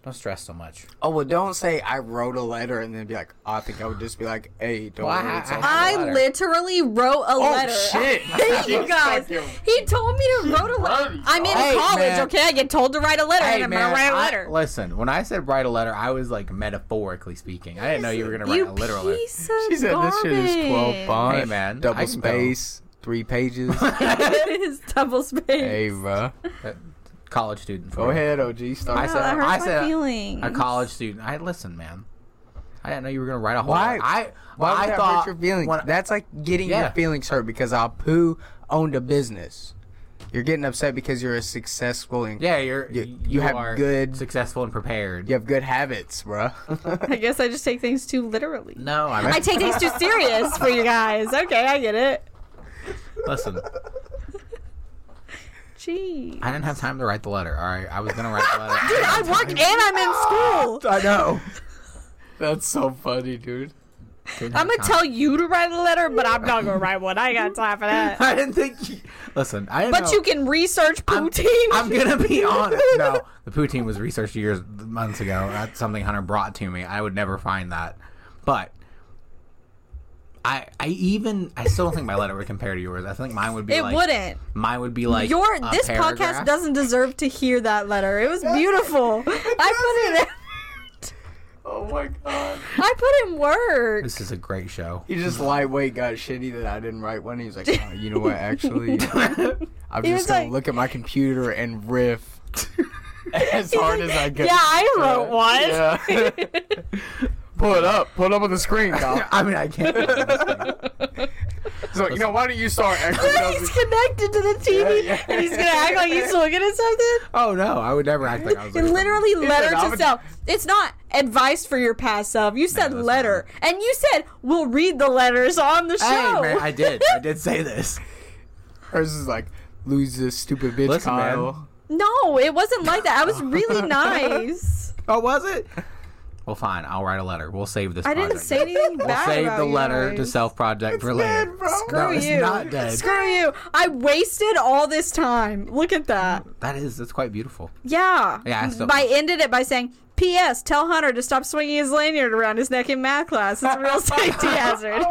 Speaker 2: don't stress so much.
Speaker 1: Oh well, don't say I wrote a letter and then be like, "Oh, I think I would just be like, hey, don't.
Speaker 2: Well, I-
Speaker 1: worry, it's
Speaker 2: I-
Speaker 1: all-
Speaker 3: I
Speaker 2: letter. Oh,
Speaker 3: literally wrote a
Speaker 1: *laughs*
Speaker 3: *laughs* letter.
Speaker 1: shit.
Speaker 2: *laughs*
Speaker 3: Thank you guys. He told me to write a letter. I'm in
Speaker 2: Hey,
Speaker 3: college,
Speaker 2: man.
Speaker 3: okay? I get told to write a letter, and I'm gonna write a
Speaker 2: I-
Speaker 3: letter.
Speaker 2: listen, when I said write a letter, I was like metaphorically speaking. I didn't know you were gonna write a
Speaker 3: you
Speaker 2: literal letter.
Speaker 3: piece of
Speaker 1: She said this shit is twelve font,
Speaker 2: Hey, man, I
Speaker 1: double
Speaker 2: can tell.
Speaker 1: space, three
Speaker 2: *laughs*
Speaker 1: pages.
Speaker 3: *laughs* it is double space.
Speaker 1: hey, bro,
Speaker 2: College student. for
Speaker 1: go
Speaker 2: you.
Speaker 1: ahead, OG. Start.
Speaker 2: I
Speaker 3: Oh,
Speaker 2: said-
Speaker 3: that hurts
Speaker 2: I
Speaker 3: my
Speaker 2: said- uh,
Speaker 3: feelings.
Speaker 2: A college student. I listen, man. I didn't know you were gonna write a whole.
Speaker 1: Why?
Speaker 2: I
Speaker 1: Why
Speaker 2: I
Speaker 1: would that
Speaker 2: thought
Speaker 1: hurt your feelings?
Speaker 2: when-
Speaker 1: That's like getting
Speaker 2: Yeah.
Speaker 1: your feelings hurt because Apu owned a business. You're getting upset because you're a successful and
Speaker 2: yeah, you're
Speaker 1: You-
Speaker 2: you,
Speaker 1: you have
Speaker 2: are
Speaker 1: good-
Speaker 2: successful and prepared.
Speaker 1: you have good habits, bruh. *laughs*
Speaker 3: I guess I just take things too literally.
Speaker 2: No, I
Speaker 3: I
Speaker 2: mean,
Speaker 3: take things too serious for you guys. Okay, I get it.
Speaker 2: *laughs* listen.
Speaker 3: Gee.
Speaker 2: I didn't have time to write the letter. All right, I was gonna write the letter.
Speaker 3: Dude, I work and I'm in
Speaker 1: *laughs*
Speaker 3: school.
Speaker 1: I know. That's so funny, dude.
Speaker 2: Didn't have
Speaker 3: I'm gonna
Speaker 2: time.
Speaker 3: tell you to write a letter, but I'm not gonna write one. I ain't got time
Speaker 2: *laughs*
Speaker 3: for that.
Speaker 2: I didn't think. You, listen, I didn't
Speaker 3: But
Speaker 2: know.
Speaker 3: you can research
Speaker 2: I'm-
Speaker 3: poutine.
Speaker 2: I'm gonna
Speaker 3: *laughs*
Speaker 2: be honest. No, the poutine was researched years, months ago. That's something Hunter brought to me. I would never find that. But I, I even, I still don't think my letter would compare to yours. I think mine would be.
Speaker 3: It
Speaker 2: like,
Speaker 3: wouldn't.
Speaker 2: Mine would be like
Speaker 3: Your
Speaker 2: a
Speaker 3: this
Speaker 2: paragraph.
Speaker 3: podcast doesn't deserve to hear that letter. It
Speaker 2: *laughs*
Speaker 3: was beautiful. I put it.
Speaker 1: Oh my god.
Speaker 3: *laughs* I put in work.
Speaker 2: This is a great show. *laughs*
Speaker 1: He just lightweight got shitty that I didn't write one. He's like, "Oh, you know what?
Speaker 3: *laughs*
Speaker 1: Actually, I'm
Speaker 3: He was
Speaker 1: just gonna
Speaker 3: like-
Speaker 1: look at my computer and
Speaker 3: *laughs*
Speaker 1: riff as hard as I can.
Speaker 3: Yeah, I wrote one. *laughs*
Speaker 2: *laughs*
Speaker 1: Yeah. pull it up. Pull it up on the screen, Kyle.
Speaker 2: I mean, I can't. *laughs*
Speaker 1: So you know, why don't you
Speaker 3: *laughs*
Speaker 1: start? Actually,
Speaker 3: Dude, he's connected to the TV,
Speaker 1: Yeah, yeah.
Speaker 3: and he's gonna act like he's looking at something.
Speaker 2: oh no, I would never act like I was.
Speaker 3: You
Speaker 2: like-
Speaker 3: literally
Speaker 1: It's
Speaker 3: letter
Speaker 1: an
Speaker 3: to
Speaker 1: opportu-
Speaker 3: self. It's not advice for your past self. You said
Speaker 2: that's not
Speaker 3: letter, and you said we'll read the letters on the show.
Speaker 2: Hey man, I did. I did say
Speaker 3: *laughs*
Speaker 2: this.
Speaker 1: Hers is like, lose this stupid bitch,
Speaker 2: Listen, man.
Speaker 1: Kyle.
Speaker 3: no, it wasn't like that. I
Speaker 2: *laughs*
Speaker 3: was really nice.
Speaker 2: Oh, was it? Well, fine. I'll write a letter. We'll save this.
Speaker 3: I didn't
Speaker 2: project.
Speaker 3: say anything
Speaker 2: We'll
Speaker 3: bad.
Speaker 2: save
Speaker 3: about
Speaker 2: the
Speaker 3: you
Speaker 2: letter to
Speaker 3: guys.
Speaker 2: self project for later.
Speaker 1: dead, bro.
Speaker 3: Screw
Speaker 2: no,
Speaker 3: you.
Speaker 2: it's not dead.
Speaker 3: Screw you. I wasted all this time. Look at that.
Speaker 2: That is, that's quite beautiful.
Speaker 3: Yeah.
Speaker 2: Yeah, I still-
Speaker 3: But I ended it by saying, P.S. Tell Hunter to stop swinging his lanyard around his neck in math class. It's a
Speaker 2: *laughs*
Speaker 3: real safety hazard.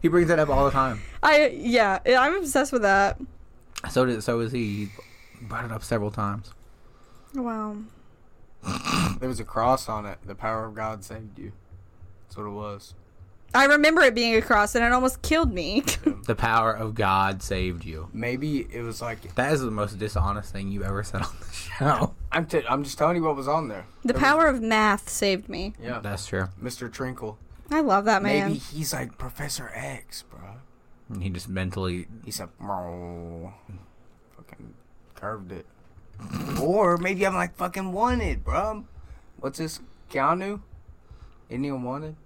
Speaker 2: He brings that up all the time.
Speaker 3: I yeah, I'm obsessed with that.
Speaker 2: So did, so is he. He brought it up several times.
Speaker 3: Wow.
Speaker 1: There was a cross on it. The power of God saved you. That's what it was.
Speaker 3: I remember it being a cross and it almost killed me. *laughs*
Speaker 2: The power of God saved you.
Speaker 1: Maybe it was like
Speaker 2: That is the most dishonest thing you ever said on the *laughs* show.
Speaker 1: I'm. T- I'm just telling you what was on there.
Speaker 3: the power of math saved me.
Speaker 1: Yeah,
Speaker 2: That's true.
Speaker 1: Mr. Trinkle.
Speaker 3: I love that man.
Speaker 1: Maybe he's like Professor X, bro.
Speaker 2: And He just mentally.
Speaker 1: He's a bro. Fucking curved it. or maybe I'm like fucking wanted, bro. What's this? Keanu? Isn't he on wanted?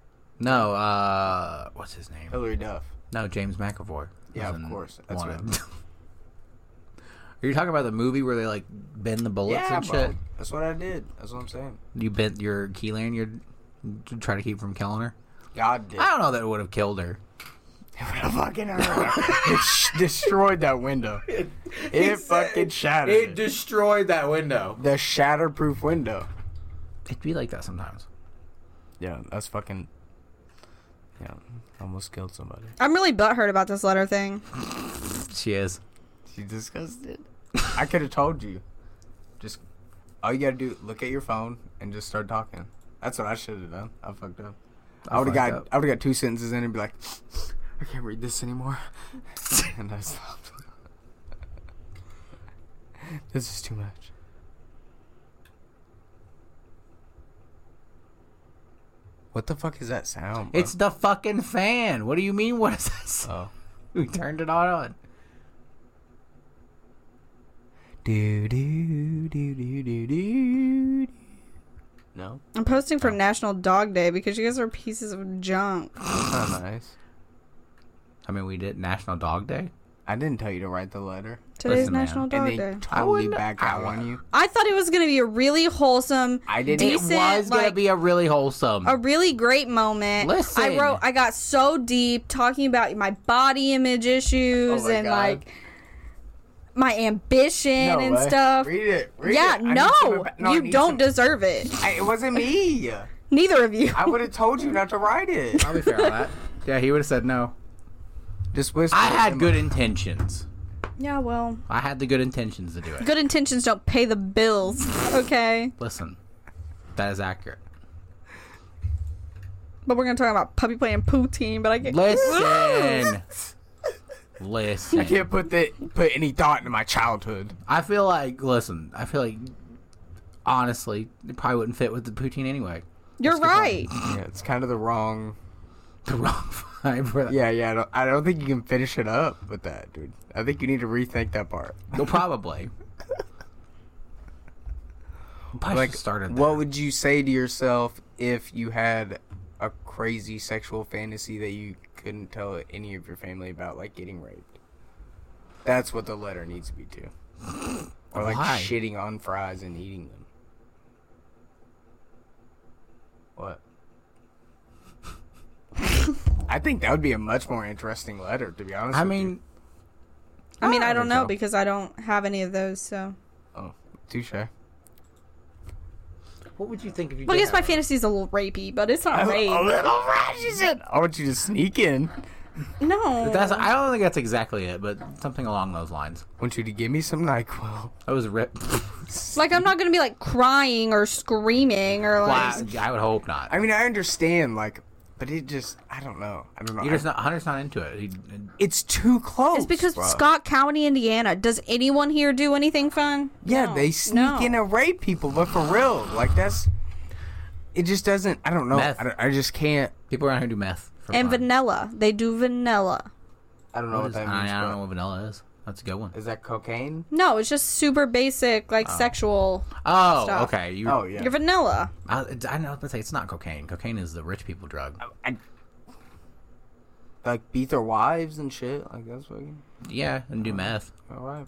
Speaker 2: No, uh. What's his name?
Speaker 1: Hillary Duff.
Speaker 2: No, James McAvoy.
Speaker 1: Yeah,
Speaker 2: was
Speaker 1: of
Speaker 2: in
Speaker 1: course. That's what
Speaker 2: Wanted. *laughs* Are you talking about the movie where they, like, bend the bullets
Speaker 1: yeah,
Speaker 2: and
Speaker 1: bro.
Speaker 2: shit?
Speaker 1: That's what I did. That's what I'm saying.
Speaker 2: You bent your key lanyard to try to keep from killing her?
Speaker 1: God did.
Speaker 2: I don't know that it would have killed her.
Speaker 1: *laughs* It fucking it sh- destroyed that window.
Speaker 2: *laughs*
Speaker 1: It, fucking shattered. It
Speaker 2: destroyed that window.
Speaker 1: the shatterproof window.
Speaker 2: It'd be like that sometimes.
Speaker 1: Yeah, that's fucking. Yeah, almost killed somebody.
Speaker 3: I'm really butthurt about this letter thing.
Speaker 2: She is.
Speaker 1: She disgusted. I could have told you. Just all you gotta do, look at your phone and just start talking. That's what I should have done. I fucked up. I, would have
Speaker 2: fucked
Speaker 1: got
Speaker 2: up.
Speaker 1: I would have got two sentences in and be like, *sniffs* I can't read this anymore, *laughs* and I stopped. *laughs* this is too much. What the fuck is that sound? bro?
Speaker 2: It's the fucking fan. What do you mean? What is this?
Speaker 1: oh.
Speaker 2: *laughs* We turned it all on.
Speaker 1: Do do do do do do. No,
Speaker 3: I'm posting for National Dog Day because you guys are pieces of junk.
Speaker 1: that's not nice.
Speaker 2: I mean, we did National Dog Day.
Speaker 1: I didn't tell you to write the letter.
Speaker 3: Today's
Speaker 2: Listen, man.
Speaker 3: National
Speaker 1: And
Speaker 3: Dog
Speaker 1: they
Speaker 3: Day.
Speaker 1: totally
Speaker 2: wouldn't-
Speaker 1: back
Speaker 2: I
Speaker 1: out on
Speaker 2: wouldn't-
Speaker 1: you.
Speaker 3: I thought it was gonna be a really wholesome,
Speaker 1: I didn't- It
Speaker 3: decent,
Speaker 2: it was gonna
Speaker 3: like,
Speaker 2: be a really wholesome. *laughs*
Speaker 3: a really great moment.
Speaker 2: Listen.
Speaker 3: I wrote. I got so deep talking about my body image issues
Speaker 1: Oh my
Speaker 3: and
Speaker 1: God.
Speaker 3: like my ambition
Speaker 1: No
Speaker 3: and
Speaker 1: way.
Speaker 3: stuff.
Speaker 1: Read it. Read
Speaker 3: yeah,
Speaker 1: it. I need some
Speaker 3: no,
Speaker 1: ab- no, I
Speaker 3: you
Speaker 1: need
Speaker 3: don't
Speaker 1: some-
Speaker 3: deserve it.
Speaker 1: I- it wasn't me.
Speaker 3: Neither of you.
Speaker 1: I would have told you not to write it.
Speaker 2: I'll be fair on that. Yeah, he would have said no.
Speaker 1: Just whisper.
Speaker 2: I had
Speaker 1: in
Speaker 2: good
Speaker 1: my-
Speaker 2: intentions.
Speaker 3: yeah, well,
Speaker 2: I had the good intentions to do it.
Speaker 3: good intentions don't pay the bills. Okay,
Speaker 2: Listen, that is accurate.
Speaker 3: but we're gonna talk about puppy playing poutine. But I get *laughs*
Speaker 1: I
Speaker 2: Listen, listen.
Speaker 1: can't put that put any thought into my childhood.
Speaker 2: I feel like listen. I feel like honestly, it probably wouldn't fit with the poutine anyway.
Speaker 3: You're right.
Speaker 1: Yeah, it's kind of the wrong.
Speaker 2: The *laughs* wrong vibe for that.
Speaker 1: Yeah, yeah. I don't, I don't think you can finish it up with that, dude. I think you need to rethink that part.
Speaker 2: Well, probably. Probably
Speaker 1: Like,
Speaker 2: like started.
Speaker 1: what would you say to yourself if you had a crazy sexual fantasy that you couldn't tell any of your family about, like getting raped? That's what the letter needs to be
Speaker 2: *laughs*
Speaker 1: to. Or like
Speaker 2: Why?
Speaker 1: shitting on fries and eating them. What?
Speaker 2: *laughs*
Speaker 1: I think that would be a much more interesting letter, to be honest.
Speaker 2: I
Speaker 1: with
Speaker 2: mean,
Speaker 3: I mean, I don't know
Speaker 1: so.
Speaker 3: because I don't have any of those. So,
Speaker 1: you. oh, touche.
Speaker 2: what would you think if you?
Speaker 3: well, I
Speaker 2: did
Speaker 3: guess my
Speaker 2: have-
Speaker 3: fantassy's a little rapey, but it's not rape.
Speaker 1: little ratchet. I want you to sneak in.
Speaker 3: No,
Speaker 2: That's. I don't think that's exactly it, but something along those lines.
Speaker 1: I want you to give me some Nyquil.
Speaker 2: I was ripped. *laughs*
Speaker 3: like I'm not gonna be like crying or screaming or like.
Speaker 2: Wow, I would hope not.
Speaker 1: I mean, I understand, like, but it just, I don't know. I don't know.
Speaker 2: You're just
Speaker 1: I-
Speaker 2: not. Hunter's not into it. He, he-
Speaker 1: it's too close.
Speaker 3: It's because
Speaker 1: bruh.
Speaker 3: Scott County, Indiana. Does anyone here do anything fun?
Speaker 1: Yeah,
Speaker 3: No,
Speaker 1: they sneak
Speaker 3: no.
Speaker 1: in and rape people, but for real, like, that's. It just doesn't. I don't know.
Speaker 2: Meth.
Speaker 1: I, don't- I just can't.
Speaker 2: people around here do meth. for
Speaker 3: and
Speaker 2: fun.
Speaker 3: vanilla. They do vanilla.
Speaker 1: I don't know
Speaker 2: What
Speaker 1: what,
Speaker 2: is-
Speaker 1: that
Speaker 2: I,
Speaker 1: means.
Speaker 2: I don't know
Speaker 1: bro.
Speaker 2: what vanilla is. That's a good one.
Speaker 1: Is that cocaine?
Speaker 3: No, it's just super basic, like sexual.
Speaker 2: Oh,
Speaker 3: Stop.
Speaker 2: okay. You,
Speaker 1: Oh yeah.
Speaker 3: You're vanilla.
Speaker 2: I, I know. I was gonna say it's not cocaine. Cocaine is the rich people drug.
Speaker 1: I- like beat their wives and shit. Like that's fucking
Speaker 2: Yeah, and do meth.
Speaker 1: all right.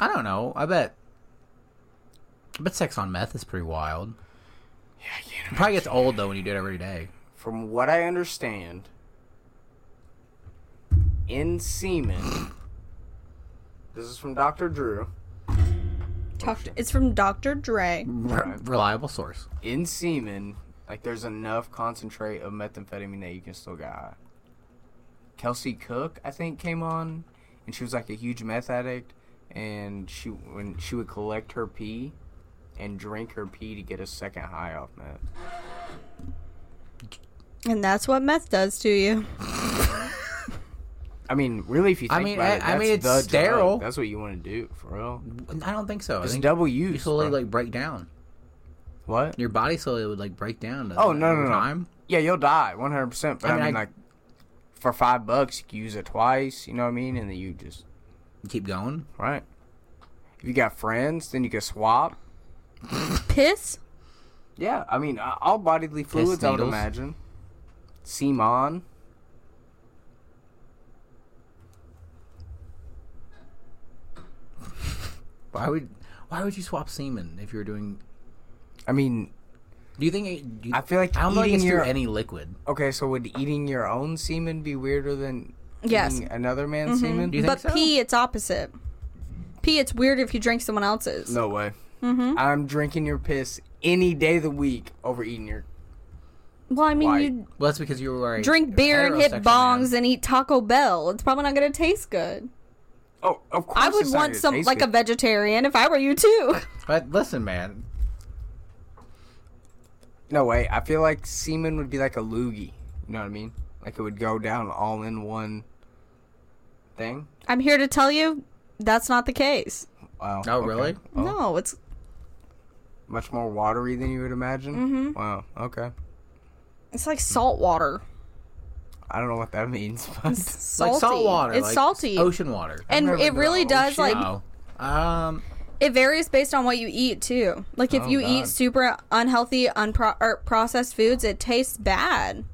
Speaker 2: I don't know. I bet. I bet sex on meth is pretty wild.
Speaker 1: Yeah, I can't
Speaker 2: It probably gets old though when you do it every day.
Speaker 1: from what I understand, in semen, this is from Dr. Drew.
Speaker 3: Talked. It's from Dr. Dre.
Speaker 1: Right.
Speaker 2: Reliable source.
Speaker 1: In semen, like there's enough concentrate of methamphetamine that you can still get high. Kelsey Cook, I think, came on, and she was like a huge meth addict, and she when she would collect her pee, and drink her pee to get a second high off meth.
Speaker 3: And that's what meth does to you.
Speaker 1: I mean, really, if you
Speaker 2: I
Speaker 1: think
Speaker 2: mean,
Speaker 1: about it,
Speaker 2: I- I
Speaker 1: that's
Speaker 2: mean, it's
Speaker 1: the drug.
Speaker 2: sterile.
Speaker 1: That's what you want to do for real.
Speaker 2: I don't think so. I
Speaker 1: It's
Speaker 2: think
Speaker 1: double
Speaker 2: you
Speaker 1: use.
Speaker 2: slowly
Speaker 1: bro.
Speaker 2: like break down.
Speaker 1: what?
Speaker 2: Your body slowly would like break down.
Speaker 1: Oh no no no!
Speaker 2: Time.
Speaker 1: Yeah, you'll die one hundred percent. But
Speaker 2: I
Speaker 1: I
Speaker 2: mean,
Speaker 1: mean,
Speaker 2: I-
Speaker 1: like for five bucks, you can use it twice. You know what I mean? And then you just
Speaker 2: You keep going.
Speaker 1: right. If you got friends, then you can swap.
Speaker 3: Piss?
Speaker 1: Yeah, I mean uh, all bodily fluids. I would
Speaker 2: needles.
Speaker 1: imagine. Seamon.
Speaker 2: Why would Why would you swap semen if you were doing?
Speaker 1: I mean,
Speaker 2: Do you think? It, do you,
Speaker 1: I feel like
Speaker 2: I don't think
Speaker 1: eating
Speaker 2: it's through
Speaker 1: your-
Speaker 2: any liquid.
Speaker 1: okay. So would eating your own semen be weirder than
Speaker 3: Yes. Mm-hmm.
Speaker 1: eating another man's semen?
Speaker 2: Mm, Do you
Speaker 3: But
Speaker 2: think so?
Speaker 3: pee, it's opposite. Pee, it's weird if you drink someone else's.
Speaker 1: No way.
Speaker 3: Mm-hmm.
Speaker 1: I'm drinking your piss any day of the week over eating your.
Speaker 3: Well, I mean,
Speaker 1: Why?
Speaker 3: you
Speaker 2: Well, that's because you were a
Speaker 3: drink beer and hit
Speaker 2: heterosexual
Speaker 3: bongs
Speaker 2: man.
Speaker 3: and eat Taco Bell. It's probably not going to taste good.
Speaker 1: Oh, of course.
Speaker 3: I would
Speaker 1: it's not
Speaker 3: want
Speaker 1: gonna
Speaker 3: some
Speaker 1: taste
Speaker 3: like
Speaker 1: good.
Speaker 3: a vegetarian if I were you too. *laughs*
Speaker 2: But listen, man.
Speaker 1: No way. I feel like semen would be like a loogie. You know what I mean? Like it would go down all in one thing.
Speaker 3: I'm here to tell you that's not the case.
Speaker 1: Wow.
Speaker 2: Oh,
Speaker 1: okay.
Speaker 2: really?
Speaker 1: Well,
Speaker 3: No, it's
Speaker 1: Much more watery than you would imagine. Mm-hmm. Wow. Okay.
Speaker 3: it's like salt water.
Speaker 1: I don't know what that *laughs*
Speaker 3: *laughs*
Speaker 1: means, but
Speaker 3: Salty.
Speaker 2: Like salt water.
Speaker 3: It's
Speaker 2: like
Speaker 3: salty.
Speaker 2: Ocean water.
Speaker 3: and
Speaker 1: never
Speaker 3: it
Speaker 1: been
Speaker 3: really
Speaker 1: to
Speaker 3: does
Speaker 1: ocean.
Speaker 3: like
Speaker 2: Oh. Um.
Speaker 3: it varies based on what you eat too. Like if
Speaker 1: Oh,
Speaker 3: you eat
Speaker 1: God.
Speaker 3: super unhealthy unpro- or processed foods, it tastes bad.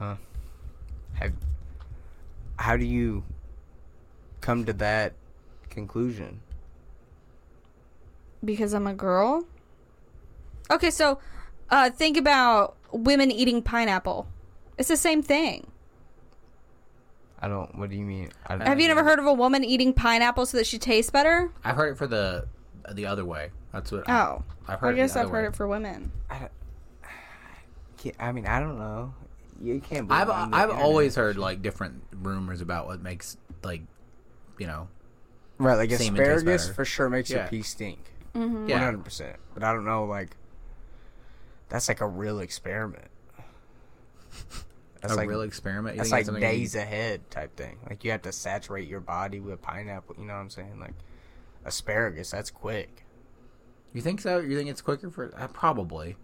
Speaker 1: have how do you come to that conclusion?
Speaker 3: because I'm a girl. Okay, so uh, think about women eating pineapple. It's the same thing.
Speaker 1: I don't. What do you mean? I don't,
Speaker 3: Have you never heard of a woman eating pineapple so that she tastes better?
Speaker 2: I've heard it for the the other way. That's what.
Speaker 3: Oh,
Speaker 2: I've heard.
Speaker 3: I guess
Speaker 2: it the
Speaker 3: I've
Speaker 2: other
Speaker 3: heard
Speaker 2: way.
Speaker 3: it for women.
Speaker 1: Can't- I mean, I don't know. You can't.
Speaker 2: I've
Speaker 1: blame the
Speaker 2: I've
Speaker 1: internet.
Speaker 2: always heard like different rumors about what makes like, you know,
Speaker 1: right like
Speaker 2: semen taste
Speaker 1: asparagus
Speaker 2: better.
Speaker 1: for sure makes
Speaker 2: Yeah.
Speaker 1: your pee stink.
Speaker 3: Mhm.
Speaker 1: One
Speaker 2: Yeah.
Speaker 1: hundred percent. But I don't know. Like that's like a real experiment. That's
Speaker 2: a
Speaker 1: like
Speaker 2: real experiment. You
Speaker 1: that's
Speaker 2: think
Speaker 1: like
Speaker 2: it's something you-
Speaker 1: days ahead type thing. Like you have to saturate your body with pineapple. You know what I'm saying? Like asparagus, that's quick.
Speaker 2: You think so? You think it's quicker for? Uh, probably.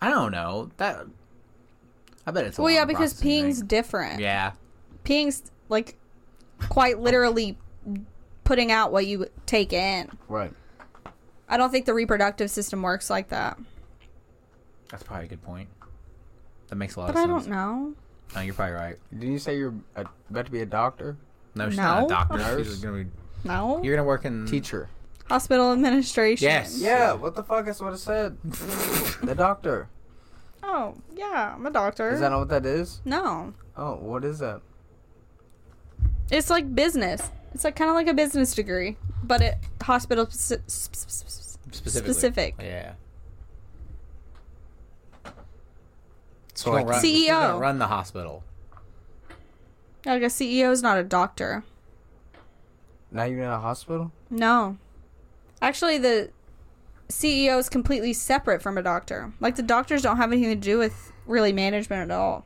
Speaker 2: I don't know. That. I bet it's. A
Speaker 3: well, yeah,
Speaker 2: longer
Speaker 3: because
Speaker 2: processing
Speaker 3: peeing's different.
Speaker 2: thing. Yeah.
Speaker 3: Peeing's like quite literally putting out what you take in.
Speaker 1: Right.
Speaker 3: I don't think the reproductive system works like that.
Speaker 2: That's probably a good point. That makes a lot
Speaker 3: But
Speaker 2: of
Speaker 3: I
Speaker 2: sense.
Speaker 3: don't know.
Speaker 2: No, you're probably right.
Speaker 1: Didn't you say you're uh about to be a doctor,
Speaker 2: No, she's not
Speaker 3: No.
Speaker 2: a doctor.
Speaker 1: Nurse?
Speaker 2: She's gonna be.
Speaker 3: No?
Speaker 2: You're gonna work in
Speaker 1: teacher?
Speaker 3: Hospital administration.
Speaker 2: Yes.
Speaker 1: Mm. Yeah. What the fuck? That's what I said. *laughs* the doctor.
Speaker 3: Oh, yeah, I'm a doctor.
Speaker 1: Is that not what that is?
Speaker 3: no.
Speaker 1: Oh, what is that?
Speaker 3: It's like business. It's like kind of like a business degree, but it hospital spec- s- s- s- s-
Speaker 2: specifically.
Speaker 3: specific.
Speaker 2: Yeah.
Speaker 1: So
Speaker 2: She's gonna run-
Speaker 3: E
Speaker 1: like,
Speaker 2: she's gonna
Speaker 3: CEO.
Speaker 2: run the hospital.
Speaker 3: Like a CEO is not a doctor.
Speaker 1: not even in a hospital.
Speaker 3: No, actually, the CEO is completely separate from a doctor. Like the doctors don't have anything to do with really management at all.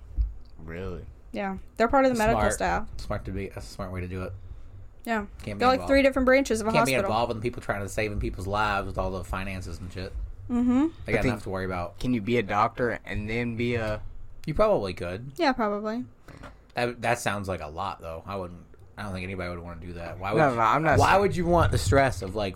Speaker 1: Really?
Speaker 3: Yeah, they're part of the medical
Speaker 2: Smart.
Speaker 3: staff.
Speaker 2: Smart to be. That's a smart way to do it.
Speaker 3: Yeah,
Speaker 2: Can't be
Speaker 3: they're like
Speaker 2: involved.
Speaker 3: three different branches of a
Speaker 2: Can't be
Speaker 3: hospital.
Speaker 2: involved in people trying to saving people's lives with all the finances and shit.
Speaker 3: Mm-hmm.
Speaker 2: They got
Speaker 1: think-
Speaker 2: enough to worry about.
Speaker 1: Can you be a doctor and then be a?
Speaker 2: You probably could.
Speaker 3: Yeah, probably.
Speaker 2: That that sounds like a lot though. I wouldn't. I don't think anybody would want to do that. Why would?
Speaker 1: No,
Speaker 2: you,
Speaker 1: no, I'm not
Speaker 2: Why
Speaker 1: saying-
Speaker 2: would you want the stress of like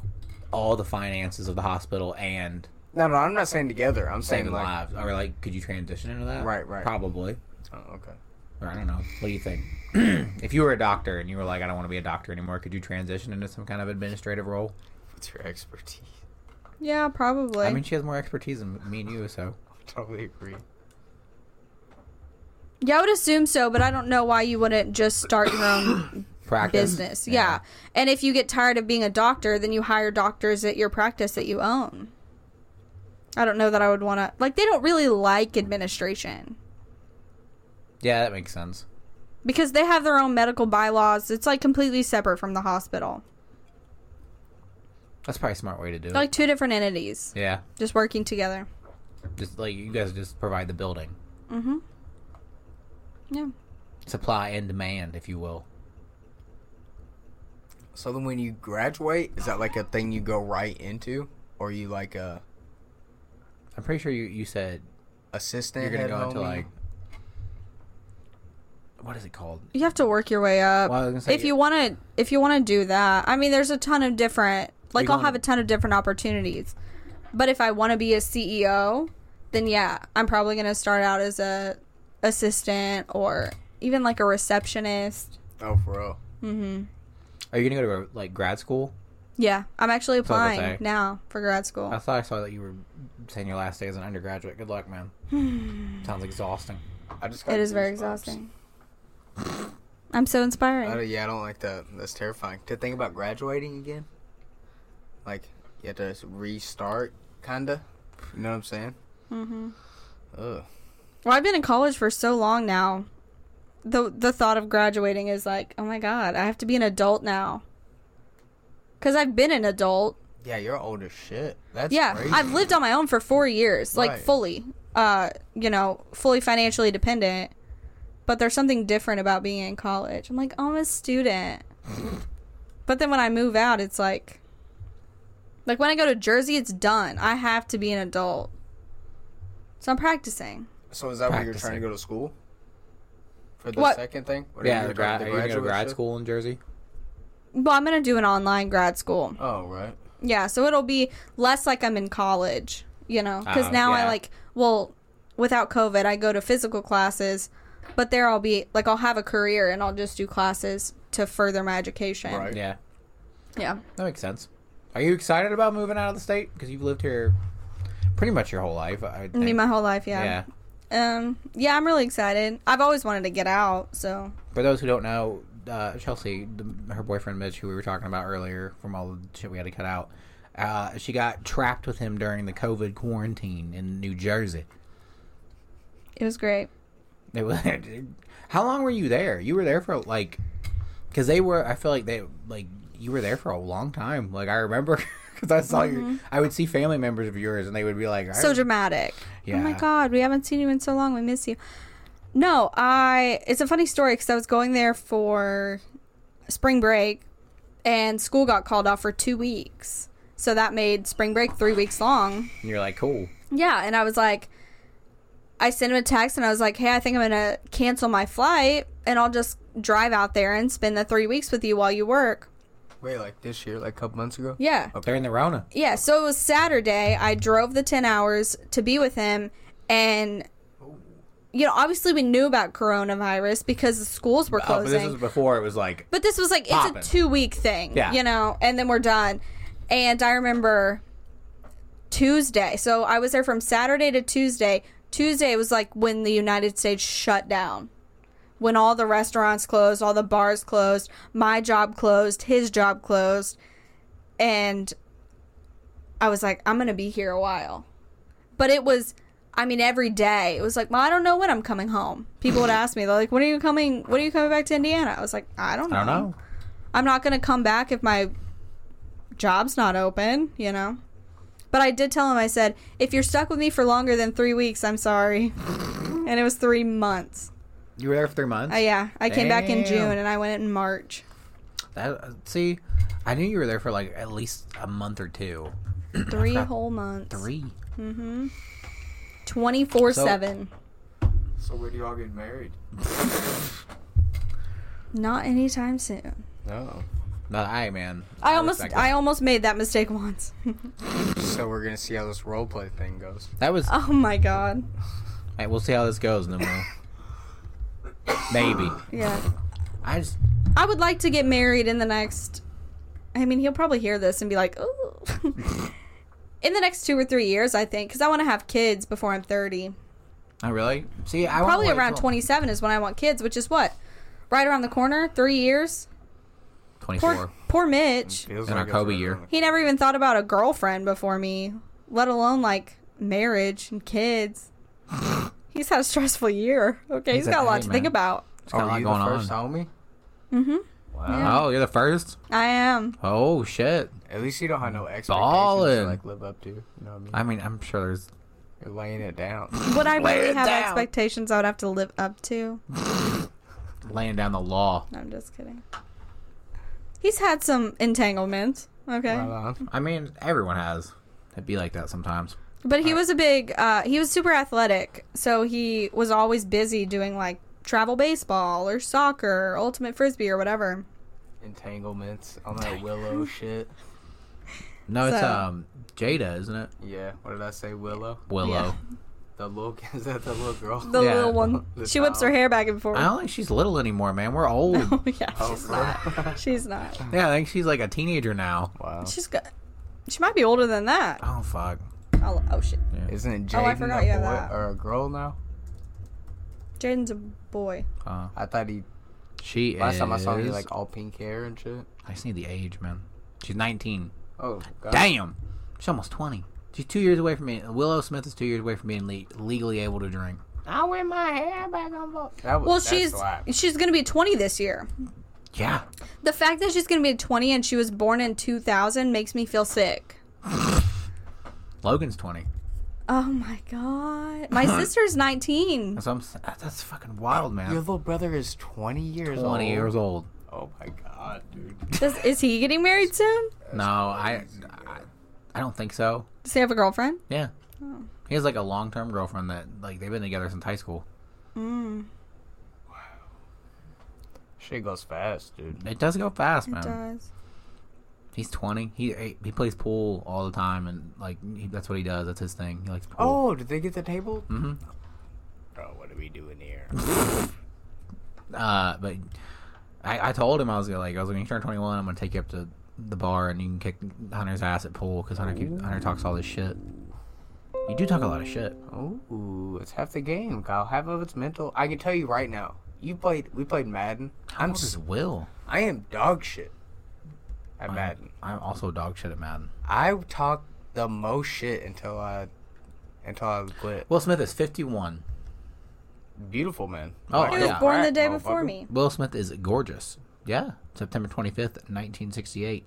Speaker 2: all the finances of the hospital and
Speaker 1: No, no, I'm not saying together. I'm saying
Speaker 2: saving
Speaker 1: like.
Speaker 2: lives? Or like, could you transition into that?
Speaker 1: Right, right.
Speaker 2: Probably.
Speaker 1: Oh, okay.
Speaker 2: Or I don't know. What do you think? *clears throat* if you were a doctor and you were like, I don't want to be a doctor anymore, could you transition into some kind of administrative role?
Speaker 1: What's your expertise? *laughs*
Speaker 3: Yeah, probably.
Speaker 2: I mean, she has more expertise than me and you, so
Speaker 1: Totally agree.
Speaker 3: yeah, I would assume so, but I don't know why you wouldn't just start your own
Speaker 2: *coughs* practice
Speaker 3: business. Yeah. And if you get tired of being a doctor, then you hire doctors at your practice that you own. I don't know that I would want to. Like, they don't really like administration
Speaker 2: Yeah, that makes sense.
Speaker 3: because they have their own medical bylaws. It's like completely separate from the hospital.
Speaker 2: That's probably a smart way to do it.
Speaker 3: They're like two different entities
Speaker 2: yeah,
Speaker 3: just working together.
Speaker 2: just like you guys just provide the building,
Speaker 3: Mm hmm. Yeah.
Speaker 2: supply and demand, if you will.
Speaker 1: So then, when you graduate, is that like a thing you go right into, or you like a
Speaker 2: I'm pretty sure you you said
Speaker 1: assistant?
Speaker 2: you're gonna
Speaker 1: head
Speaker 2: go into
Speaker 1: homie?
Speaker 2: like what is it called?
Speaker 3: You have to work your way up.
Speaker 2: Well, I was gonna say-
Speaker 3: if you want to, if you want to do that, I mean, there's a ton of different. Like,
Speaker 2: you
Speaker 3: I'll
Speaker 2: going
Speaker 3: have
Speaker 2: to-
Speaker 3: a ton of different opportunities. But if I want to be a CEO, then yeah, I'm probably gonna start out as a assistant or even like a receptionist.
Speaker 1: Oh, for real.
Speaker 3: Mm-hmm.
Speaker 2: Are you gonna go to like grad school?
Speaker 3: Yeah, I'm actually
Speaker 2: what I was
Speaker 3: applying
Speaker 2: saying.
Speaker 3: now for grad school.
Speaker 2: I thought I saw that you were saying your last day as an undergraduate. Good luck, man.
Speaker 3: *sighs*
Speaker 2: Sounds exhausting.
Speaker 1: I just.
Speaker 3: It is very exhausting. I'm so inspiring.
Speaker 1: I, yeah, I don't like that. That's terrifying to think about graduating again. Like you have to restart, kinda. You know what I'm saying?
Speaker 3: hmm
Speaker 1: Ugh.
Speaker 3: Well, I've been in college for so long now. The the thought of graduating is like, oh my god, I have to be an adult now. Cuz I've been an adult.
Speaker 1: Yeah, you're old as shit. That's
Speaker 3: yeah,
Speaker 1: crazy.
Speaker 3: I've lived on my own for 4 years, like
Speaker 1: Right.
Speaker 3: fully. Uh, you know, fully financially dependent. But there's something different about being in college. I'm like, oh, I'm
Speaker 1: *laughs*
Speaker 3: a student. but then when I move out, it's like like when I go to Jersey, it's done. I have to be an adult. So I'm practicing.
Speaker 1: So is that where you're trying to
Speaker 2: Practicing.
Speaker 1: go to school? For the
Speaker 3: What?
Speaker 1: second thing? Whatever
Speaker 2: Yeah,
Speaker 1: you're
Speaker 2: the
Speaker 1: trying
Speaker 2: grad.
Speaker 1: to
Speaker 2: Are you gonna go to
Speaker 1: graduate
Speaker 2: grad
Speaker 1: shit?
Speaker 2: school in Jersey?
Speaker 3: Well, I'm going to do an online grad school.
Speaker 1: Oh, right.
Speaker 3: Yeah, so it'll be less like I'm in college, you know, because
Speaker 2: Oh,
Speaker 3: now I
Speaker 2: yeah.
Speaker 3: like well, without COVID, I go to physical classes, but there I'll be like I'll have a career and I'll just do classes to further my education.
Speaker 1: Right.
Speaker 2: Yeah,
Speaker 3: Yeah.
Speaker 2: that makes sense. Are you excited about moving out of the state? Because you've lived here pretty much your whole life. I
Speaker 3: Me
Speaker 2: think.
Speaker 3: my whole life,
Speaker 2: yeah.
Speaker 3: Um, yeah, I'm really excited. I've always wanted to get out, so
Speaker 2: For those who don't know, uh, Chelsea, the, her boyfriend Mitch, who we were talking about earlier, from all the shit we had to cut out, uh, she got trapped with him during the COVID quarantine in New Jersey.
Speaker 3: it was great.
Speaker 2: It was, *laughs* how long were you there? You were there for like, because they were. I feel like they like you were there for a long time. Like I remember *laughs* because I saw you. I would see family members of yours, and they would be like,
Speaker 3: Mm-hmm. So
Speaker 2: "I-
Speaker 3: dramatic. Oh my
Speaker 2: Yeah.
Speaker 3: god, we haven't seen you in so long. We miss you. No, I. It's a funny story because I was going there for spring break, and school got called off for two weeks. So that made spring break three weeks long.
Speaker 2: And you're like, "Cool."
Speaker 3: Yeah, and I was like, I sent him a text and I was like, hey, I think I'm gonna cancel my flight and I'll just drive out there and spend the three weeks with you while you work.
Speaker 1: Wait, like this year, like a couple months ago?
Speaker 3: Yeah.
Speaker 2: During the Rona,
Speaker 3: Yeah, so it was Saturday. I drove the 10 hours to be with him. And, you know, obviously we knew about coronavirus because the schools were
Speaker 2: oh, but
Speaker 3: closing.
Speaker 2: this was before it was like
Speaker 3: But this was like
Speaker 2: Poppin'.
Speaker 3: it's a two week thing,
Speaker 2: Yeah.
Speaker 3: you know, and then we're done. And I remember Tuesday, so I was there from Saturday to Tuesday. Tuesday was like when the United States shut down, when all the restaurants closed, all the bars closed, my job closed, his job closed, and I was like, I'm gonna be here a while. But it was. I mean, every day it was like, well, I don't know when I'm coming home. People would ask me, they're like, "When are you coming? When are you coming back to Indiana?" I was like,
Speaker 2: I don't know.
Speaker 3: I'm not going to come back if my job's not open, you know? But I did tell him, I said, if you're stuck with me for longer than three weeks, I'm sorry. *laughs* and it was three months.
Speaker 2: You were there for three months.
Speaker 3: Uh, yeah, I came back in
Speaker 2: Damn.
Speaker 3: June and I went in March.
Speaker 2: That, uh, see, I knew you were there for like at least a month or two.
Speaker 3: Three whole months.
Speaker 2: Three.
Speaker 3: Mm-hmm. 24-7.
Speaker 1: So where do y'all get married?
Speaker 3: *laughs* Not anytime soon.
Speaker 1: No.
Speaker 2: No, I man.
Speaker 3: I almost
Speaker 2: respect
Speaker 3: I
Speaker 2: that.
Speaker 3: almost made that mistake once. *laughs*
Speaker 1: So we're gonna see how this role play thing goes.
Speaker 2: that was.
Speaker 3: oh my god.
Speaker 2: Alright, we'll see how this goes, and
Speaker 3: *laughs*
Speaker 2: then we'll maybe.
Speaker 3: Yeah.
Speaker 2: I just
Speaker 3: I would like to get married in the next. I mean, he'll probably hear this and be like, "Ooh." *laughs* in the next two or three years, I think, because I want to have kids before I'm 30.
Speaker 2: I really see. I wanna
Speaker 3: probably
Speaker 2: wait
Speaker 3: around
Speaker 2: till-
Speaker 3: 27 is when I want kids, which is what, right around the corner, three years. Poor,
Speaker 2: 24.
Speaker 3: poor Mitch.
Speaker 1: Feels
Speaker 2: In our
Speaker 1: it's
Speaker 2: Kobe
Speaker 1: right
Speaker 2: year.
Speaker 1: around the-
Speaker 3: He never even thought about a girlfriend before me, let alone like marriage
Speaker 2: *laughs*
Speaker 3: and kids. He's had a stressful year. Okay,
Speaker 2: He's
Speaker 3: he's got
Speaker 2: a-
Speaker 3: a lot
Speaker 2: hey,
Speaker 3: to
Speaker 2: man.
Speaker 3: think about.
Speaker 2: It's got a
Speaker 1: Are
Speaker 2: lot
Speaker 1: Oh, you
Speaker 2: going
Speaker 1: the
Speaker 2: on.
Speaker 1: first homie?
Speaker 3: Mm-hmm. Yeah.
Speaker 2: Oh, you're the first.
Speaker 3: I am.
Speaker 2: Oh shit.
Speaker 1: At least you don't have no expectations to
Speaker 2: Ballin'.
Speaker 1: like live up to. You know what I mean?
Speaker 2: I mean, I'm sure there's.
Speaker 1: You're laying it
Speaker 2: *laughs*
Speaker 1: down.
Speaker 3: Would I
Speaker 2: Lay
Speaker 3: really
Speaker 2: it
Speaker 3: have
Speaker 2: down.
Speaker 3: expectations I would have to live up to?
Speaker 2: Laying down the law.
Speaker 3: I'm just kidding. He's had some entanglements, okay?
Speaker 1: Right on.
Speaker 2: I mean, everyone has. It'd be like that sometimes.
Speaker 3: But he was a big uh he was super athletic, so he was always busy doing like travel baseball or soccer or ultimate frisbee or whatever.
Speaker 1: Entanglements on that willow shit.
Speaker 2: No, it's
Speaker 3: So-
Speaker 2: um Jada, isn't it?
Speaker 1: Yeah. What did I say? Willow.
Speaker 2: Willow.
Speaker 3: Yeah.
Speaker 1: The little *laughs* is that the little girl?
Speaker 3: The
Speaker 2: Yeah.
Speaker 3: little one.
Speaker 2: *laughs*
Speaker 1: The
Speaker 3: she whips her
Speaker 1: towel.
Speaker 3: hair back and forth.
Speaker 2: I don't think she's little anymore, man. We're old.
Speaker 3: *laughs*
Speaker 2: *laughs*
Speaker 3: Oh yeah, she's
Speaker 1: for
Speaker 3: not. She's not.
Speaker 2: yeah, I think she's like a teenager now.
Speaker 1: *laughs* wow.
Speaker 3: She's got she might be older than that.
Speaker 2: Oh fuck.
Speaker 3: Oh, oh shit.
Speaker 1: Isn't
Speaker 3: Oh, I
Speaker 1: Jaden
Speaker 3: forgot
Speaker 1: a
Speaker 3: you had
Speaker 1: boy
Speaker 3: that.
Speaker 1: or a girl now?
Speaker 3: Jaden's a boy.
Speaker 2: Uh,
Speaker 1: I thought he.
Speaker 2: she
Speaker 1: Last
Speaker 2: is.
Speaker 1: time I saw him, he like all pink hair and shit.
Speaker 2: I just need the age, man. She's 19.
Speaker 1: Oh god.
Speaker 2: Damn. She's almost 20. She's two years away from being. Willow Smith is two years away from being le- legally able to drink.
Speaker 1: I wear my hair back on. That was,
Speaker 3: Well,
Speaker 1: that's
Speaker 3: she's
Speaker 1: whack.
Speaker 3: she's going to be 20 this year.
Speaker 2: Yeah.
Speaker 3: The fact that she's going to be 20 and she was born in 2000 makes me feel sick.
Speaker 2: Logan's 20.
Speaker 3: Oh my god. My sister's 19.
Speaker 2: That's, what I'm, s- that's fucking wild, man.
Speaker 1: Your little brother is 20 years
Speaker 2: 20
Speaker 1: old.
Speaker 2: years old.
Speaker 1: Oh my god, dude.
Speaker 3: Does, is he getting married soon?
Speaker 2: No, I, I I don't think so.
Speaker 3: Does he have a girlfriend?
Speaker 2: Yeah. He has like a long term girlfriend that, like, they've been together since high school.
Speaker 1: Shit goes fast, dude.
Speaker 2: It does go fast, man.
Speaker 3: Does.
Speaker 2: He's 20. He he plays pool all the time, and, like, he, that's what he does. That's his thing. He likes pool.
Speaker 1: Oh, did they get the table?
Speaker 2: Mm-hmm.
Speaker 1: bro, what are we doing here?
Speaker 2: Uh, but I, I told him I was gonna like I was like, when you turn 21, I'm gonna take you up to the bar and you can kick Hunter's ass at pool because Hunter keep, Hunter talks all this shit. You do talk a lot of shit.
Speaker 1: Ooh, it's half the game, Kyle. Half of it's mental. I can tell you right now. You played. We played Madden. I'm
Speaker 2: This
Speaker 1: s-
Speaker 2: is Will.
Speaker 1: I am dog shit at Madden.
Speaker 2: I'm also dog shit at Madden.
Speaker 1: I talk the most shit until I until I quit.
Speaker 2: Will Smith is 51.
Speaker 1: Beautiful man.
Speaker 2: Oh,
Speaker 1: Like,
Speaker 3: He
Speaker 2: yeah.
Speaker 3: was born the
Speaker 1: crack,
Speaker 3: day before
Speaker 1: motherfucker.
Speaker 3: me.
Speaker 2: Will Smith is gorgeous. Yeah, September 25th, 1968,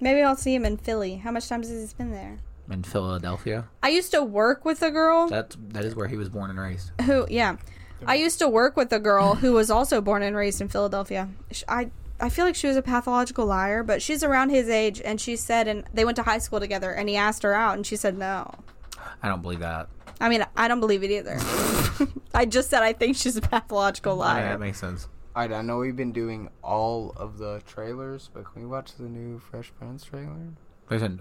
Speaker 3: Maybe I'll see him in Philly. How much times has he been there?
Speaker 2: in Philadelphia.
Speaker 3: I used to work with a girl
Speaker 2: That's that is where he was born and raised.
Speaker 3: who, yeah, I used to work with a girl who was also born and raised in Philadelphia. Sh- I I feel like she was a pathological liar, but she's around his age, and she said, and they went to high school together, and he asked her out, and she said no.
Speaker 2: I don't believe that.
Speaker 3: I mean, I don't believe it either. *laughs* I just said I think she's a pathological
Speaker 2: I mean,
Speaker 3: liar.
Speaker 2: that makes sense.
Speaker 1: All right, I know we've been doing all of the trailers, but can we watch the new Fresh Prince trailer?
Speaker 2: There's a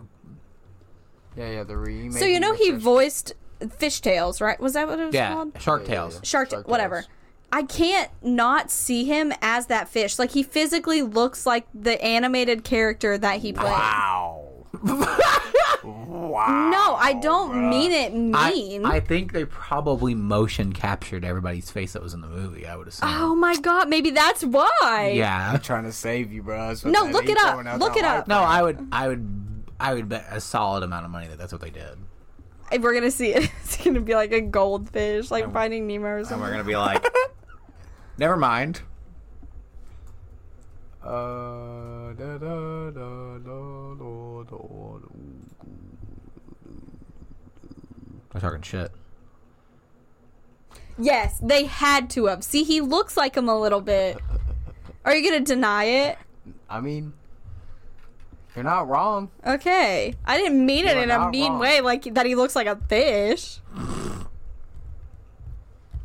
Speaker 1: Yeah, yeah, the remake.
Speaker 3: So you know
Speaker 1: of
Speaker 3: he
Speaker 1: Fresh-
Speaker 3: voiced Fishtails, right? Was that what it was
Speaker 2: yeah
Speaker 3: called?
Speaker 2: Shark
Speaker 1: Yeah, yeah,
Speaker 2: Tales.
Speaker 1: yeah.
Speaker 3: Shark,
Speaker 1: Shark
Speaker 3: whatever.
Speaker 1: Tales.
Speaker 3: I can't not see him as that fish. Like he physically looks like the animated character that he played.
Speaker 1: Wow. wow.
Speaker 3: No, I don't mean it
Speaker 2: Oh, I,
Speaker 3: mean.
Speaker 2: I think they probably motion captured everybody's face that was in the movie. I would assume.
Speaker 3: oh my god, maybe that's why.
Speaker 2: yeah.
Speaker 1: I'm trying to save you, bro. That's what
Speaker 3: No,
Speaker 1: that
Speaker 3: look
Speaker 1: ain't
Speaker 3: it up.
Speaker 1: going out
Speaker 3: Look
Speaker 1: the
Speaker 3: it
Speaker 1: hype.
Speaker 3: up.
Speaker 2: No, I would. I would. I would bet a solid amount of money that that's what they did.
Speaker 3: If we're gonna see it, *laughs* it's gonna be like a goldfish, like Finding Nemo or
Speaker 2: And
Speaker 3: something.
Speaker 2: we're gonna be like, never mind.
Speaker 1: Uh, da, da, da, da, da, da, da.
Speaker 2: We're talking shit.
Speaker 3: Yes, they had to have. See, he looks like him a little bit. Are you gonna deny it?
Speaker 1: I mean, you're not wrong.
Speaker 3: Okay, I didn't mean it
Speaker 1: You are
Speaker 3: in a
Speaker 1: not
Speaker 3: mean
Speaker 1: wrong.
Speaker 3: way, like that he looks like a fish.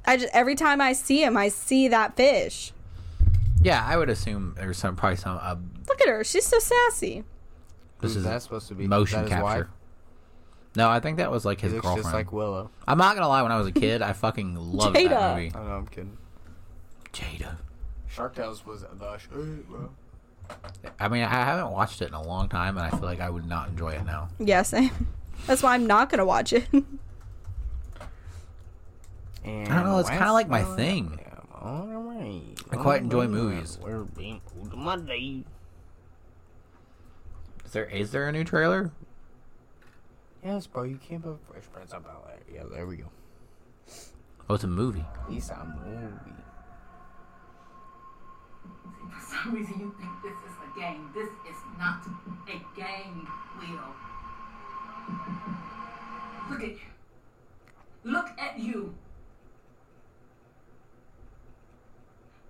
Speaker 3: I just every time I see him, I see that fish.
Speaker 2: Yeah, I would assume there's some probably some. Uh,
Speaker 3: Look at her; she's so sassy.
Speaker 2: this
Speaker 1: Who's
Speaker 2: is
Speaker 1: that supposed to be?
Speaker 2: motion
Speaker 1: That his
Speaker 2: capture.
Speaker 1: wife?
Speaker 2: No, I think that was like
Speaker 1: He
Speaker 2: his
Speaker 1: looks
Speaker 2: girlfriend.
Speaker 1: just like Willow.
Speaker 2: I'm not gonna lie. When I was a kid, I fucking loved
Speaker 3: Jada.
Speaker 2: that movie.
Speaker 1: I know, I'm kidding.
Speaker 2: Jada.
Speaker 1: Shark Tales was the shit, bro.
Speaker 2: I mean, I haven't watched it in a long time, and I feel like I would not enjoy it now.
Speaker 3: Yeah, same. *laughs* That's why I'm not gonna watch it. *laughs*
Speaker 1: Oh, And
Speaker 2: I don't know, it's kinda
Speaker 1: West
Speaker 2: like my
Speaker 1: Willow.
Speaker 2: thing.
Speaker 1: Yeah, all right.
Speaker 2: I quite
Speaker 1: All
Speaker 2: enjoy
Speaker 1: right,
Speaker 2: movies.
Speaker 1: We're being old money.
Speaker 2: Is there is there a new trailer?
Speaker 1: Yes, bro, you can't put Fresh Prince up out there. Yeah, there we go.
Speaker 2: Oh, it's a movie.
Speaker 1: He's a movie.
Speaker 6: *laughs* For some reason, you think this is a game. This is not a game, Will. Look at you. Look at you.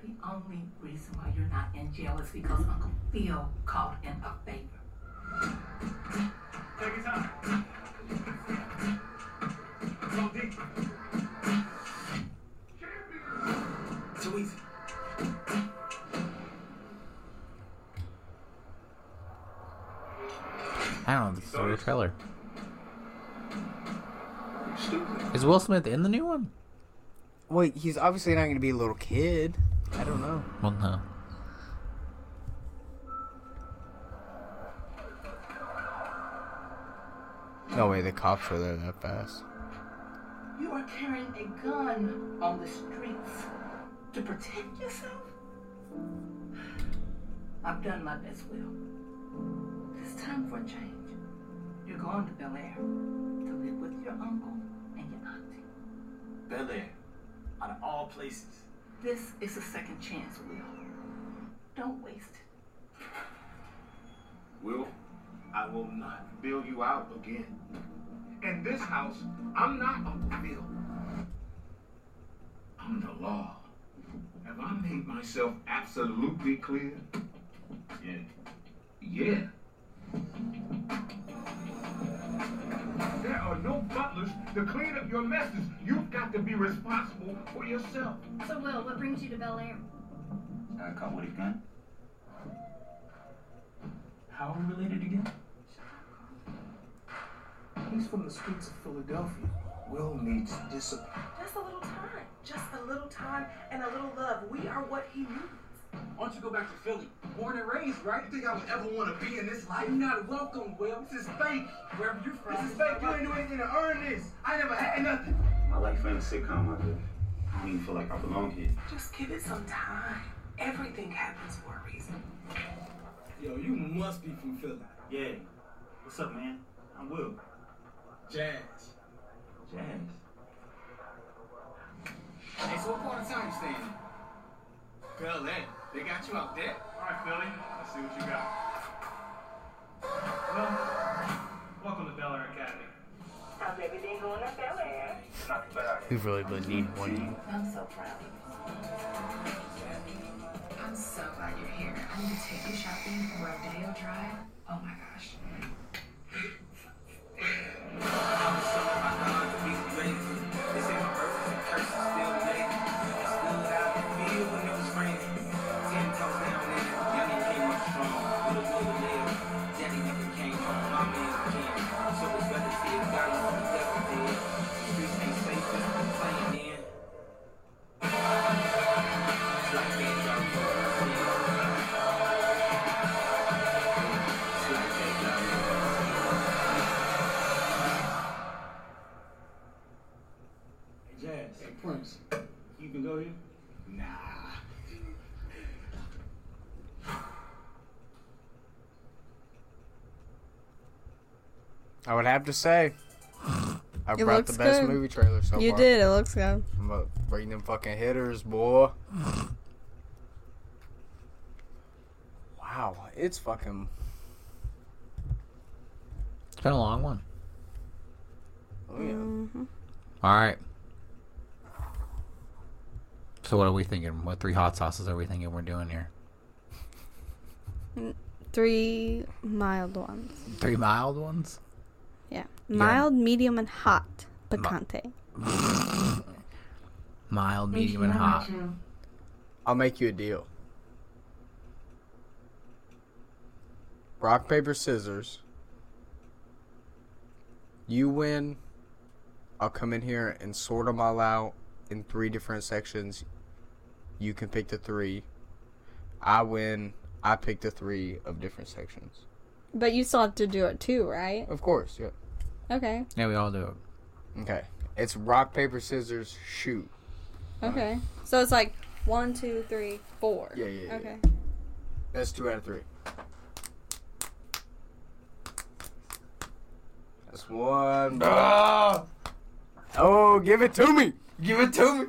Speaker 6: The only reason why you're not in jail is because Uncle Phil called in a favor.
Speaker 5: Take your time. Go deep. Too easy.
Speaker 2: I don't know. It's a real trailer.
Speaker 5: Stupid.
Speaker 2: Is Will Smith in the new one?
Speaker 1: Wait, he's obviously not going to be a little kid. I don't know.
Speaker 2: Well, no.
Speaker 1: No way, the cops were there that fast.
Speaker 6: You are carrying a gun on the streets to protect yourself? I've done my best, Will. It's time for a change. You're going to Bel Air to live with your uncle and your auntie.
Speaker 5: Bel Air. Out of all places.
Speaker 6: This is a second chance, Will. Don't waste it.
Speaker 5: Will, I will not bail you out again. In this house, I'm not a bill. I'm the law. Have I made myself absolutely clear? Yeah. Yeah. There are no butlers to clean up your messes. You've got to be responsible for yourself.
Speaker 8: So, Will, what brings you to Bel Air?
Speaker 5: I caught with a gun. How are we related again? He's from the streets of Philadelphia. Will needs discipline.
Speaker 8: Just a little time.
Speaker 12: Just a little time and a little love. We are what he needs.
Speaker 4: Why don't you go back to Philly? Born and raised, right? You think I would ever want to be in this life? You're not welcome, Will. This is fake. Wherever you're from. This is fake. You didn't do anything to earn this. I never had nothing.
Speaker 13: My life ain't a sitcom like this. I don't even feel like I belong here.
Speaker 12: Just give it some time. Everything happens for a reason.
Speaker 4: Yo, you must be from Philly.
Speaker 13: Yeah. What's up, man? I'm Will.
Speaker 4: Jazz.
Speaker 13: Jazz.
Speaker 4: Hey, so what part of town you staying in? Philly. They got you out there?
Speaker 5: All right, Philly. Let's see what you got. Well, welcome to Bel Air Academy.
Speaker 8: How's everything going up Bel Air?
Speaker 5: Not too bad.
Speaker 2: We really would need one.
Speaker 6: I'm so proud of you. I'm so glad you're here. I'm gonna take you shopping for Rodeo Drive. Oh my gosh.
Speaker 4: Hey, Jazz. Hey, Prince. You can go here? Nah.
Speaker 1: I would have to say, I
Speaker 3: It
Speaker 1: brought
Speaker 3: looks
Speaker 1: the best
Speaker 3: good.
Speaker 1: movie trailer so
Speaker 3: you
Speaker 1: far.
Speaker 3: did. It looks good.
Speaker 1: I'm gonna bring them fucking hitters, boy. wow, it's fucking.
Speaker 2: It's been a long one.
Speaker 1: Oh yeah.
Speaker 3: Mm-hmm.
Speaker 2: All right. So what are we thinking? What three hot sauces are we thinking we're doing here?
Speaker 3: Three mild ones.
Speaker 2: Three mild ones.
Speaker 3: Yeah. Mild, medium, and hot. Picante.
Speaker 2: Mild, medium, and hot.
Speaker 1: I'll make you a deal. Rock paper scissors. You win. I'll come in here and sort them all out in three different sections. You can pick the three. I win. I pick the three of different sections.
Speaker 3: But you still have to do it too, right?
Speaker 1: Of course, yeah.
Speaker 3: Okay.
Speaker 2: Yeah, we all do it.
Speaker 1: Okay. It's rock, paper, scissors, shoot.
Speaker 3: Okay. So it's like one, two, three, four.
Speaker 1: Yeah, yeah, yeah.
Speaker 3: Okay.
Speaker 1: That's two out of three. That's one. Ah! Oh, give it to me. Give it to me.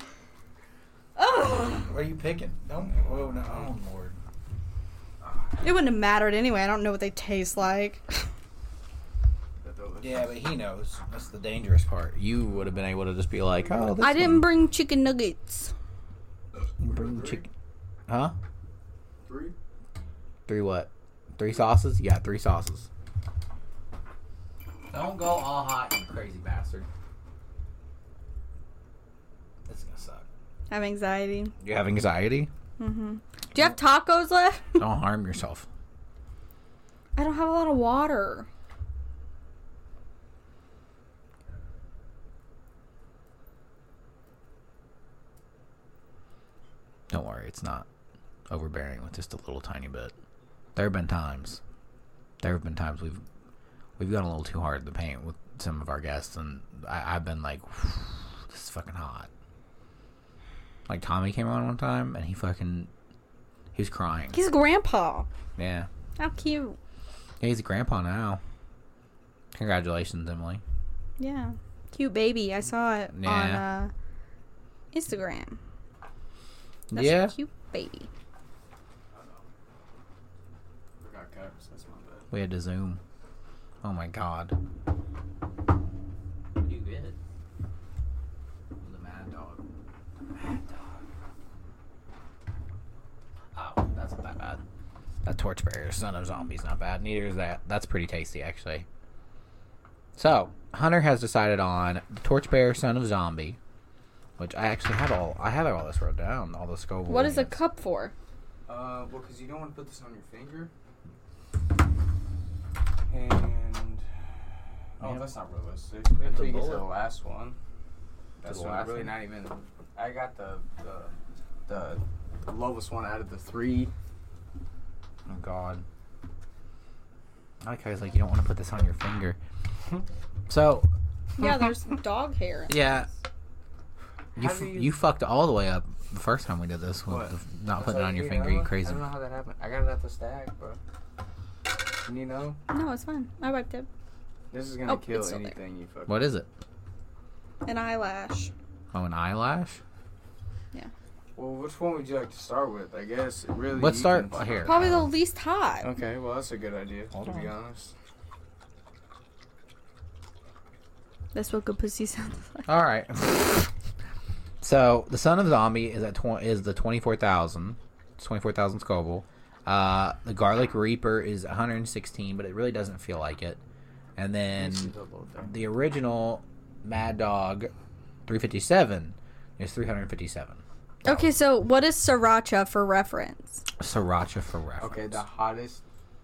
Speaker 3: Oh,
Speaker 1: What are you picking? Don't. Oh, no. Oh, Lord.
Speaker 3: it wouldn't have mattered anyway. I don't know what they taste like.
Speaker 2: Yeah, but he knows. That's the dangerous part. You would have been able to just be like, "Oh, this
Speaker 3: *laughs* I didn't bring chicken nuggets.
Speaker 2: one- bring chicken." Huh?
Speaker 1: Three?
Speaker 2: Three what? Three sauces? Yeah, three sauces. Don't go all hot, you crazy bastard. That's gonna suck.
Speaker 3: I have anxiety.
Speaker 2: You have anxiety?
Speaker 3: Mm-hmm. Do you have tacos left?
Speaker 2: Don't harm yourself.
Speaker 3: *laughs* I don't have a lot of water.
Speaker 2: Don't worry, it's not overbearing with just a little tiny bit. There have been times, there have been times we've we've gone a little too hard in the paint with some of our guests, and I, I've been like, "This is fucking hot." Like Tommy came on one time, and he fucking he was crying.
Speaker 3: He's grandpa.
Speaker 2: Yeah,
Speaker 3: How cute.
Speaker 2: yeah he's a grandpa now. Congratulations, Emily.
Speaker 3: Yeah. Cute baby. I saw it on
Speaker 2: Yeah.
Speaker 3: uh, Instagram. That's
Speaker 2: yeah,
Speaker 3: a cute baby.
Speaker 1: Forgot cups. That's my bad.
Speaker 2: we had to zoom. Oh my god. What do you get? The mad dog. Mad dog. Oh, that's not that bad. That torchbearer, son of zombies, not bad. Neither is that. That's pretty tasty, actually. So, Hunter has decided on the torchbearer, son of zombie, which I actually have all. I have all this wrote down. All the
Speaker 1: Oh,
Speaker 2: Scoville.
Speaker 3: What is a
Speaker 2: units.
Speaker 3: cup for?
Speaker 1: Uh, well, because you don't want to put this on your finger. And. Oh,
Speaker 2: Yeah.
Speaker 1: that's not realistic.
Speaker 2: It's
Speaker 1: Until
Speaker 2: a
Speaker 1: you get to the
Speaker 2: bullet.
Speaker 1: last one. That's
Speaker 2: the
Speaker 1: not-
Speaker 2: last
Speaker 1: really
Speaker 2: one.
Speaker 1: not even I got the the, the lowest one out of the three.
Speaker 2: Oh God. I like how he's like, you don't want to put this on your *laughs* finger. so,
Speaker 1: *laughs*
Speaker 3: Yeah, there's dog hair. in
Speaker 2: yeah. You,
Speaker 3: this.
Speaker 1: How
Speaker 2: f-
Speaker 1: do you-
Speaker 2: you fucked all the way up the first time we did this with
Speaker 1: What?
Speaker 2: the, not
Speaker 1: That's
Speaker 2: putting it
Speaker 1: how
Speaker 2: on your
Speaker 1: do
Speaker 2: finger.
Speaker 1: know?
Speaker 2: You crazy.
Speaker 1: I don't know how that happened. I got it at the stack, bro. And you know,
Speaker 3: No, it's fine. I wiped it.
Speaker 1: this is gonna
Speaker 3: Oh,
Speaker 1: kill
Speaker 3: it's still there.
Speaker 1: anything you fuck.
Speaker 2: What is it?
Speaker 3: An eyelash.
Speaker 2: Oh, an eyelash.
Speaker 1: Well, which one would you like to start with? I guess it really.
Speaker 2: Let's
Speaker 1: you
Speaker 2: start
Speaker 1: can-
Speaker 2: here.
Speaker 3: Probably the least hot.
Speaker 1: Okay, well that's a good idea. to be honest.
Speaker 3: That's what good pussy sounds *laughs* like.
Speaker 2: All right. *laughs* so the son of zombie is at tw- is the twenty four thousand, twenty four thousand Scoville. Uh, the garlic reaper is one hundred and sixteen, but it really doesn't feel like it. And then
Speaker 1: Yes, you don't know that.
Speaker 2: the original Mad Dog three fifty seven is three hundred fifty seven.
Speaker 3: Okay, so what is sriracha for reference?
Speaker 2: Sriracha for reference.
Speaker 1: Okay, the hottest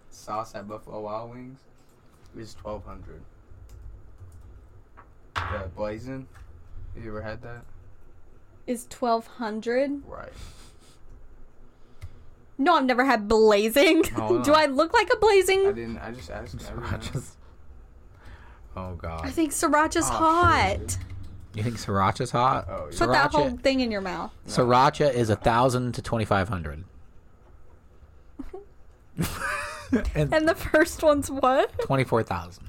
Speaker 1: sauce at Buffalo Wild Wings is twelve hundred. The blazing. Have you ever had that?
Speaker 3: Is 1200?
Speaker 1: Right.
Speaker 3: No, I've never had blazing.
Speaker 1: Hold
Speaker 3: *laughs* Do
Speaker 1: on.
Speaker 3: I look like a
Speaker 1: I
Speaker 3: blazing?
Speaker 1: didn't. I just
Speaker 2: *laughs*
Speaker 1: asked. I didn't know.
Speaker 2: Sriracha's. Oh God.
Speaker 3: I, think sriracha's
Speaker 1: Oh,
Speaker 3: hot.
Speaker 2: you think sriracha's hot?
Speaker 1: Oh, yeah.
Speaker 3: Put that whole
Speaker 2: Sriracha.
Speaker 3: thing in your mouth.
Speaker 2: Sriracha is a thousand to twenty five
Speaker 3: *laughs*
Speaker 2: hundred. and
Speaker 3: And the *laughs* first one's what?
Speaker 2: twenty four thousand.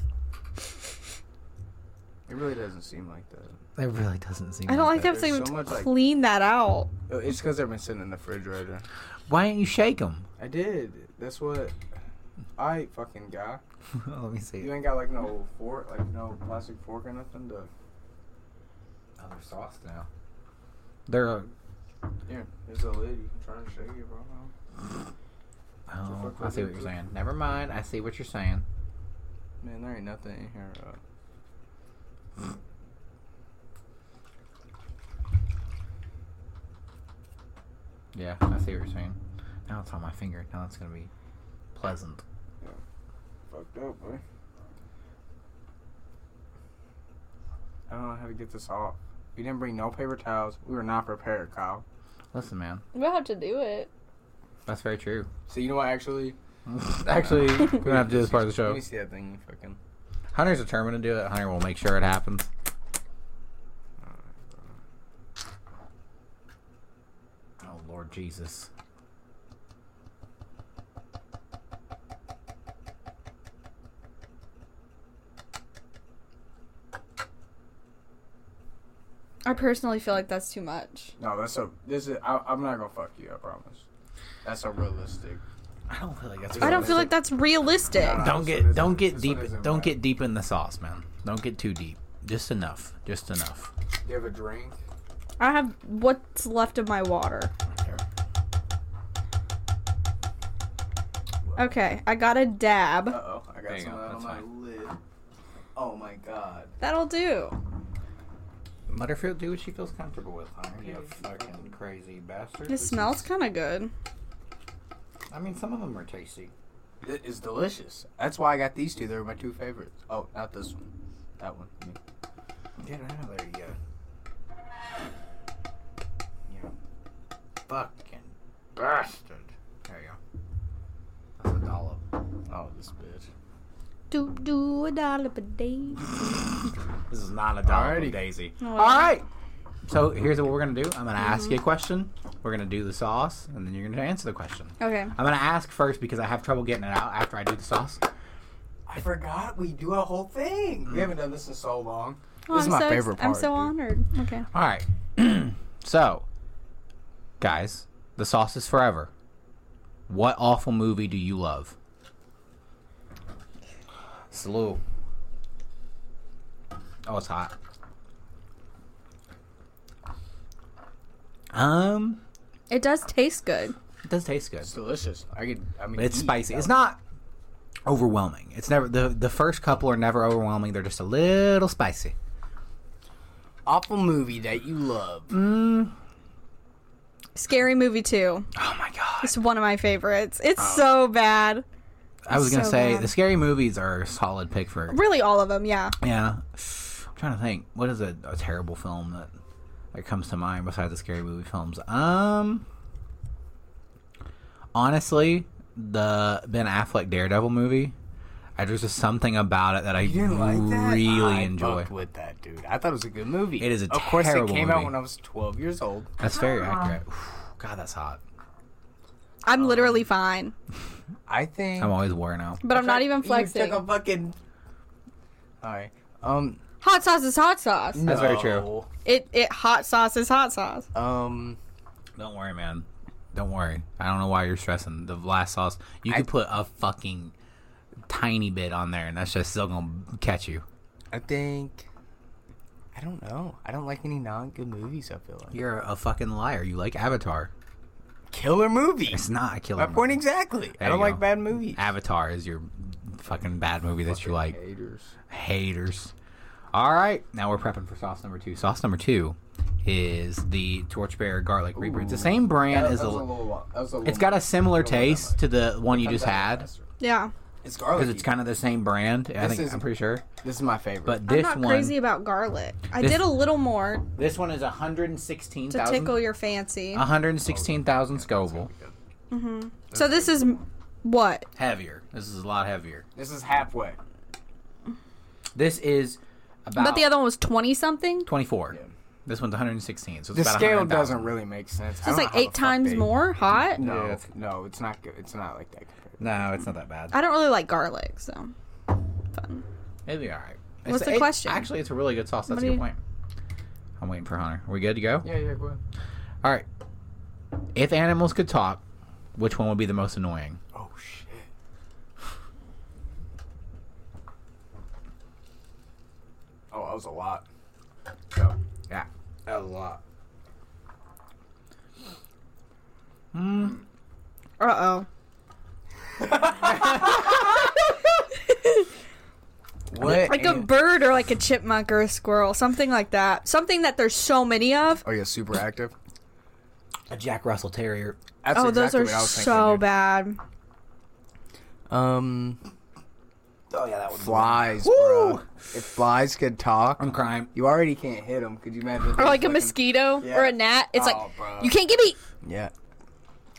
Speaker 1: It really doesn't seem like that.
Speaker 2: It really doesn't seem.
Speaker 3: I don't like
Speaker 1: that
Speaker 3: that I'm
Speaker 1: there's
Speaker 3: to
Speaker 1: so much, like-
Speaker 3: clean that out.
Speaker 1: Uh, It's because they've been sitting in the refrigerator.
Speaker 2: Why didn't you shake them?
Speaker 1: I did. That's what. I fucking got.
Speaker 2: *laughs* Let me see.
Speaker 1: You ain't got like no fork, like no plastic fork or nothing to.
Speaker 2: Other sauce now. They're.
Speaker 1: Yeah, there's a lady trying to shake it, bro.
Speaker 2: Oh,
Speaker 1: fuck
Speaker 2: I see what you're saying. Never mind. I see what you're saying.
Speaker 1: Man, there ain't nothing in here. Uh,
Speaker 2: Yeah, I see what you're saying. Now it's on my finger. Now it's gonna be pleasant.
Speaker 1: fucked up, boy. I don't know how to get this off. We didn't bring no paper towels. We were not prepared, Kyle.
Speaker 2: Listen, man.
Speaker 3: We'll have to do it.
Speaker 2: That's
Speaker 1: *laughs*
Speaker 2: very true.
Speaker 1: So you know what? Actually,
Speaker 2: *laughs* Actually,
Speaker 1: *laughs*
Speaker 2: we're gonna have to do this part of the
Speaker 1: let
Speaker 2: show.
Speaker 1: me see that thing. Fucking.
Speaker 2: Hunter's determined to do it. Hunter will make sure it happens. Oh Lord Jesus.
Speaker 3: I personally feel like that's too much.
Speaker 1: No, that's a. This is. I, I'm not gonna fuck you. I promise. That's a realistic.
Speaker 2: I don't feel like that's.
Speaker 3: I don't feel like that's realistic.
Speaker 1: Nah,
Speaker 2: Don't
Speaker 1: this
Speaker 2: get
Speaker 1: one
Speaker 2: don't
Speaker 1: isn't-
Speaker 2: get
Speaker 1: this one
Speaker 2: deep
Speaker 1: isn't
Speaker 2: don't
Speaker 1: right.
Speaker 2: get deep in the sauce, man. Don't get too deep. Just enough. Just enough.
Speaker 1: Do you have a drink?
Speaker 3: I have what's left of my water. Okay, I got a
Speaker 1: Uh
Speaker 3: dab.
Speaker 1: oh, I
Speaker 2: There
Speaker 1: got
Speaker 2: you
Speaker 1: some
Speaker 2: go,
Speaker 1: of that on
Speaker 2: that's
Speaker 1: my lid. Oh my god.
Speaker 3: That'll do.
Speaker 2: Butterfield, do what she feels comfortable with, Hunter. You fucking crazy bastard.
Speaker 3: It smells kind of good.
Speaker 2: I mean, some of them are tasty.
Speaker 1: It is delicious. That's why I got these two. They're my two favorites. Oh, not this one. That one. I mean.
Speaker 2: Get out of there, you. You fucking bastard. There you go. That's a dollop.
Speaker 1: Oh, this bitch.
Speaker 3: Do do a dollop a day.
Speaker 2: This is not a dollop
Speaker 1: Alrighty.
Speaker 2: of Daisy.
Speaker 3: Oh,
Speaker 2: All right. So here's what we're gonna do. I'm gonna ask
Speaker 1: Mm-hmm.
Speaker 2: you a question. We're gonna do the sauce, and then you're gonna answer the question.
Speaker 3: Okay.
Speaker 2: I'm gonna ask first because I have trouble getting it out after I do the sauce.
Speaker 1: I forgot we do a whole thing.
Speaker 2: Mm.
Speaker 1: We haven't done this in so long.
Speaker 3: Oh,
Speaker 1: this is
Speaker 3: I'm
Speaker 1: my
Speaker 3: so ex-
Speaker 1: favorite part.
Speaker 3: I'm so
Speaker 1: dude.
Speaker 3: honored. Okay.
Speaker 2: All right. *clears throat* so, guys, the sauce is forever. What awful movie do you love? Salute. Oh, it's hot. Um,
Speaker 3: It does taste good.
Speaker 2: it does taste good.
Speaker 1: It's delicious. I could. I mean,
Speaker 2: But it's
Speaker 1: eat
Speaker 2: spicy.
Speaker 1: that
Speaker 2: It's
Speaker 1: one.
Speaker 2: not overwhelming. It's never the the first couple are never overwhelming. They're just a little spicy.
Speaker 1: awful movie that you love.
Speaker 3: Scary movie too.
Speaker 2: Oh my god!
Speaker 3: It's one of my favorites. It's
Speaker 1: Oh.
Speaker 3: so bad.
Speaker 2: I was gonna
Speaker 3: so
Speaker 2: say
Speaker 3: bad.
Speaker 2: the scary movies are a solid pick for
Speaker 3: Really, all of them. Yeah.
Speaker 2: yeah. I'm trying to think. What is a, a terrible film that that comes to mind besides the scary movie films? Um, honestly, the Ben Affleck Daredevil movie. I there's just something about it that I really
Speaker 1: I
Speaker 2: enjoy.
Speaker 1: fucked with that dude. I thought it was a good movie.
Speaker 2: It is a
Speaker 1: of course it
Speaker 2: terrible
Speaker 1: came out
Speaker 2: movie.
Speaker 1: when I was 12 years old.
Speaker 2: That's very accurate. God, that's hot.
Speaker 3: I'm literally fine,
Speaker 1: I think.
Speaker 2: I'm always worn out.
Speaker 3: but I'm not even
Speaker 1: You
Speaker 3: flexing.
Speaker 1: took a fucking. All right. Um.
Speaker 3: Hot sauce is hot sauce.
Speaker 2: That's very true.
Speaker 3: It it hot sauce is hot sauce.
Speaker 1: Um.
Speaker 2: Don't worry, man. Don't worry. I don't know why you're stressing. The last sauce, you could put a fucking tiny bit on there, and that's just still gonna catch you.
Speaker 1: I think. I don't know. I don't like any non-good movies. I feel like
Speaker 2: You're a fucking liar. You like Avatar.
Speaker 1: killer movie.
Speaker 2: It's not a killer.
Speaker 1: My
Speaker 2: movie.
Speaker 1: point exactly. I
Speaker 2: There
Speaker 1: don't
Speaker 2: you
Speaker 1: like
Speaker 2: go.
Speaker 1: bad movies.
Speaker 2: Avatar is your fucking bad movie that you like.
Speaker 1: Haters.
Speaker 2: Haters. All right, now we're prepping for sauce number two. Sauce number two is the Torchbearer Garlic Reaper. It's the same brand as the. it's got a similar taste to the one you just had
Speaker 3: Yeah,
Speaker 1: It's
Speaker 2: because
Speaker 1: garlic.
Speaker 2: it's kind of the same brand. I
Speaker 1: This
Speaker 2: think
Speaker 1: is-
Speaker 2: I'm pretty sure.
Speaker 1: This is my favorite.
Speaker 2: But
Speaker 3: I'm
Speaker 2: this
Speaker 3: not
Speaker 2: one,
Speaker 3: crazy about garlic. I
Speaker 2: this-
Speaker 3: did a little more
Speaker 2: this one is 116,000.
Speaker 3: to tickle your fancy.
Speaker 1: Uh,
Speaker 2: 116,000 Scoville.
Speaker 3: hmm So this is m- what?
Speaker 2: Heavier. This is a lot heavier.
Speaker 1: this is halfway.
Speaker 2: This is about
Speaker 3: But the other one was twenty something.
Speaker 2: 24. This one's 116. So it's
Speaker 1: The
Speaker 2: about
Speaker 1: scale
Speaker 2: 100,000.
Speaker 1: doesn't really make sense. I
Speaker 3: So
Speaker 1: don't
Speaker 3: it's
Speaker 1: know
Speaker 3: like
Speaker 1: how
Speaker 3: eight
Speaker 1: the fuck
Speaker 3: times
Speaker 1: they-
Speaker 3: more hot.
Speaker 1: No,
Speaker 2: Yeah, it's-
Speaker 1: no, it's not good. It's not like that.
Speaker 2: No, it's not that bad.
Speaker 3: I don't really like garlic, so fun.
Speaker 2: It'll be all right. It's-
Speaker 3: What's the
Speaker 2: it-
Speaker 3: question?
Speaker 2: Actually, it's a really good sauce. That's
Speaker 3: What
Speaker 2: a
Speaker 3: do
Speaker 2: good
Speaker 3: you-
Speaker 2: point. I'm waiting for Hunter. Are we good to go?
Speaker 1: Yeah, yeah, go ahead.
Speaker 2: All right. If animals could talk, which one would be the most annoying?
Speaker 1: Oh shit. Oh, that was a lot.
Speaker 2: Yeah.
Speaker 1: That was a lot.
Speaker 3: Uh oh.
Speaker 1: What?
Speaker 3: *laughs* Like a
Speaker 1: an-
Speaker 3: bird or like a chipmunk or a squirrel, something like that. Something that there's so many of.
Speaker 1: oh yeah, super active.
Speaker 2: A Jack Russell Terrier.
Speaker 1: That's
Speaker 3: oh,
Speaker 1: exactly
Speaker 3: those
Speaker 1: what
Speaker 3: are
Speaker 1: I was thinking,
Speaker 3: so
Speaker 1: dude.
Speaker 3: bad.
Speaker 1: Um,
Speaker 2: Oh yeah, that
Speaker 1: flies,
Speaker 2: Woo!
Speaker 1: bro. If flies could talk,
Speaker 2: I'm crying.
Speaker 1: you already can't hit them. Could you imagine? if
Speaker 3: Or
Speaker 1: they
Speaker 3: like a
Speaker 1: fucking-
Speaker 3: mosquito
Speaker 1: Yeah.
Speaker 3: or a gnat. It's
Speaker 1: Oh,
Speaker 3: like
Speaker 1: bro.
Speaker 3: you can't get me.
Speaker 1: Yeah.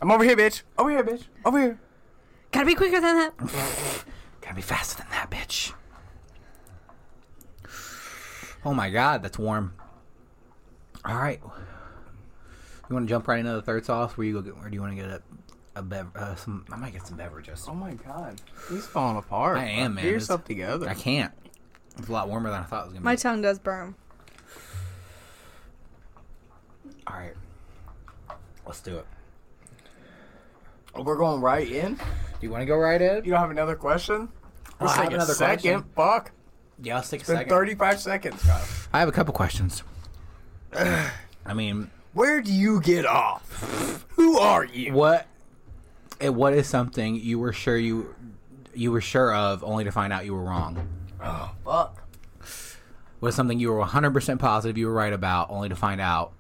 Speaker 1: I'm over here, bitch. Over here, bitch. Over here.
Speaker 3: Gotta be quicker than that.
Speaker 2: Gotta be faster than that, bitch. Oh my god, that's warm. All right. You want to jump right into the third sauce? Where you go get? Or do you want to get a, a bev? Uh, some. I might get some beverages.
Speaker 1: Oh my god, he's falling apart.
Speaker 2: I am, man.
Speaker 1: Get
Speaker 2: It's-
Speaker 1: yourself together.
Speaker 2: I can't. It's a lot warmer than I thought it was gonna
Speaker 3: My
Speaker 2: be.
Speaker 3: tongue does burn.
Speaker 2: All right. Let's do it.
Speaker 1: We're going right in.
Speaker 2: Do you want to go right in?
Speaker 1: You don't have another question?
Speaker 2: Oh, I
Speaker 1: Let's
Speaker 2: have
Speaker 1: take a
Speaker 2: another
Speaker 1: second. Fuck.
Speaker 2: Yeah, let's take a
Speaker 1: It's been
Speaker 2: second.
Speaker 1: 35 seconds, guys.
Speaker 2: I have a couple questions. I mean,
Speaker 1: Where do you get off? Who are you?
Speaker 2: what? eh, What is something you were sure you you were sure of, only to find out you were wrong?
Speaker 1: Oh, fuck.
Speaker 2: What is something you were 100% positive you were right about, only to find out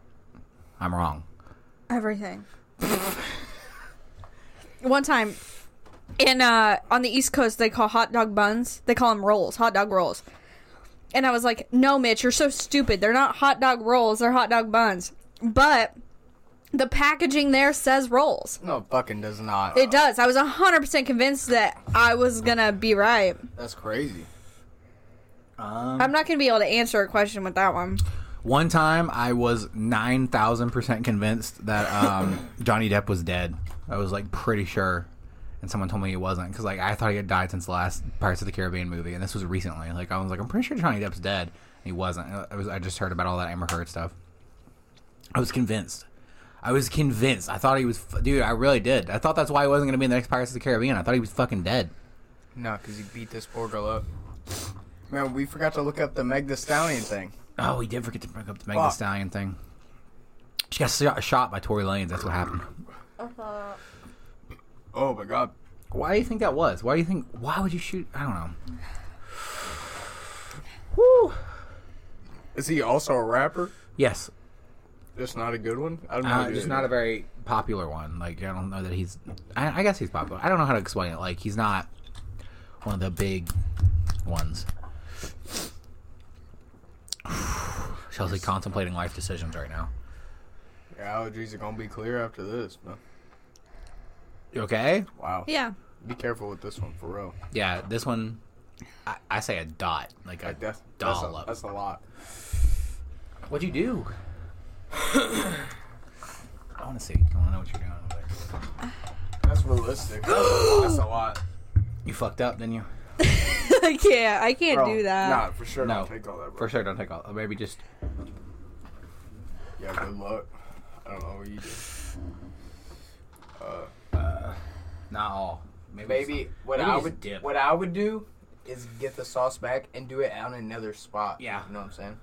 Speaker 2: I'm wrong?
Speaker 3: Everything. One time, in uh, on the East Coast, they call hot dog buns. They call them rolls, hot dog rolls. And I was like, "No, Mitch, you're so stupid. They're not hot dog rolls. They're hot dog buns." But the packaging there says rolls.
Speaker 1: No, fucking does not.
Speaker 3: It does. I was hundred percent convinced that I was gonna be right.
Speaker 1: That's crazy.
Speaker 2: Um,
Speaker 3: I'm not gonna be able to answer a question with that one.
Speaker 2: one time I was 9,000% convinced that um, Johnny Depp was dead. I was like pretty sure. And someone told me he wasn't because like I thought he had died since the last Pirates of the Caribbean movie, and this was recently. Like I was like, I'm pretty sure Johnny Depp's dead. And he wasn't. I was. I just heard about all that Amber Heard stuff. I was convinced. I was convinced. I thought he was, f- dude. I really did. I thought that's why he wasn't going to be in the next Pirates of the Caribbean. I thought he was fucking dead.
Speaker 1: No, because you beat this poor girl up. Man, we forgot to look up the Meg the Stallion thing.
Speaker 2: Oh, we did forget to bring up the Meg
Speaker 1: Fuck.
Speaker 2: Thee Stallion thing. She got shot- shot by Tory Lanez. That's what happened.
Speaker 1: Oh my god.
Speaker 2: Why do you think that was? Why do you think? Why would you shoot? I don't know.
Speaker 1: Is he also a rapper?
Speaker 2: Yes,
Speaker 1: Just not a good one? I don't know.
Speaker 2: uh,
Speaker 1: who
Speaker 2: just
Speaker 1: it
Speaker 2: not a
Speaker 1: is.
Speaker 2: very popular one. Like I don't know that he's. I, I guess he's popular. I don't know how to explain it. Like he's not one of the big ones. *sighs* Chelsea contemplating life decisions right now.
Speaker 1: Your allergies are gonna be clear after this, man.
Speaker 2: You okay?
Speaker 1: Wow.
Speaker 3: *laughs* Yeah.
Speaker 1: Be careful with this one, for real.
Speaker 2: Yeah, this one, I, I say a dot, like a
Speaker 1: Like that's that's
Speaker 2: dollop.
Speaker 1: a, that's a lot.
Speaker 2: What'd you do? I want to see. I want to know what you're doing. over there.
Speaker 1: That's
Speaker 3: *gasps*
Speaker 1: realistic. that's a lot.
Speaker 2: You fucked up, didn't you?
Speaker 3: I can't. I can't
Speaker 1: Bro,
Speaker 3: do that.
Speaker 1: Nah, for sure.
Speaker 2: No.
Speaker 1: Don't take all that, bro.
Speaker 2: For sure, don't take all. Or maybe just
Speaker 1: Yeah, good luck. I don't know what you did. Uh,
Speaker 2: not all. Maybe,
Speaker 1: Maybe
Speaker 2: just-
Speaker 1: what
Speaker 2: maybe
Speaker 1: I
Speaker 2: just
Speaker 1: would
Speaker 2: dip.
Speaker 1: what I would do is get the sauce back and do it on another spot.
Speaker 2: Yeah.
Speaker 1: you know what I'm saying.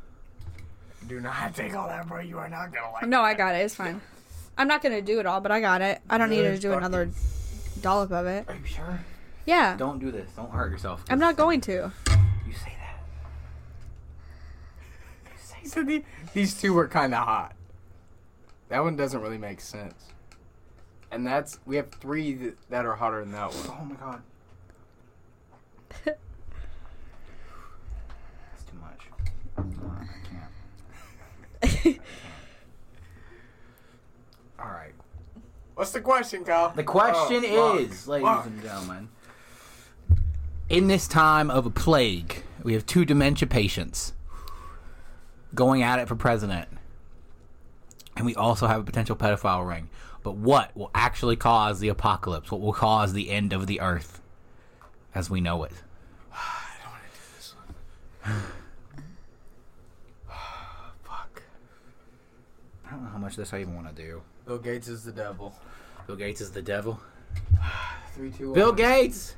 Speaker 1: Do not *laughs* take all that, bro. You are not gonna like.
Speaker 3: No, I got it. It's fine. I'm not gonna do it all, but I got it. I don't need
Speaker 2: Good
Speaker 3: to do another dollop of it.
Speaker 2: Are you sure?
Speaker 3: Yeah,
Speaker 2: Don't do this. Don't hurt yourself.
Speaker 3: I'm not going to.
Speaker 2: You say that.
Speaker 1: So the- these two were kind of hot. That one doesn't really make sense. And that's we have three th- that are hotter than that one.
Speaker 2: Oh my
Speaker 3: *laughs*
Speaker 2: god. That's too much. Uh, I can't. All right.
Speaker 1: What's the question, Kyle?
Speaker 2: The question
Speaker 1: Oh, fuck.
Speaker 2: is, ladies
Speaker 1: Fuck.
Speaker 2: and gentlemen, in this time of a plague, we have two dementia patients going at it for president. And we also have a potential pedophile ring. But what will actually cause the apocalypse? What will cause the end of the earth as we
Speaker 1: *sighs*
Speaker 2: know it?
Speaker 1: Fuck.
Speaker 2: I don't know how much of this I even want to do.
Speaker 1: Bill Gates is the devil.
Speaker 2: Bill Gates is the devil.
Speaker 1: Three, two, one.
Speaker 2: Bill Gates!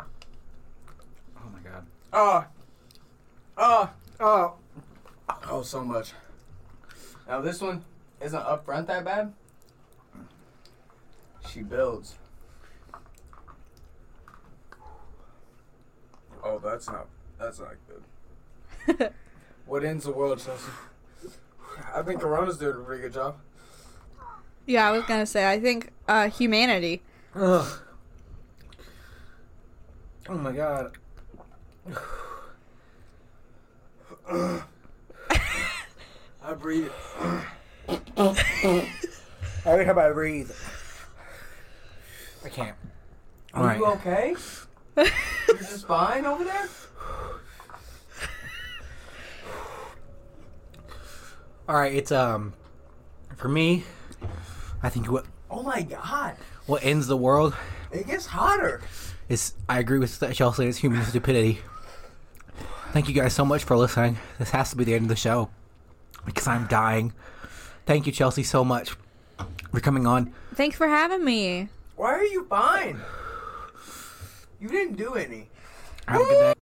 Speaker 2: Oh my god.
Speaker 1: Oh. Oh. Oh. Oh, so much. Now this one isn't up front that bad. She builds. Oh, that's not. That's not good. what ends the world, Chelsea? I think Corona's doing a pretty good job.
Speaker 3: *laughs* Yeah, I was gonna say. I think uh, humanity.
Speaker 2: Ugh. Oh my god.
Speaker 1: I breathe.
Speaker 2: Every time I breathe, I can't. All
Speaker 1: Are
Speaker 2: right.
Speaker 1: you okay? You're just fine over there.
Speaker 2: All right. It's um, for me, I think what
Speaker 1: Oh my god!
Speaker 2: what ends the world
Speaker 1: It gets hotter.
Speaker 2: is I agree with Chelsea. It's human stupidity. Thank you guys so much for listening. This has to be the end of the show because I'm dying. Thank you, Chelsea, so much for coming on.
Speaker 3: Thanks for having me.
Speaker 1: Why are you fine? You didn't do any.
Speaker 2: Have a good day.